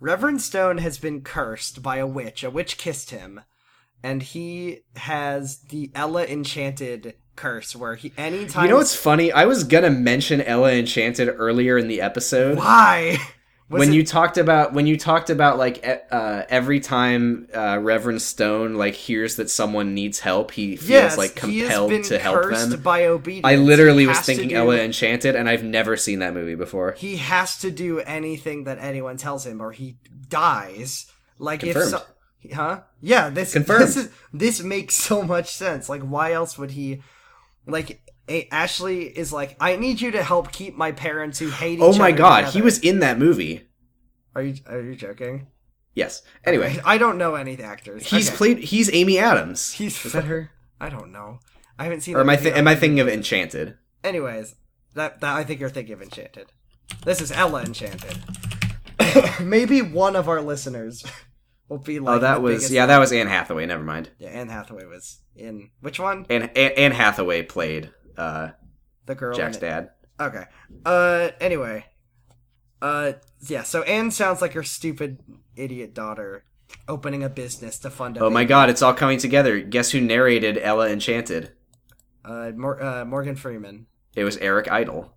Speaker 3: Reverend Stone has been cursed by a witch. A witch kissed him, and he has the Ella Enchanted curse where he anytime
Speaker 1: You know what's funny? I was gonna mention Ella Enchanted earlier in the episode.
Speaker 3: [laughs] why? Was
Speaker 1: when
Speaker 3: it-
Speaker 1: you talked about when you talked about like e- uh, every time uh, Reverend Stone like hears that someone needs help, he feels
Speaker 3: yes,
Speaker 1: like
Speaker 3: he has
Speaker 1: compelled
Speaker 3: been
Speaker 1: to help
Speaker 3: cursed
Speaker 1: them.
Speaker 3: by obedience.
Speaker 1: I literally
Speaker 3: He
Speaker 1: was
Speaker 3: has to
Speaker 1: thinking
Speaker 3: do-
Speaker 1: Ella Enchanted, and I've never seen that movie before.
Speaker 3: He has to do anything that anyone tells him, or he dies. Like if
Speaker 1: Confirmed.
Speaker 3: so- huh? Yeah, this
Speaker 1: Confirmed.
Speaker 3: This, is, this makes [laughs] so much sense. Like, why else would he? Like, A- Ashley is like, I need you to help keep my parents who hate.
Speaker 1: Oh
Speaker 3: each
Speaker 1: my
Speaker 3: other
Speaker 1: god, he
Speaker 3: together."
Speaker 1: was in that movie.
Speaker 3: Are you are you joking?
Speaker 1: Yes. Anyway,
Speaker 3: I don't know any actors.
Speaker 1: he's
Speaker 3: Okay.
Speaker 1: played. He's Amy Adams.
Speaker 3: He's
Speaker 1: Is that her?
Speaker 3: I don't know. I haven't seen.
Speaker 1: Or am
Speaker 3: that
Speaker 1: I
Speaker 3: movie
Speaker 1: th- am I
Speaker 3: in a
Speaker 1: thinking of Enchanted?
Speaker 3: Anyways, that, that I think you're thinking of Enchanted. This is Ella Enchanted. [coughs] Maybe one of our listeners [laughs] will be like.
Speaker 1: oh, that
Speaker 3: the
Speaker 1: was
Speaker 3: biggest-
Speaker 1: yeah, that was Anne Hathaway. Never mind.
Speaker 3: Yeah, Anne Hathaway was in which one?
Speaker 1: Anne Anne, Anne Hathaway played uh,
Speaker 3: The girl. in
Speaker 1: Jack's
Speaker 3: it.
Speaker 1: dad.
Speaker 3: Okay. Uh. Anyway. Uh. Yeah. So Anne sounds like her stupid idiot daughter opening a business to fund. A
Speaker 1: Oh my god, it's all coming together. Guess who narrated Ella Enchanted?
Speaker 3: Uh, Mor- uh. Morgan Freeman.
Speaker 1: It was Eric Idle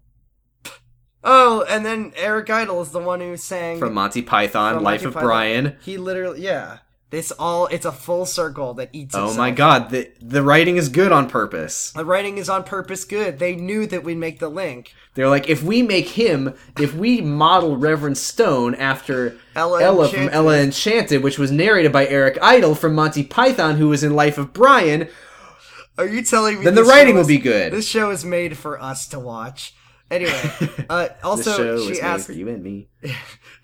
Speaker 3: Oh, and then Eric Idle is the one who sang
Speaker 1: from Monty Python,
Speaker 3: Mm-hmm. From
Speaker 1: Life
Speaker 3: Monty
Speaker 1: of
Speaker 3: Python.
Speaker 1: Brian.
Speaker 3: He literally, yeah. This all, it's a full circle that eats
Speaker 1: Oh
Speaker 3: itself.
Speaker 1: my god, the the writing is good on purpose.
Speaker 3: The writing is on purpose good. They knew that we'd make the link.
Speaker 1: They're like, if we make him, if we model Reverend Stone after
Speaker 3: Ella
Speaker 1: Ella from
Speaker 3: Enchanted.
Speaker 1: Ella Enchanted, which was narrated by Eric Idle from Monty Python, who was in Life of Brian,
Speaker 3: Are you telling me
Speaker 1: then the
Speaker 3: this
Speaker 1: writing
Speaker 3: show
Speaker 1: will
Speaker 3: is-
Speaker 1: be good.
Speaker 3: This show is made for us to watch.
Speaker 1: [laughs]
Speaker 3: Anyway, uh,
Speaker 1: This
Speaker 3: also
Speaker 1: show is
Speaker 3: she
Speaker 1: made
Speaker 3: asks.
Speaker 1: for you and me.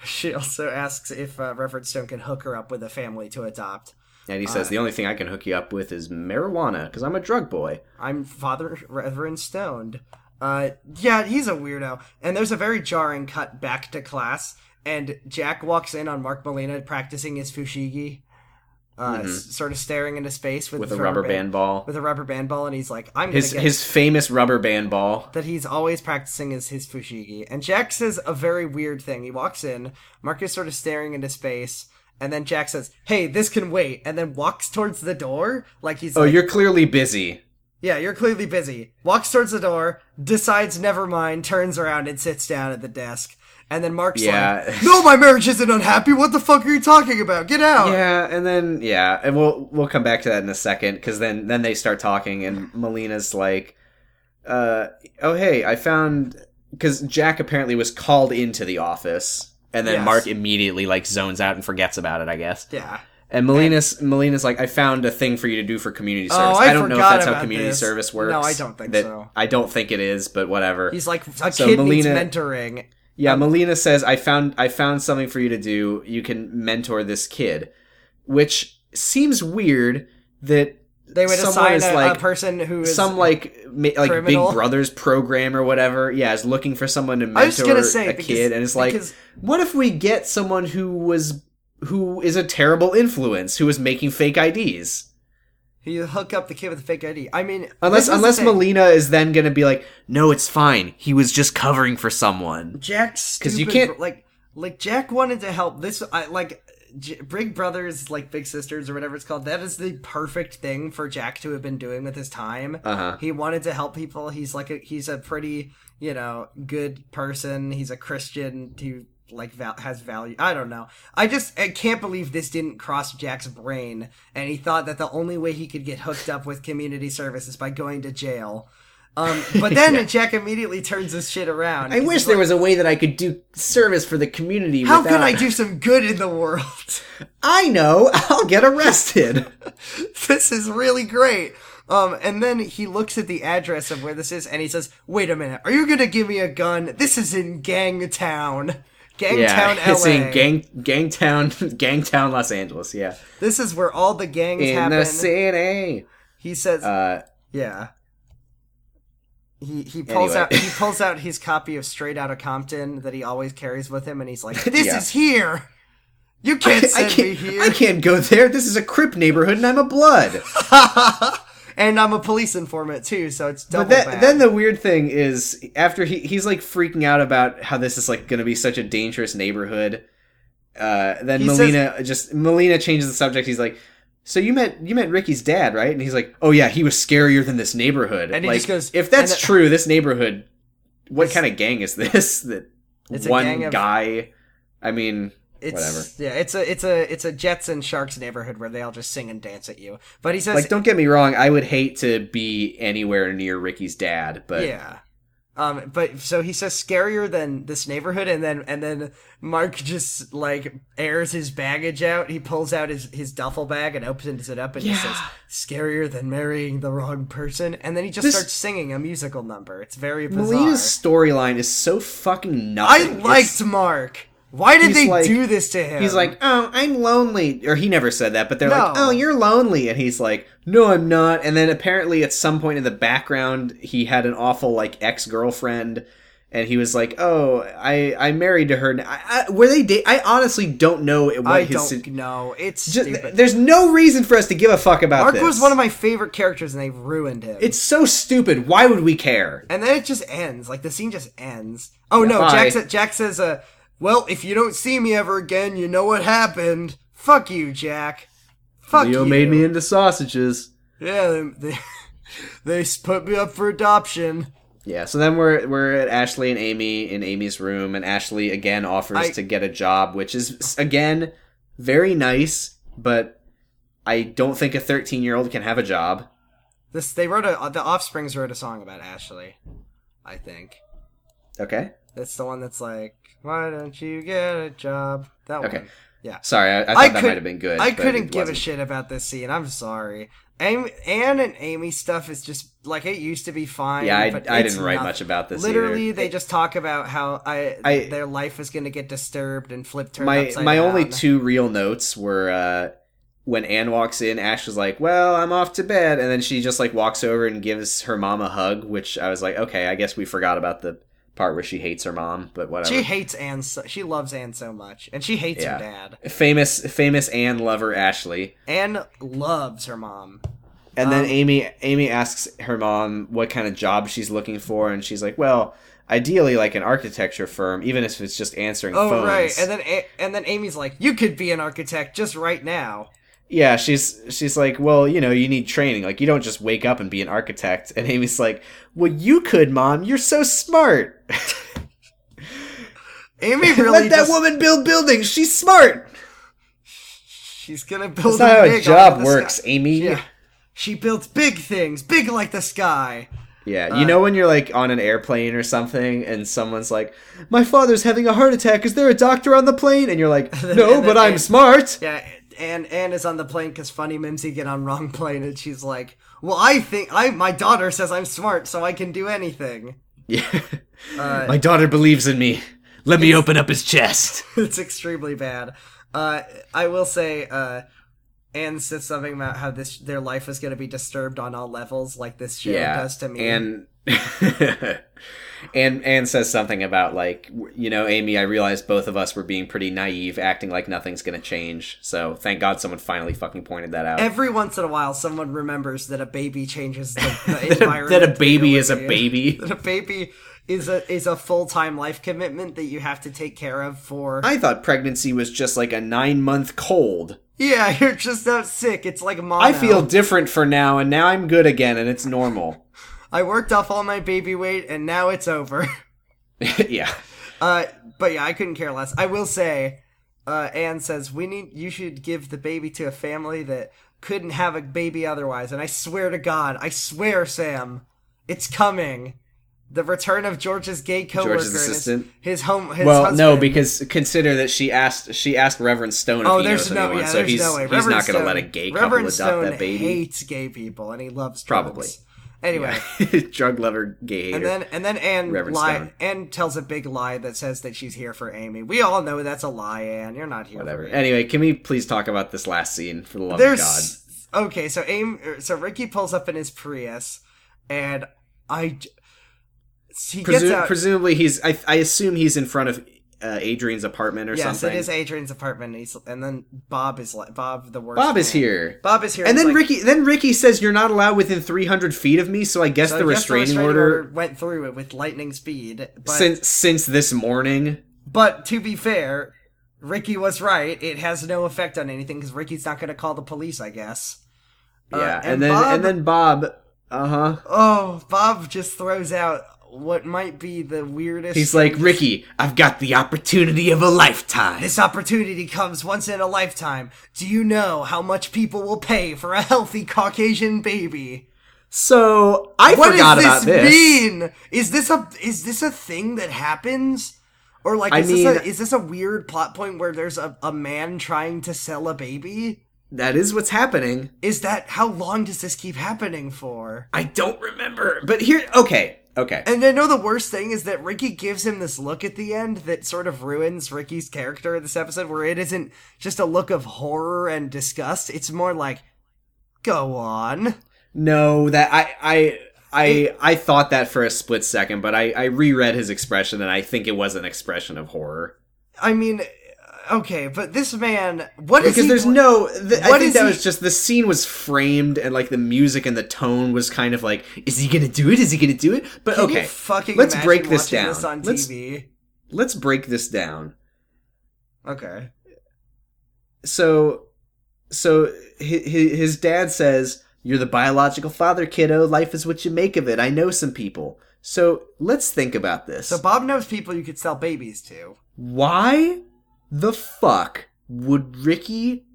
Speaker 3: She also asks if uh, Reverend Stone can hook her up with a family to adopt.
Speaker 1: And he
Speaker 3: Uh,
Speaker 1: says, the only thing I can hook you up with is marijuana, because I'm a drug boy.
Speaker 3: I'm Father Reverend Stoned. Uh, yeah, he's a weirdo. And there's a very jarring cut back to class, and Jack walks in on Mark Molina practicing his fushigi, uh, s- sort of staring into space with,
Speaker 1: Mm-hmm. With
Speaker 3: his
Speaker 1: a rubber band ball.
Speaker 3: with a rubber band ball, and he's like, "I'm gonna
Speaker 1: His
Speaker 3: get
Speaker 1: his famous rubber band ball.
Speaker 3: that he's always practicing is his fushigi." And Jack says a very weird thing. He walks in, Mark is sort of staring into space. And then Jack says, "Hey, this can wait," and then walks towards the door like he's.
Speaker 1: Oh,
Speaker 3: like,
Speaker 1: you're clearly busy.
Speaker 3: yeah, you're clearly busy. Walks towards the door, decides never mind, turns around and sits down at the desk. And then Mark's
Speaker 1: Yeah.
Speaker 3: like, "No, my marriage isn't unhappy. What the fuck are you talking about? Get out!"
Speaker 1: Yeah, and then yeah, and we'll we'll come back to that in a second because then then they start talking and
Speaker 3: Mm-hmm.
Speaker 1: Melina's like, uh, oh hey, I found because Jack apparently was called into the office and then
Speaker 3: Yes.
Speaker 1: Mark immediately like zones out and forgets about it, I guess.
Speaker 3: Yeah.
Speaker 1: And Melina's Melina's like, I found a thing for you to do for community
Speaker 3: Oh,
Speaker 1: service.
Speaker 3: I
Speaker 1: don't know if
Speaker 3: forgot
Speaker 1: that's how
Speaker 3: about
Speaker 1: community
Speaker 3: this.
Speaker 1: service works.
Speaker 3: No, I don't think
Speaker 1: That-
Speaker 3: so.
Speaker 1: I don't think it is, but whatever.
Speaker 3: He's like, "A
Speaker 1: So
Speaker 3: kid needs
Speaker 1: Melina-
Speaker 3: mentoring."
Speaker 1: Yeah, Melina says, "I found I found something for you to do. You can mentor this kid," which seems weird that
Speaker 3: They would
Speaker 1: someone
Speaker 3: assign
Speaker 1: is
Speaker 3: a,
Speaker 1: like
Speaker 3: a person who is
Speaker 1: some like ma- like
Speaker 3: criminal.
Speaker 1: Big Brother's program or whatever. Yeah, is looking for someone to
Speaker 3: I was just
Speaker 1: mentor
Speaker 3: gonna
Speaker 1: a
Speaker 3: say because-
Speaker 1: kid, and it's like,
Speaker 3: because-
Speaker 1: what if we get someone who was who is a terrible influence who is making fake IDs?
Speaker 3: You hook up the kid with a fake ID. I mean,
Speaker 1: Unless
Speaker 3: this is the
Speaker 1: unless
Speaker 3: thing.
Speaker 1: Melina is then going to be like, no, it's fine. He was just covering for someone.
Speaker 3: Jack's
Speaker 1: 'Cause
Speaker 3: because
Speaker 1: you can't-
Speaker 3: like like Jack wanted to help. This I like J- Big Brothers, like Big Sisters or whatever it's called. That is the perfect thing for Jack to have been doing with his time.
Speaker 1: Uh-huh.
Speaker 3: He wanted to help people. He's like a, he's a pretty you know good person. He's a Christian who like val- has value. I don't know. I just I can't believe this didn't cross Jack's brain, and he thought that the only way he could get hooked up with community service is by going to jail. Um,
Speaker 1: [laughs]
Speaker 3: but then Jack immediately turns his shit around.
Speaker 1: I wish there was a way that I could do service for the community.
Speaker 3: How
Speaker 1: without...
Speaker 3: could I do some good in the world? [laughs]
Speaker 1: I know. [laughs] I'll get arrested.
Speaker 3: this is really great. Um, and then he looks at the address of where this is and he says, Wait a minute, are you gonna give me a gun? This is in Gangtown. Gangtown
Speaker 1: [laughs] it's
Speaker 3: LA.
Speaker 1: in gang, Gangtown, [laughs] Gangtown, Los Angeles. Yeah,
Speaker 3: this is where all the gangs
Speaker 1: in
Speaker 3: happen.
Speaker 1: the city.
Speaker 3: he says
Speaker 1: Uh,
Speaker 3: Yeah. He he pulls
Speaker 1: Anyway. [laughs]
Speaker 3: out he pulls out his copy of Straight Outta Compton that he always carries with him and he's like, This
Speaker 1: Yeah.
Speaker 3: is here. You can't
Speaker 1: I
Speaker 3: send me
Speaker 1: can't.
Speaker 3: here.
Speaker 1: I can't go there. This is a crip neighborhood, and I'm a blood.
Speaker 3: [laughs] and I'm a police informant too, so it's double
Speaker 1: But that,
Speaker 3: bad.
Speaker 1: then the weird thing is, after he he's like freaking out about how this is like going to be such a dangerous neighborhood. Uh, then
Speaker 3: He
Speaker 1: Melina just Melina changes the subject. He's like, "So you met you met Ricky's dad, right?" And he's like, "Oh yeah, he was scarier than this neighborhood."
Speaker 3: And he
Speaker 1: like,
Speaker 3: just goes-
Speaker 1: "If that's
Speaker 3: and the-
Speaker 1: true, this [laughs] neighborhood, what
Speaker 3: It's-
Speaker 1: kind of gang is this? That
Speaker 3: It's a
Speaker 1: one
Speaker 3: gang of-
Speaker 1: guy I mean,
Speaker 3: It's
Speaker 1: whatever.
Speaker 3: yeah, it's a it's a it's a Jets and Sharks neighborhood where they all just sing and dance at you. But he says
Speaker 1: Like, don't get me wrong. I would hate to be anywhere near Ricky's dad, but
Speaker 3: yeah. Um, but so he says scarier than this neighborhood, and then and then Mark just like airs his baggage out. He pulls out his his duffel bag and opens it up, and he says scarier than marrying the wrong person. And then he just
Speaker 1: This-
Speaker 3: starts singing a musical number. It's very bizarre.
Speaker 1: Melina's storyline is so fucking
Speaker 3: I
Speaker 1: nothing.
Speaker 3: liked Mark. Why did
Speaker 1: He's
Speaker 3: they
Speaker 1: like-
Speaker 3: do this to him?
Speaker 1: He's like, oh, I'm lonely. Or he never said that, but they're like,
Speaker 3: No.
Speaker 1: oh, you're lonely. And he's like, no, I'm not. And then apparently at some point in the background, he had an awful, like, ex girlfriend. And he was like, oh, I, I married to her. now." I, I, were they da- I honestly don't know what
Speaker 3: I
Speaker 1: his.
Speaker 3: don't
Speaker 1: sit-
Speaker 3: know. It's
Speaker 1: Ju-
Speaker 3: stupid.
Speaker 1: there's no reason for us to give a fuck about
Speaker 3: Mark
Speaker 1: this.
Speaker 3: was one of my favorite characters, and they ruined him.
Speaker 1: It's so stupid. Why would we care?
Speaker 3: and then it just ends. Like the scene just ends. Oh no,
Speaker 1: bye.
Speaker 3: Jack, sa- Jack says, uh, "Well, if you don't see me ever again, you know what happened. Fuck you, Jack. Fuck you."
Speaker 1: into sausages.
Speaker 3: yeah, they, [laughs] they, they s- put me up for adoption.
Speaker 1: Yeah, so then we're we're at Ashley and Amy in Amy's room, and Ashley again offers
Speaker 3: I-
Speaker 1: to get a job, which is again very nice, but I don't think a thirteen year old can have a job.
Speaker 3: This they wrote a uh, the Offsprings wrote a song about Ashley, I think.
Speaker 1: Okay,
Speaker 3: That's the one that's like, why don't you get a job? That
Speaker 1: Okay.
Speaker 3: one. Yeah.
Speaker 1: sorry, I, I thought
Speaker 3: I
Speaker 1: that
Speaker 3: could-
Speaker 1: might have been good.
Speaker 3: I
Speaker 1: but
Speaker 3: couldn't
Speaker 1: it
Speaker 3: give a
Speaker 1: wasn't.
Speaker 3: shit about this scene. I'm sorry. Amy, Anne and Amy stuff is just like it used to be fine.
Speaker 1: Yeah, I,
Speaker 3: but
Speaker 1: I
Speaker 3: it's
Speaker 1: didn't write
Speaker 3: not-
Speaker 1: much about this.
Speaker 3: Literally,
Speaker 1: either.
Speaker 3: they just talk about how I,
Speaker 1: I-
Speaker 3: their life is going to get disturbed and flip turned
Speaker 1: my
Speaker 3: upside
Speaker 1: my only
Speaker 3: down.
Speaker 1: two real notes were uh, when Anne walks in, Ash is like, "Well, I'm off to bed," and then she just like walks over and gives her mom a hug, which I was like, "Okay, I guess we forgot about the part where she hates her mom," but whatever.
Speaker 3: She hates Anne. So, she loves Anne so much, and she hates
Speaker 1: Yeah.
Speaker 3: her dad.
Speaker 1: famous famous Anne lover Ashley,
Speaker 3: Anne loves her mom.
Speaker 1: and then
Speaker 3: Um,
Speaker 1: Amy Amy asks her mom what kind of job she's looking for, and she's like, "Well." Ideally, like an architecture firm, even if it's just answering
Speaker 3: Oh
Speaker 1: phones.
Speaker 3: right, and then A- and then Amy's like, "You could be an architect just right now."
Speaker 1: yeah she's she's like well you know you need training like you don't just wake up and be an architect and amy's like well you could mom you're so smart
Speaker 3: Amy
Speaker 1: [laughs]
Speaker 3: really
Speaker 1: let that
Speaker 3: just-
Speaker 1: woman build buildings she's smart
Speaker 3: She's gonna
Speaker 1: that's
Speaker 3: build.
Speaker 1: not
Speaker 3: a
Speaker 1: how a
Speaker 3: big
Speaker 1: job
Speaker 3: under the sky.
Speaker 1: works amy
Speaker 3: Yeah. She builds big things, big like the sky.
Speaker 1: Yeah,
Speaker 3: Uh.
Speaker 1: you know when you're like on an airplane or something and someone's like, "My father's having a heart attack. Is there a doctor on the plane?" and you're
Speaker 3: [laughs]
Speaker 1: like, "No,
Speaker 3: and
Speaker 1: but
Speaker 3: then
Speaker 1: I'm
Speaker 3: they- [laughs]
Speaker 1: smart."
Speaker 3: Yeah, and Anne is on the plane because Funny Mimsy get on wrong [laughs] plane, and she's like, "Well, I think I my daughter says I'm smart, so I can do anything." [laughs]
Speaker 1: Yeah.
Speaker 3: Uh,
Speaker 1: My daughter believes in me. Let me open up his chest.
Speaker 3: it's extremely bad. Uh, I will say, uh, Anne says something about how this their life is going to be disturbed on all levels, like this show
Speaker 1: yeah
Speaker 3: does to me.
Speaker 1: and [laughs] and and says something about like w- you know amy i realized both of us were being pretty naive acting like nothing's gonna change so thank god someone finally fucking pointed that out
Speaker 3: every once in a while, someone remembers that a baby changes the,
Speaker 1: [laughs]
Speaker 3: the
Speaker 1: that, a,
Speaker 3: environment.
Speaker 1: that a baby is a
Speaker 3: completely.
Speaker 1: baby
Speaker 3: that [laughs] a baby is a is a full time life commitment that you have to take care of for.
Speaker 1: i thought pregnancy was just like a nine month cold
Speaker 3: yeah, [laughs] you're just not sick. It's like mono.
Speaker 1: i feel different for now and now i'm good again and it's normal
Speaker 3: I worked off all my baby weight and now it's over.
Speaker 1: [laughs]
Speaker 3: [laughs]
Speaker 1: yeah
Speaker 3: Uh, but yeah, I couldn't care less. I will say, uh, Anne says we need you should give the baby to a family that couldn't have a baby otherwise. And I swear to God, I swear, Sam, it's coming. The return of George's gay coworker, and his-
Speaker 1: assistant?
Speaker 3: his, home, his
Speaker 1: well no
Speaker 3: husband.
Speaker 1: because consider that she asked she asked reverend stone if
Speaker 3: Oh,
Speaker 1: he
Speaker 3: there's
Speaker 1: knows
Speaker 3: no,
Speaker 1: anyone
Speaker 3: yeah,
Speaker 1: so
Speaker 3: there's
Speaker 1: he's,
Speaker 3: no way.
Speaker 1: he's
Speaker 3: Reverend
Speaker 1: not gonna
Speaker 3: Stone-
Speaker 1: let a gay couple
Speaker 3: Reverend
Speaker 1: adopt
Speaker 3: Stone
Speaker 1: that baby
Speaker 3: Hates gay people, and he loves
Speaker 1: Probably.
Speaker 3: drugs. Anyway,
Speaker 1: [laughs] drug lover gay hater
Speaker 3: and then and then Anne
Speaker 1: Reverend
Speaker 3: lie,
Speaker 1: Stone.
Speaker 3: Anne tells a big lie that says that she's here for Amy. We all know that's a lie, Anne. You're not here.
Speaker 1: Whatever.
Speaker 3: For Amy.
Speaker 1: Anyway, can we please talk about this last scene for the love of
Speaker 3: There's okay. So aim. er, So Ricky pulls up in his Prius, and I. j- He
Speaker 1: God? Presu-
Speaker 3: gets out.
Speaker 1: presumably, he's. I, I assume he's in front of uh, Adrian's apartment or
Speaker 3: yes,
Speaker 1: something.
Speaker 3: it is Adrian's apartment. And, he's, and then Bob is like Bob the worst.
Speaker 1: Bob is
Speaker 3: man.
Speaker 1: here,
Speaker 3: Bob is here.
Speaker 1: and
Speaker 3: he's
Speaker 1: then
Speaker 3: like,
Speaker 1: Ricky. Then Ricky says, "You're not allowed within 300 feet of me." So I guess
Speaker 3: So
Speaker 1: the
Speaker 3: I guess
Speaker 1: restraining, order,
Speaker 3: went through it with lightning speed. But,
Speaker 1: since since this morning.
Speaker 3: but to be fair, Ricky was right. It has no effect on anything because Ricky's not going to call the police, I guess. Uh,
Speaker 1: Yeah,
Speaker 3: and
Speaker 1: and, then
Speaker 3: Bob-
Speaker 1: and then Bob. Uh huh.
Speaker 3: Oh, Bob just throws out what might be the weirdest.
Speaker 1: He's like, Ricky, I've got the opportunity of a lifetime.
Speaker 3: This opportunity comes once in a lifetime. Do you know how much people will pay for a healthy Caucasian baby?
Speaker 1: So I
Speaker 3: What
Speaker 1: forgot
Speaker 3: does
Speaker 1: about
Speaker 3: this
Speaker 1: this.
Speaker 3: mean? Is this a is this a thing that happens? Or like
Speaker 1: I
Speaker 3: is,
Speaker 1: mean-
Speaker 3: this a, is this a weird plot point where there's a, a man trying to sell a baby?
Speaker 1: That is what's happening.
Speaker 3: Is that how long does this keep happening for?
Speaker 1: I don't remember. But here, okay, okay.
Speaker 3: And I know the worst thing is that Ricky gives him this look at the end that sort of ruins Ricky's character in this episode, where it isn't just a look of horror and disgust. It's more like, go on.
Speaker 1: No, that I I I I thought that for a split second, but I I reread his expression and I think it was an expression of horror
Speaker 3: I mean, okay, but this man, what is
Speaker 1: because
Speaker 3: he
Speaker 1: there's
Speaker 3: pl-
Speaker 1: no. Th- I
Speaker 3: What
Speaker 1: think
Speaker 3: is
Speaker 1: that
Speaker 3: he-
Speaker 1: was just the scene was framed and like the music and the tone was kind of like, is he gonna do it? Is he gonna do it? But
Speaker 3: Can you
Speaker 1: okay,
Speaker 3: fucking
Speaker 1: let's
Speaker 3: imagine
Speaker 1: break this
Speaker 3: watching
Speaker 1: down.
Speaker 3: This on
Speaker 1: Let's-
Speaker 3: TV.
Speaker 1: let's break this down.
Speaker 3: Okay.
Speaker 1: so so his, his dad says you're the biological father kiddo life is what you make of it i know some people so let's think about this
Speaker 3: So Bob knows people you could sell babies to.
Speaker 1: why the fuck would ricky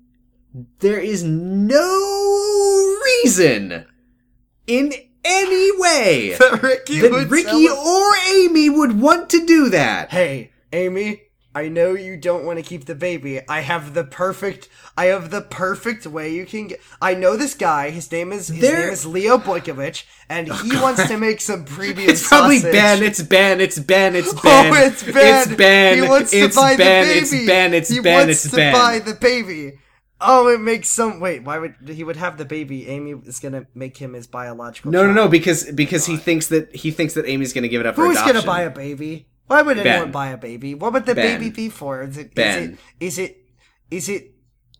Speaker 1: there is no reason in any
Speaker 3: [laughs]
Speaker 1: way
Speaker 3: That Ricky
Speaker 1: that ricky or amy would want to do that
Speaker 3: Hey, Amy, I know you don't want to keep the baby. I have the perfect I have the perfect way you can get I know this guy, his name is his
Speaker 1: There- Oh,
Speaker 3: name is Leo Boykovich, and he wants to make some premium
Speaker 1: It's probably
Speaker 3: sausage.
Speaker 1: Ben. It's Ben. It's Ben. It's Ben.
Speaker 3: [laughs] Oh, it's Ben.
Speaker 1: It's Ben.
Speaker 3: He wants
Speaker 1: it's
Speaker 3: to buy
Speaker 1: ben.
Speaker 3: the baby.
Speaker 1: It's Ben. It's
Speaker 3: he
Speaker 1: Ben.
Speaker 3: wants
Speaker 1: It's
Speaker 3: to
Speaker 1: Ben.
Speaker 3: buy the baby. Oh, it makes some. Wait, why would he would have the baby? Amy is gonna make him his biological.
Speaker 1: no, no,
Speaker 3: child.
Speaker 1: no. Because because he thinks that he thinks that Amy's going to give it up for
Speaker 3: Who's
Speaker 1: adoption.
Speaker 3: gonna buy a baby? Why would anyone
Speaker 1: Ben.
Speaker 3: buy a baby? What would the
Speaker 1: Ben.
Speaker 3: baby be for? Is it,
Speaker 1: Ben.
Speaker 3: is it is it is it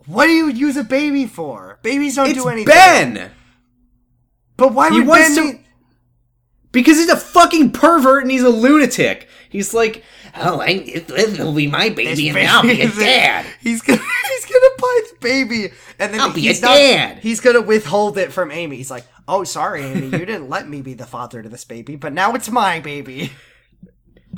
Speaker 3: what do you use a baby for? Babies don't
Speaker 1: It's
Speaker 3: do anything.
Speaker 1: Ben.
Speaker 3: But why
Speaker 1: He
Speaker 3: would
Speaker 1: wants
Speaker 3: Ben
Speaker 1: to-
Speaker 3: need-
Speaker 1: Because he's a fucking pervert and he's a lunatic. He's like, oh, I, this will be my baby, and I'll be a
Speaker 3: [laughs] He's-
Speaker 1: dad.
Speaker 3: He's gonna he's gonna buy the baby, and then
Speaker 1: I'll be
Speaker 3: he's
Speaker 1: a dad.
Speaker 3: He's gonna withhold it from Amy. He's like, "Oh, sorry, Amy, you didn't let me be the father to this baby, but now it's my baby.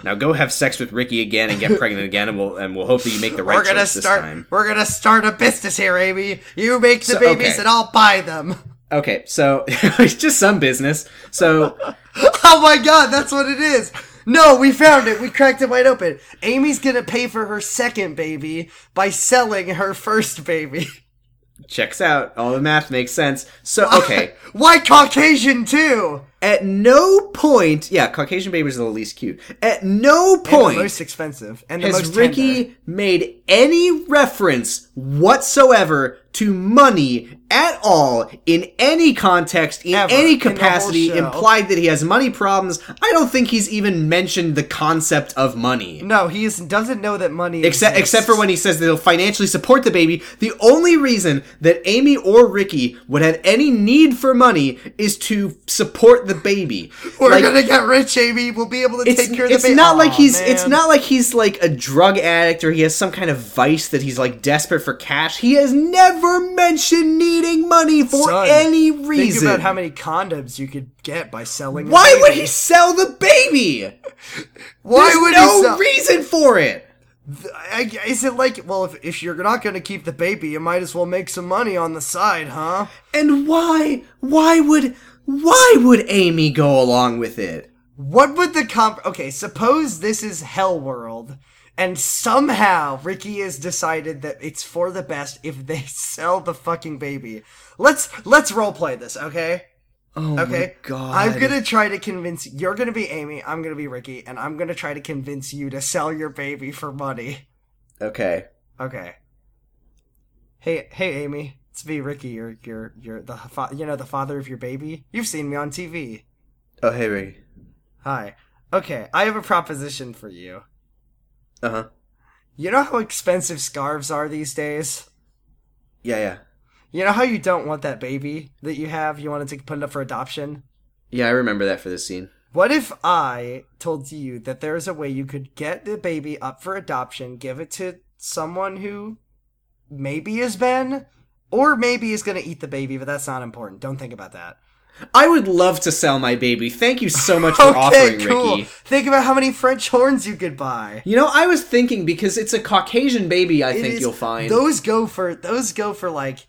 Speaker 1: Now go have sex with Ricky again and
Speaker 3: [laughs]
Speaker 1: get pregnant again, and we'll and we'll hope that you make the [laughs] right
Speaker 3: we're gonna
Speaker 1: choice this time.
Speaker 3: start. We're gonna start a business here, Amy. You make the
Speaker 1: So,
Speaker 3: babies,
Speaker 1: okay.
Speaker 3: and I'll buy them.
Speaker 1: Okay, so [laughs] it's just some business. So
Speaker 3: [laughs] Oh my god, that's what it is. No, we found it. We cracked it wide open. Amy's gonna pay for her second baby by selling her first baby. [laughs]
Speaker 1: checks out. All the math makes sense. So okay.
Speaker 3: Why Caucasian too?
Speaker 1: At no point, yeah, Caucasian babies are the least cute. At no
Speaker 3: And
Speaker 1: point
Speaker 3: the most expensive and the
Speaker 1: has
Speaker 3: most tender.
Speaker 1: Ricky made any reference whatsoever to money at all in any context, in
Speaker 3: Ever.
Speaker 1: any
Speaker 3: In the whole
Speaker 1: capacity,
Speaker 3: show.
Speaker 1: implied that he has money problems. I don't think he's even mentioned the concept of money.
Speaker 3: No, he is, doesn't know that money.
Speaker 1: Except,
Speaker 3: exists.
Speaker 1: except for when he says that he'll financially support the baby. The only reason that Amy or Ricky would have any need for money is to support the baby.
Speaker 3: we're
Speaker 1: Like,
Speaker 3: gonna get rich, Amy. We'll be able to
Speaker 1: it's,
Speaker 3: take care of the
Speaker 1: it's
Speaker 3: baby.
Speaker 1: not
Speaker 3: Aw,
Speaker 1: like he's
Speaker 3: man.
Speaker 1: it's not like he's like a drug addict or he has some kind of vice that he's like desperate for cash he has never mentioned needing money for
Speaker 3: Son,
Speaker 1: any
Speaker 3: Think
Speaker 1: reason
Speaker 3: about how many condoms you could get by selling. a
Speaker 1: why would
Speaker 3: baby.
Speaker 1: he sell the baby
Speaker 3: Why
Speaker 1: there's
Speaker 3: would
Speaker 1: no
Speaker 3: he? Sell?
Speaker 1: reason for it
Speaker 3: I, I- is it like well, if, if you're not gonna keep the baby, you might as well make some money on the side, huh?
Speaker 1: and why why would why would amy go along with it
Speaker 3: What would the comp? Okay, suppose this is Hell World, and somehow Ricky has decided that it's for the best if they [laughs] sell the fucking baby. Let's let's roleplay this, okay?
Speaker 1: oh my
Speaker 3: Okay.
Speaker 1: god
Speaker 3: I'm gonna try to convince you're gonna be Amy, I'm gonna be Ricky, and I'm gonna try to convince you to sell your baby for money.
Speaker 1: okay
Speaker 3: Okay. Hey, hey, Amy, it's me, Ricky. You're you're you're the fa- you know the father of your baby. You've seen me on TV.
Speaker 1: oh hey Ricky.
Speaker 3: Hi. Okay, I have a proposition for you.
Speaker 1: uh-huh
Speaker 3: You know how expensive scarves are these days.
Speaker 1: yeah yeah
Speaker 3: You know how you don't want that baby that you have. You wanted to put it up for adoption.
Speaker 1: yeah i remember that for this scene
Speaker 3: What if I told you that there is a way you could get the baby up for adoption, give it to someone who maybe is Ben, or maybe is going to eat the baby, but that's not important. Don't think about that.
Speaker 1: I would love to sell my baby. Thank you so
Speaker 3: [laughs]
Speaker 1: much for offering, Ricky.
Speaker 3: Think about how many French horns you could buy.
Speaker 1: You know, I was thinking because it's a Caucasian baby. I
Speaker 3: It
Speaker 1: think
Speaker 3: is-
Speaker 1: you'll find.
Speaker 3: those go for those go for like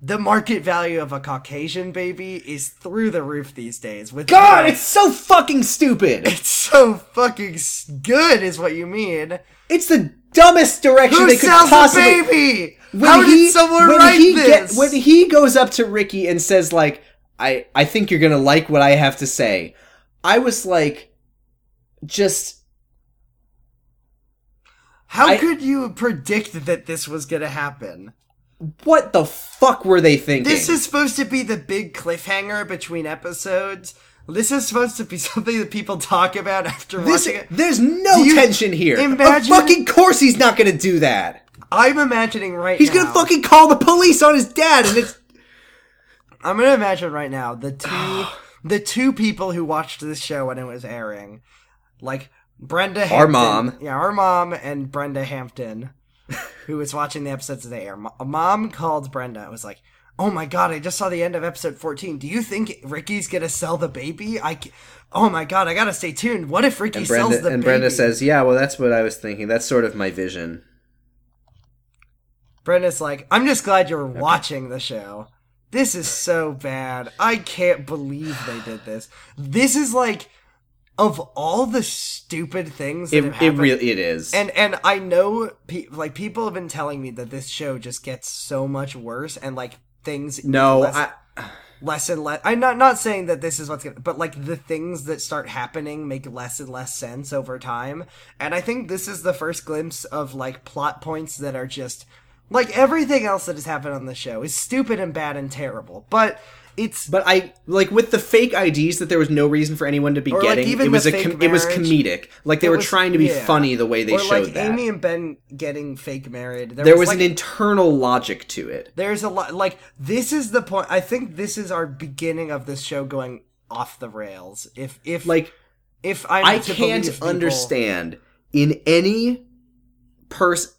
Speaker 3: the market value of a Caucasian baby is through the roof these days. With
Speaker 1: God, it's so fucking stupid.
Speaker 3: [laughs] it's so fucking s- good, is what you mean.
Speaker 1: It's the dumbest direction
Speaker 3: Who
Speaker 1: they could
Speaker 3: sells
Speaker 1: possibly.
Speaker 3: a baby? How did someone
Speaker 1: when
Speaker 3: write
Speaker 1: he get-
Speaker 3: this?
Speaker 1: when he goes up to Ricky and says, like, I, I think you're gonna like what I have to say, I was like, just
Speaker 3: how
Speaker 1: I-
Speaker 3: could you predict that this was gonna happen?
Speaker 1: what the fuck were they thinking?
Speaker 3: This is supposed to be the big cliffhanger between episodes. This is supposed to be [laughs] something that people talk about after
Speaker 1: This-
Speaker 3: watching it.
Speaker 1: there's no
Speaker 3: Do you
Speaker 1: tension here.
Speaker 3: imagine-
Speaker 1: Of fucking course he's not gonna do that.
Speaker 3: I'm imagining right
Speaker 1: He's
Speaker 3: now.
Speaker 1: gonna fucking call the police on his dad, and it's
Speaker 3: I'm gonna imagine right
Speaker 1: [sighs]
Speaker 3: now the two the two people who watched this show when it was airing, like Brenda, Hampton,
Speaker 1: mom.
Speaker 3: yeah, our mom, and Brenda Hampton, who was watching the episodes of the air. Mo- Mom called Brenda. and was like, "Oh my god, I just saw the end of episode 14. Do you think Ricky's gonna sell the baby? I, c- oh my god, I gotta stay tuned. What if Ricky sells the baby?"
Speaker 1: "Yeah, well, that's what I was thinking. That's sort of my vision."
Speaker 3: Brenda's like, I'm just glad you're watching the show. This is so bad. I can't believe they did this. This is like, of all the stupid things that
Speaker 1: It
Speaker 3: have
Speaker 1: it
Speaker 3: happened,
Speaker 1: really it is.
Speaker 3: and and I know, pe- like people have been telling me that this show just gets so much worse, and like things
Speaker 1: no,
Speaker 3: less,
Speaker 1: I,
Speaker 3: less and less. I'm not not saying that this is what's gonna, but like the things that start happening make less and less sense over time. And I think this is the first glimpse of like plot points that are just like everything else that has happened on the show is stupid and bad and terrible. But it's
Speaker 1: but I like with the fake IDs that there was no reason for anyone to be
Speaker 3: Or, like,
Speaker 1: getting.
Speaker 3: even
Speaker 1: it
Speaker 3: the
Speaker 1: was a
Speaker 3: fake
Speaker 1: com- it was
Speaker 3: marriage.
Speaker 1: comedic. Like they
Speaker 3: It
Speaker 1: were
Speaker 3: was-
Speaker 1: trying to be
Speaker 3: yeah.
Speaker 1: funny the way they
Speaker 3: or
Speaker 1: showed
Speaker 3: like
Speaker 1: that.
Speaker 3: Amy and Ben getting fake married.
Speaker 1: there was
Speaker 3: like,
Speaker 1: an internal logic to it.
Speaker 3: there's a lot like this is the point. I think this is our beginning of this show going off the rails. If if
Speaker 1: Like
Speaker 3: if I'm
Speaker 1: I
Speaker 3: to
Speaker 1: can't
Speaker 3: believe people-
Speaker 1: understand in any person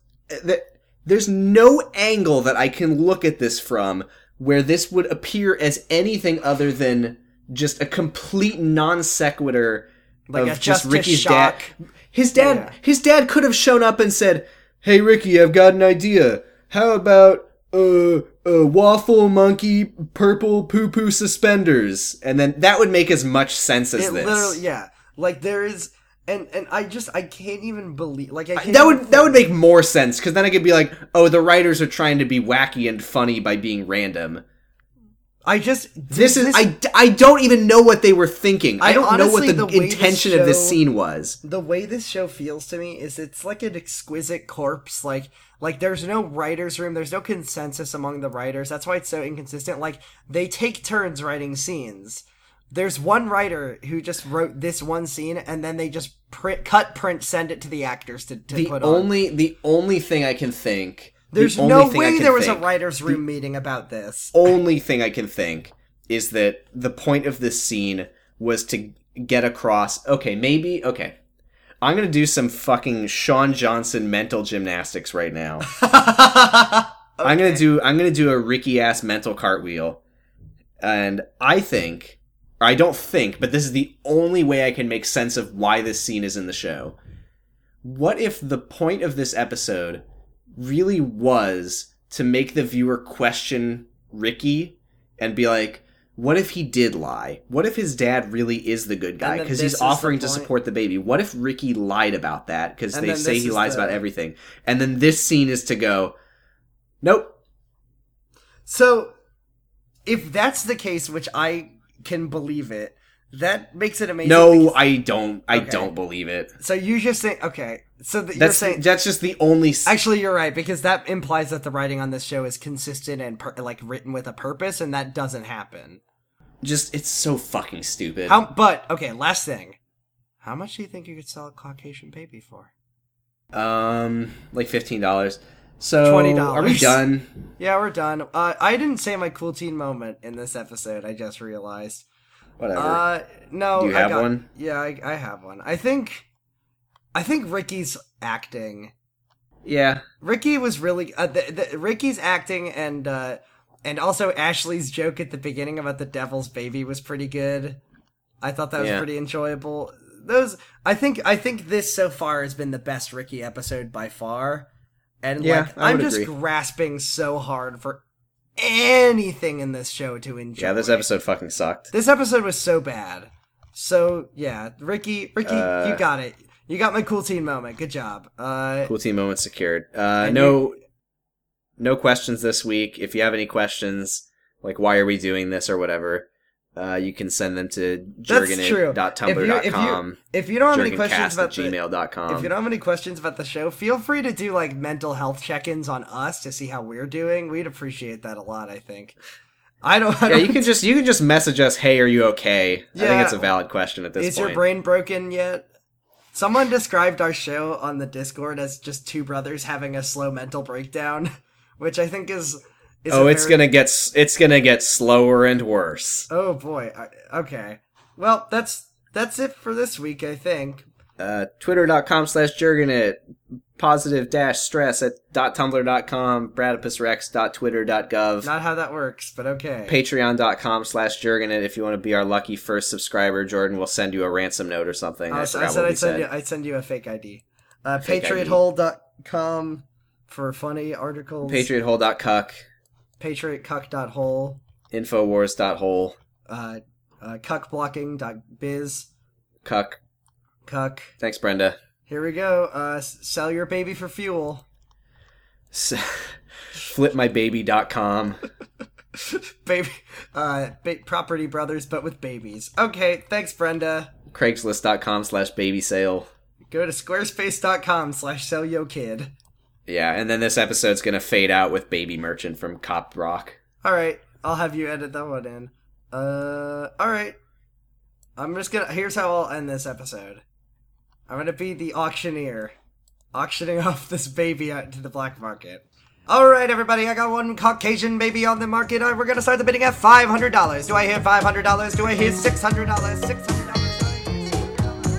Speaker 1: that there's no angle that I can look at this from where this would appear as anything other than just a complete non sequitur
Speaker 3: Like
Speaker 1: of
Speaker 3: a
Speaker 1: just
Speaker 3: justice
Speaker 1: Ricky's
Speaker 3: shock.
Speaker 1: dad. His dad,
Speaker 3: Yeah.
Speaker 1: his dad could have shown up and said, "Hey Ricky, I've got an idea. How about uh, uh waffle monkey purple poo poo suspenders?" And then that would make as much sense as
Speaker 3: it
Speaker 1: this.
Speaker 3: literally yeah like there is and and i just i can't even believe like i can't
Speaker 1: That
Speaker 3: even
Speaker 1: would that would
Speaker 3: believe-
Speaker 1: make more sense because then I could be like, oh, the writers are trying to be wacky and funny by being random.
Speaker 3: i just
Speaker 1: This is I, I don't even know what they were thinking. I,
Speaker 3: I
Speaker 1: don't know what
Speaker 3: honestly-
Speaker 1: the,
Speaker 3: the way this
Speaker 1: intention of this
Speaker 3: show-
Speaker 1: scene was.
Speaker 3: the way this show feels to me is it's like an exquisite corpse like like there's no writers room there's no consensus among the writers that's why it's so inconsistent like they take turns writing scenes there's one writer who just wrote this one scene and then they just print cut print send it to the actors to, to
Speaker 1: The
Speaker 3: put on
Speaker 1: only the only thing I can think the
Speaker 3: there's
Speaker 1: only
Speaker 3: no
Speaker 1: thing I
Speaker 3: way
Speaker 1: can
Speaker 3: there was a
Speaker 1: think-
Speaker 3: writers room meeting about this [laughs]
Speaker 1: only thing I can think is that the point of this scene was to get across okay, maybe okay. I'm gonna do some fucking Sean Johnson mental gymnastics right now. I'm gonna do I'm gonna do a Ricky ass mental cartwheel. And I think or I don't think, but this is the only way I can make sense of why this scene is in the show. What if the point of this episode really was to make the viewer question Ricky and be like, what if he did lie? What if his dad really is the good guy
Speaker 3: And then
Speaker 1: because
Speaker 3: this
Speaker 1: he's
Speaker 3: is the
Speaker 1: offering to
Speaker 3: point-
Speaker 1: support the baby? What if Ricky lied about that because
Speaker 3: And
Speaker 1: they
Speaker 3: then
Speaker 1: say
Speaker 3: this
Speaker 1: he
Speaker 3: is
Speaker 1: lies
Speaker 3: the-
Speaker 1: about everything? And then this scene is to go, nope,
Speaker 3: So, if that's the case, which I can believe it, that makes it amazing.
Speaker 1: No,
Speaker 3: because-
Speaker 1: I don't. I
Speaker 3: Okay.
Speaker 1: don't believe it.
Speaker 3: So you just think okay. So that you're
Speaker 1: That's
Speaker 3: saying
Speaker 1: that's just the only. s-
Speaker 3: actually you're right because that implies that the writing on this show is consistent and per- like written with a purpose, and that doesn't happen.
Speaker 1: just it's so fucking stupid.
Speaker 3: How? But okay, last thing. How much do you think you could sell a Caucasian baby for?
Speaker 1: Um, like fifteen dollars. So
Speaker 3: $20.
Speaker 1: Are we
Speaker 3: [laughs]
Speaker 1: done?
Speaker 3: Yeah, we're done. Uh, I didn't say my cool teen moment in this episode. I just realized.
Speaker 1: Whatever.
Speaker 3: Uh, no.
Speaker 1: Do you
Speaker 3: I
Speaker 1: have
Speaker 3: got-
Speaker 1: one?
Speaker 3: Yeah, I, I have one. I think, I think Ricky's acting.
Speaker 1: yeah.
Speaker 3: Ricky was really uh, the, the, Ricky's acting and uh, and also Ashley's joke at the beginning about the devil's baby was pretty good. I thought that was
Speaker 1: Yeah.
Speaker 3: pretty enjoyable. Those I think I think this so far has been the best Ricky episode by far. And
Speaker 1: Yeah,
Speaker 3: like
Speaker 1: I
Speaker 3: I'm
Speaker 1: would
Speaker 3: just
Speaker 1: agree.
Speaker 3: grasping so hard for anything in this show to enjoy.
Speaker 1: Yeah, this episode fucking sucked.
Speaker 3: This episode was so bad. So yeah, Ricky, Ricky,
Speaker 1: Uh,
Speaker 3: you got it. You got my cool teen moment. Good job. Uh,
Speaker 1: Cool team moment secured. Uh,
Speaker 3: And
Speaker 1: no, no questions this week. If you have any questions, like why are we doing this or whatever, uh, you can send them to
Speaker 3: That's true.
Speaker 1: jergenit.tumblr.com,
Speaker 3: if you don't have any questions about the, if you
Speaker 1: jergencast@gmail.com.
Speaker 3: don't have any questions about the show, feel free to do like mental health check-ins on us to see how we're doing. We'd appreciate that a lot. I think. I don't. I
Speaker 1: Yeah,
Speaker 3: don't
Speaker 1: you
Speaker 3: [laughs]
Speaker 1: can just you can just message us. Hey, are you okay? I
Speaker 3: Yeah.
Speaker 1: think it's a valid question at this
Speaker 3: Is
Speaker 1: point.
Speaker 3: your brain broken yet? Someone described our show on the Discord as just two brothers having a slow mental breakdown, [laughs] which I think is. is
Speaker 1: oh,
Speaker 3: a
Speaker 1: it's
Speaker 3: very-
Speaker 1: gonna get s- it's gonna get slower and worse.
Speaker 3: Oh boy. I- Okay. Well, that's that's it for this week, I think.
Speaker 1: uh, twitter.com slash jergenit positive dash stress at dot tumblr.com bradipusrex.twitter.gov
Speaker 3: Not how that works, but okay.
Speaker 1: patreon.com slash jergenit if you want to be our lucky first subscriber jordan will send you a ransom note or something
Speaker 3: I,
Speaker 1: i
Speaker 3: was- I
Speaker 1: forgot
Speaker 3: said
Speaker 1: what we
Speaker 3: I'd send you
Speaker 1: said
Speaker 3: I'd send you a fake ID. Uh,
Speaker 1: Fake ID.
Speaker 3: patriothole.com for funny articles.
Speaker 1: patriothole.cuck
Speaker 3: patriotcuck.hole.
Speaker 1: infowars.hole
Speaker 3: Uh, uh, cuckblocking.biz.
Speaker 1: cuck
Speaker 3: Cuck.
Speaker 1: thanks brenda
Speaker 3: Here we go. Uh, s- sell your baby for fuel.
Speaker 1: S- flipmybaby.com
Speaker 3: Baby, uh, ba- property brothers, but with babies. Okay, thanks, Brenda.
Speaker 1: craigslist.com slash baby sale
Speaker 3: Go to squarespace.com slash sell yo kid.
Speaker 1: yeah and then this episode's gonna fade out with baby merchant from cop rock
Speaker 3: All right, I'll have you edit that one in. Uh, all right. I'm just gonna. Here's how I'll end this episode. I'm gonna be the auctioneer, auctioning [laughs] off this baby out to the black market. All right, everybody, I got one Caucasian baby on the market. Uh, We're gonna start the bidding at five hundred dollars. Do I hear five hundred dollars? Do I hear six hundred dollars? Six hundred dollars.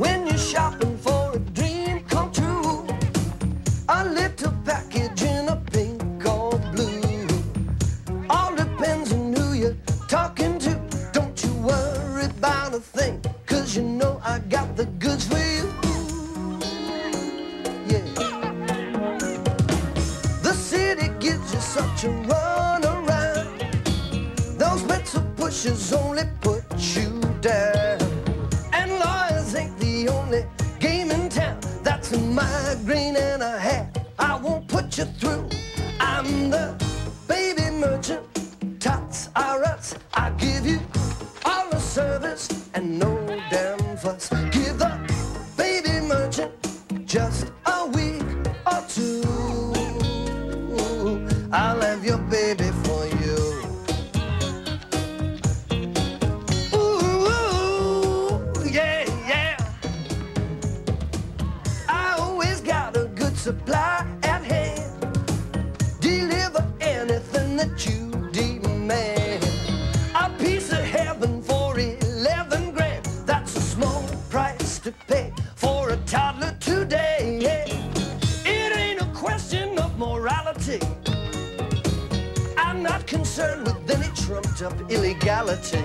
Speaker 4: When you're shopping for a dream come true, a little package in a pink or blue. All depends on who you're talking to. Don't you worry about a thing, cause you know I got the goods for you. Yeah. The city gives you such a run around. Those pencil pushers only put you down. And lawyers ain't the only game in town. That's a migraine and a hat. I won't put you through. I'm the baby merchant. Tots are us. I give you all the service and no damn fuss. Give the baby merchant just a week or two. I'll have your baby for you. Ooh, yeah, yeah. I always got a good supply at hand. Deliver anything that you demand. A piece of heaven for 11 grand. That's a small price to pay for a toddler today. Yeah. It ain't a question of morality. I'm not concerned with any trumped up illegality.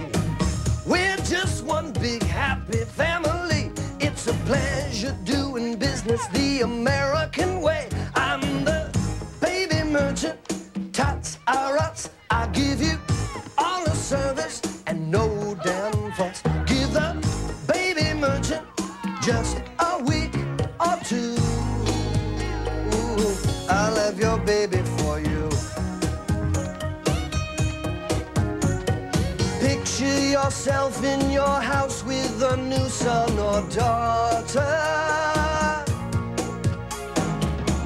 Speaker 4: We're just one big happy family. It's a pleasure doing business the American way. I'm the baby merchant. Tots are us. I give you all the service and no damn fuss. Give the baby merchant just a week or two. I'll have your baby for you. Picture yourself in your house with a new son or daughter.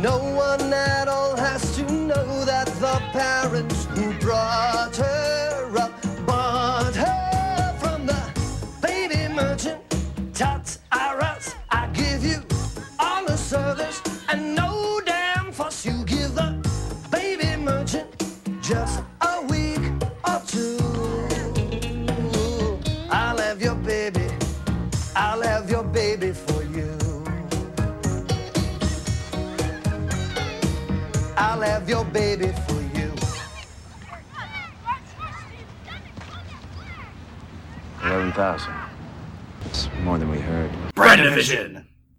Speaker 4: No one at all has to know that the parents who brought her up bought her from the baby merchant. Tots are us. I give you all the service and no damn fuss. You give the baby merchant just a week or two. I'll have your baby. I'll have your baby for you. I'll have your baby for you.
Speaker 5: 11,000. It's more than we heard.
Speaker 3: Brand Vision.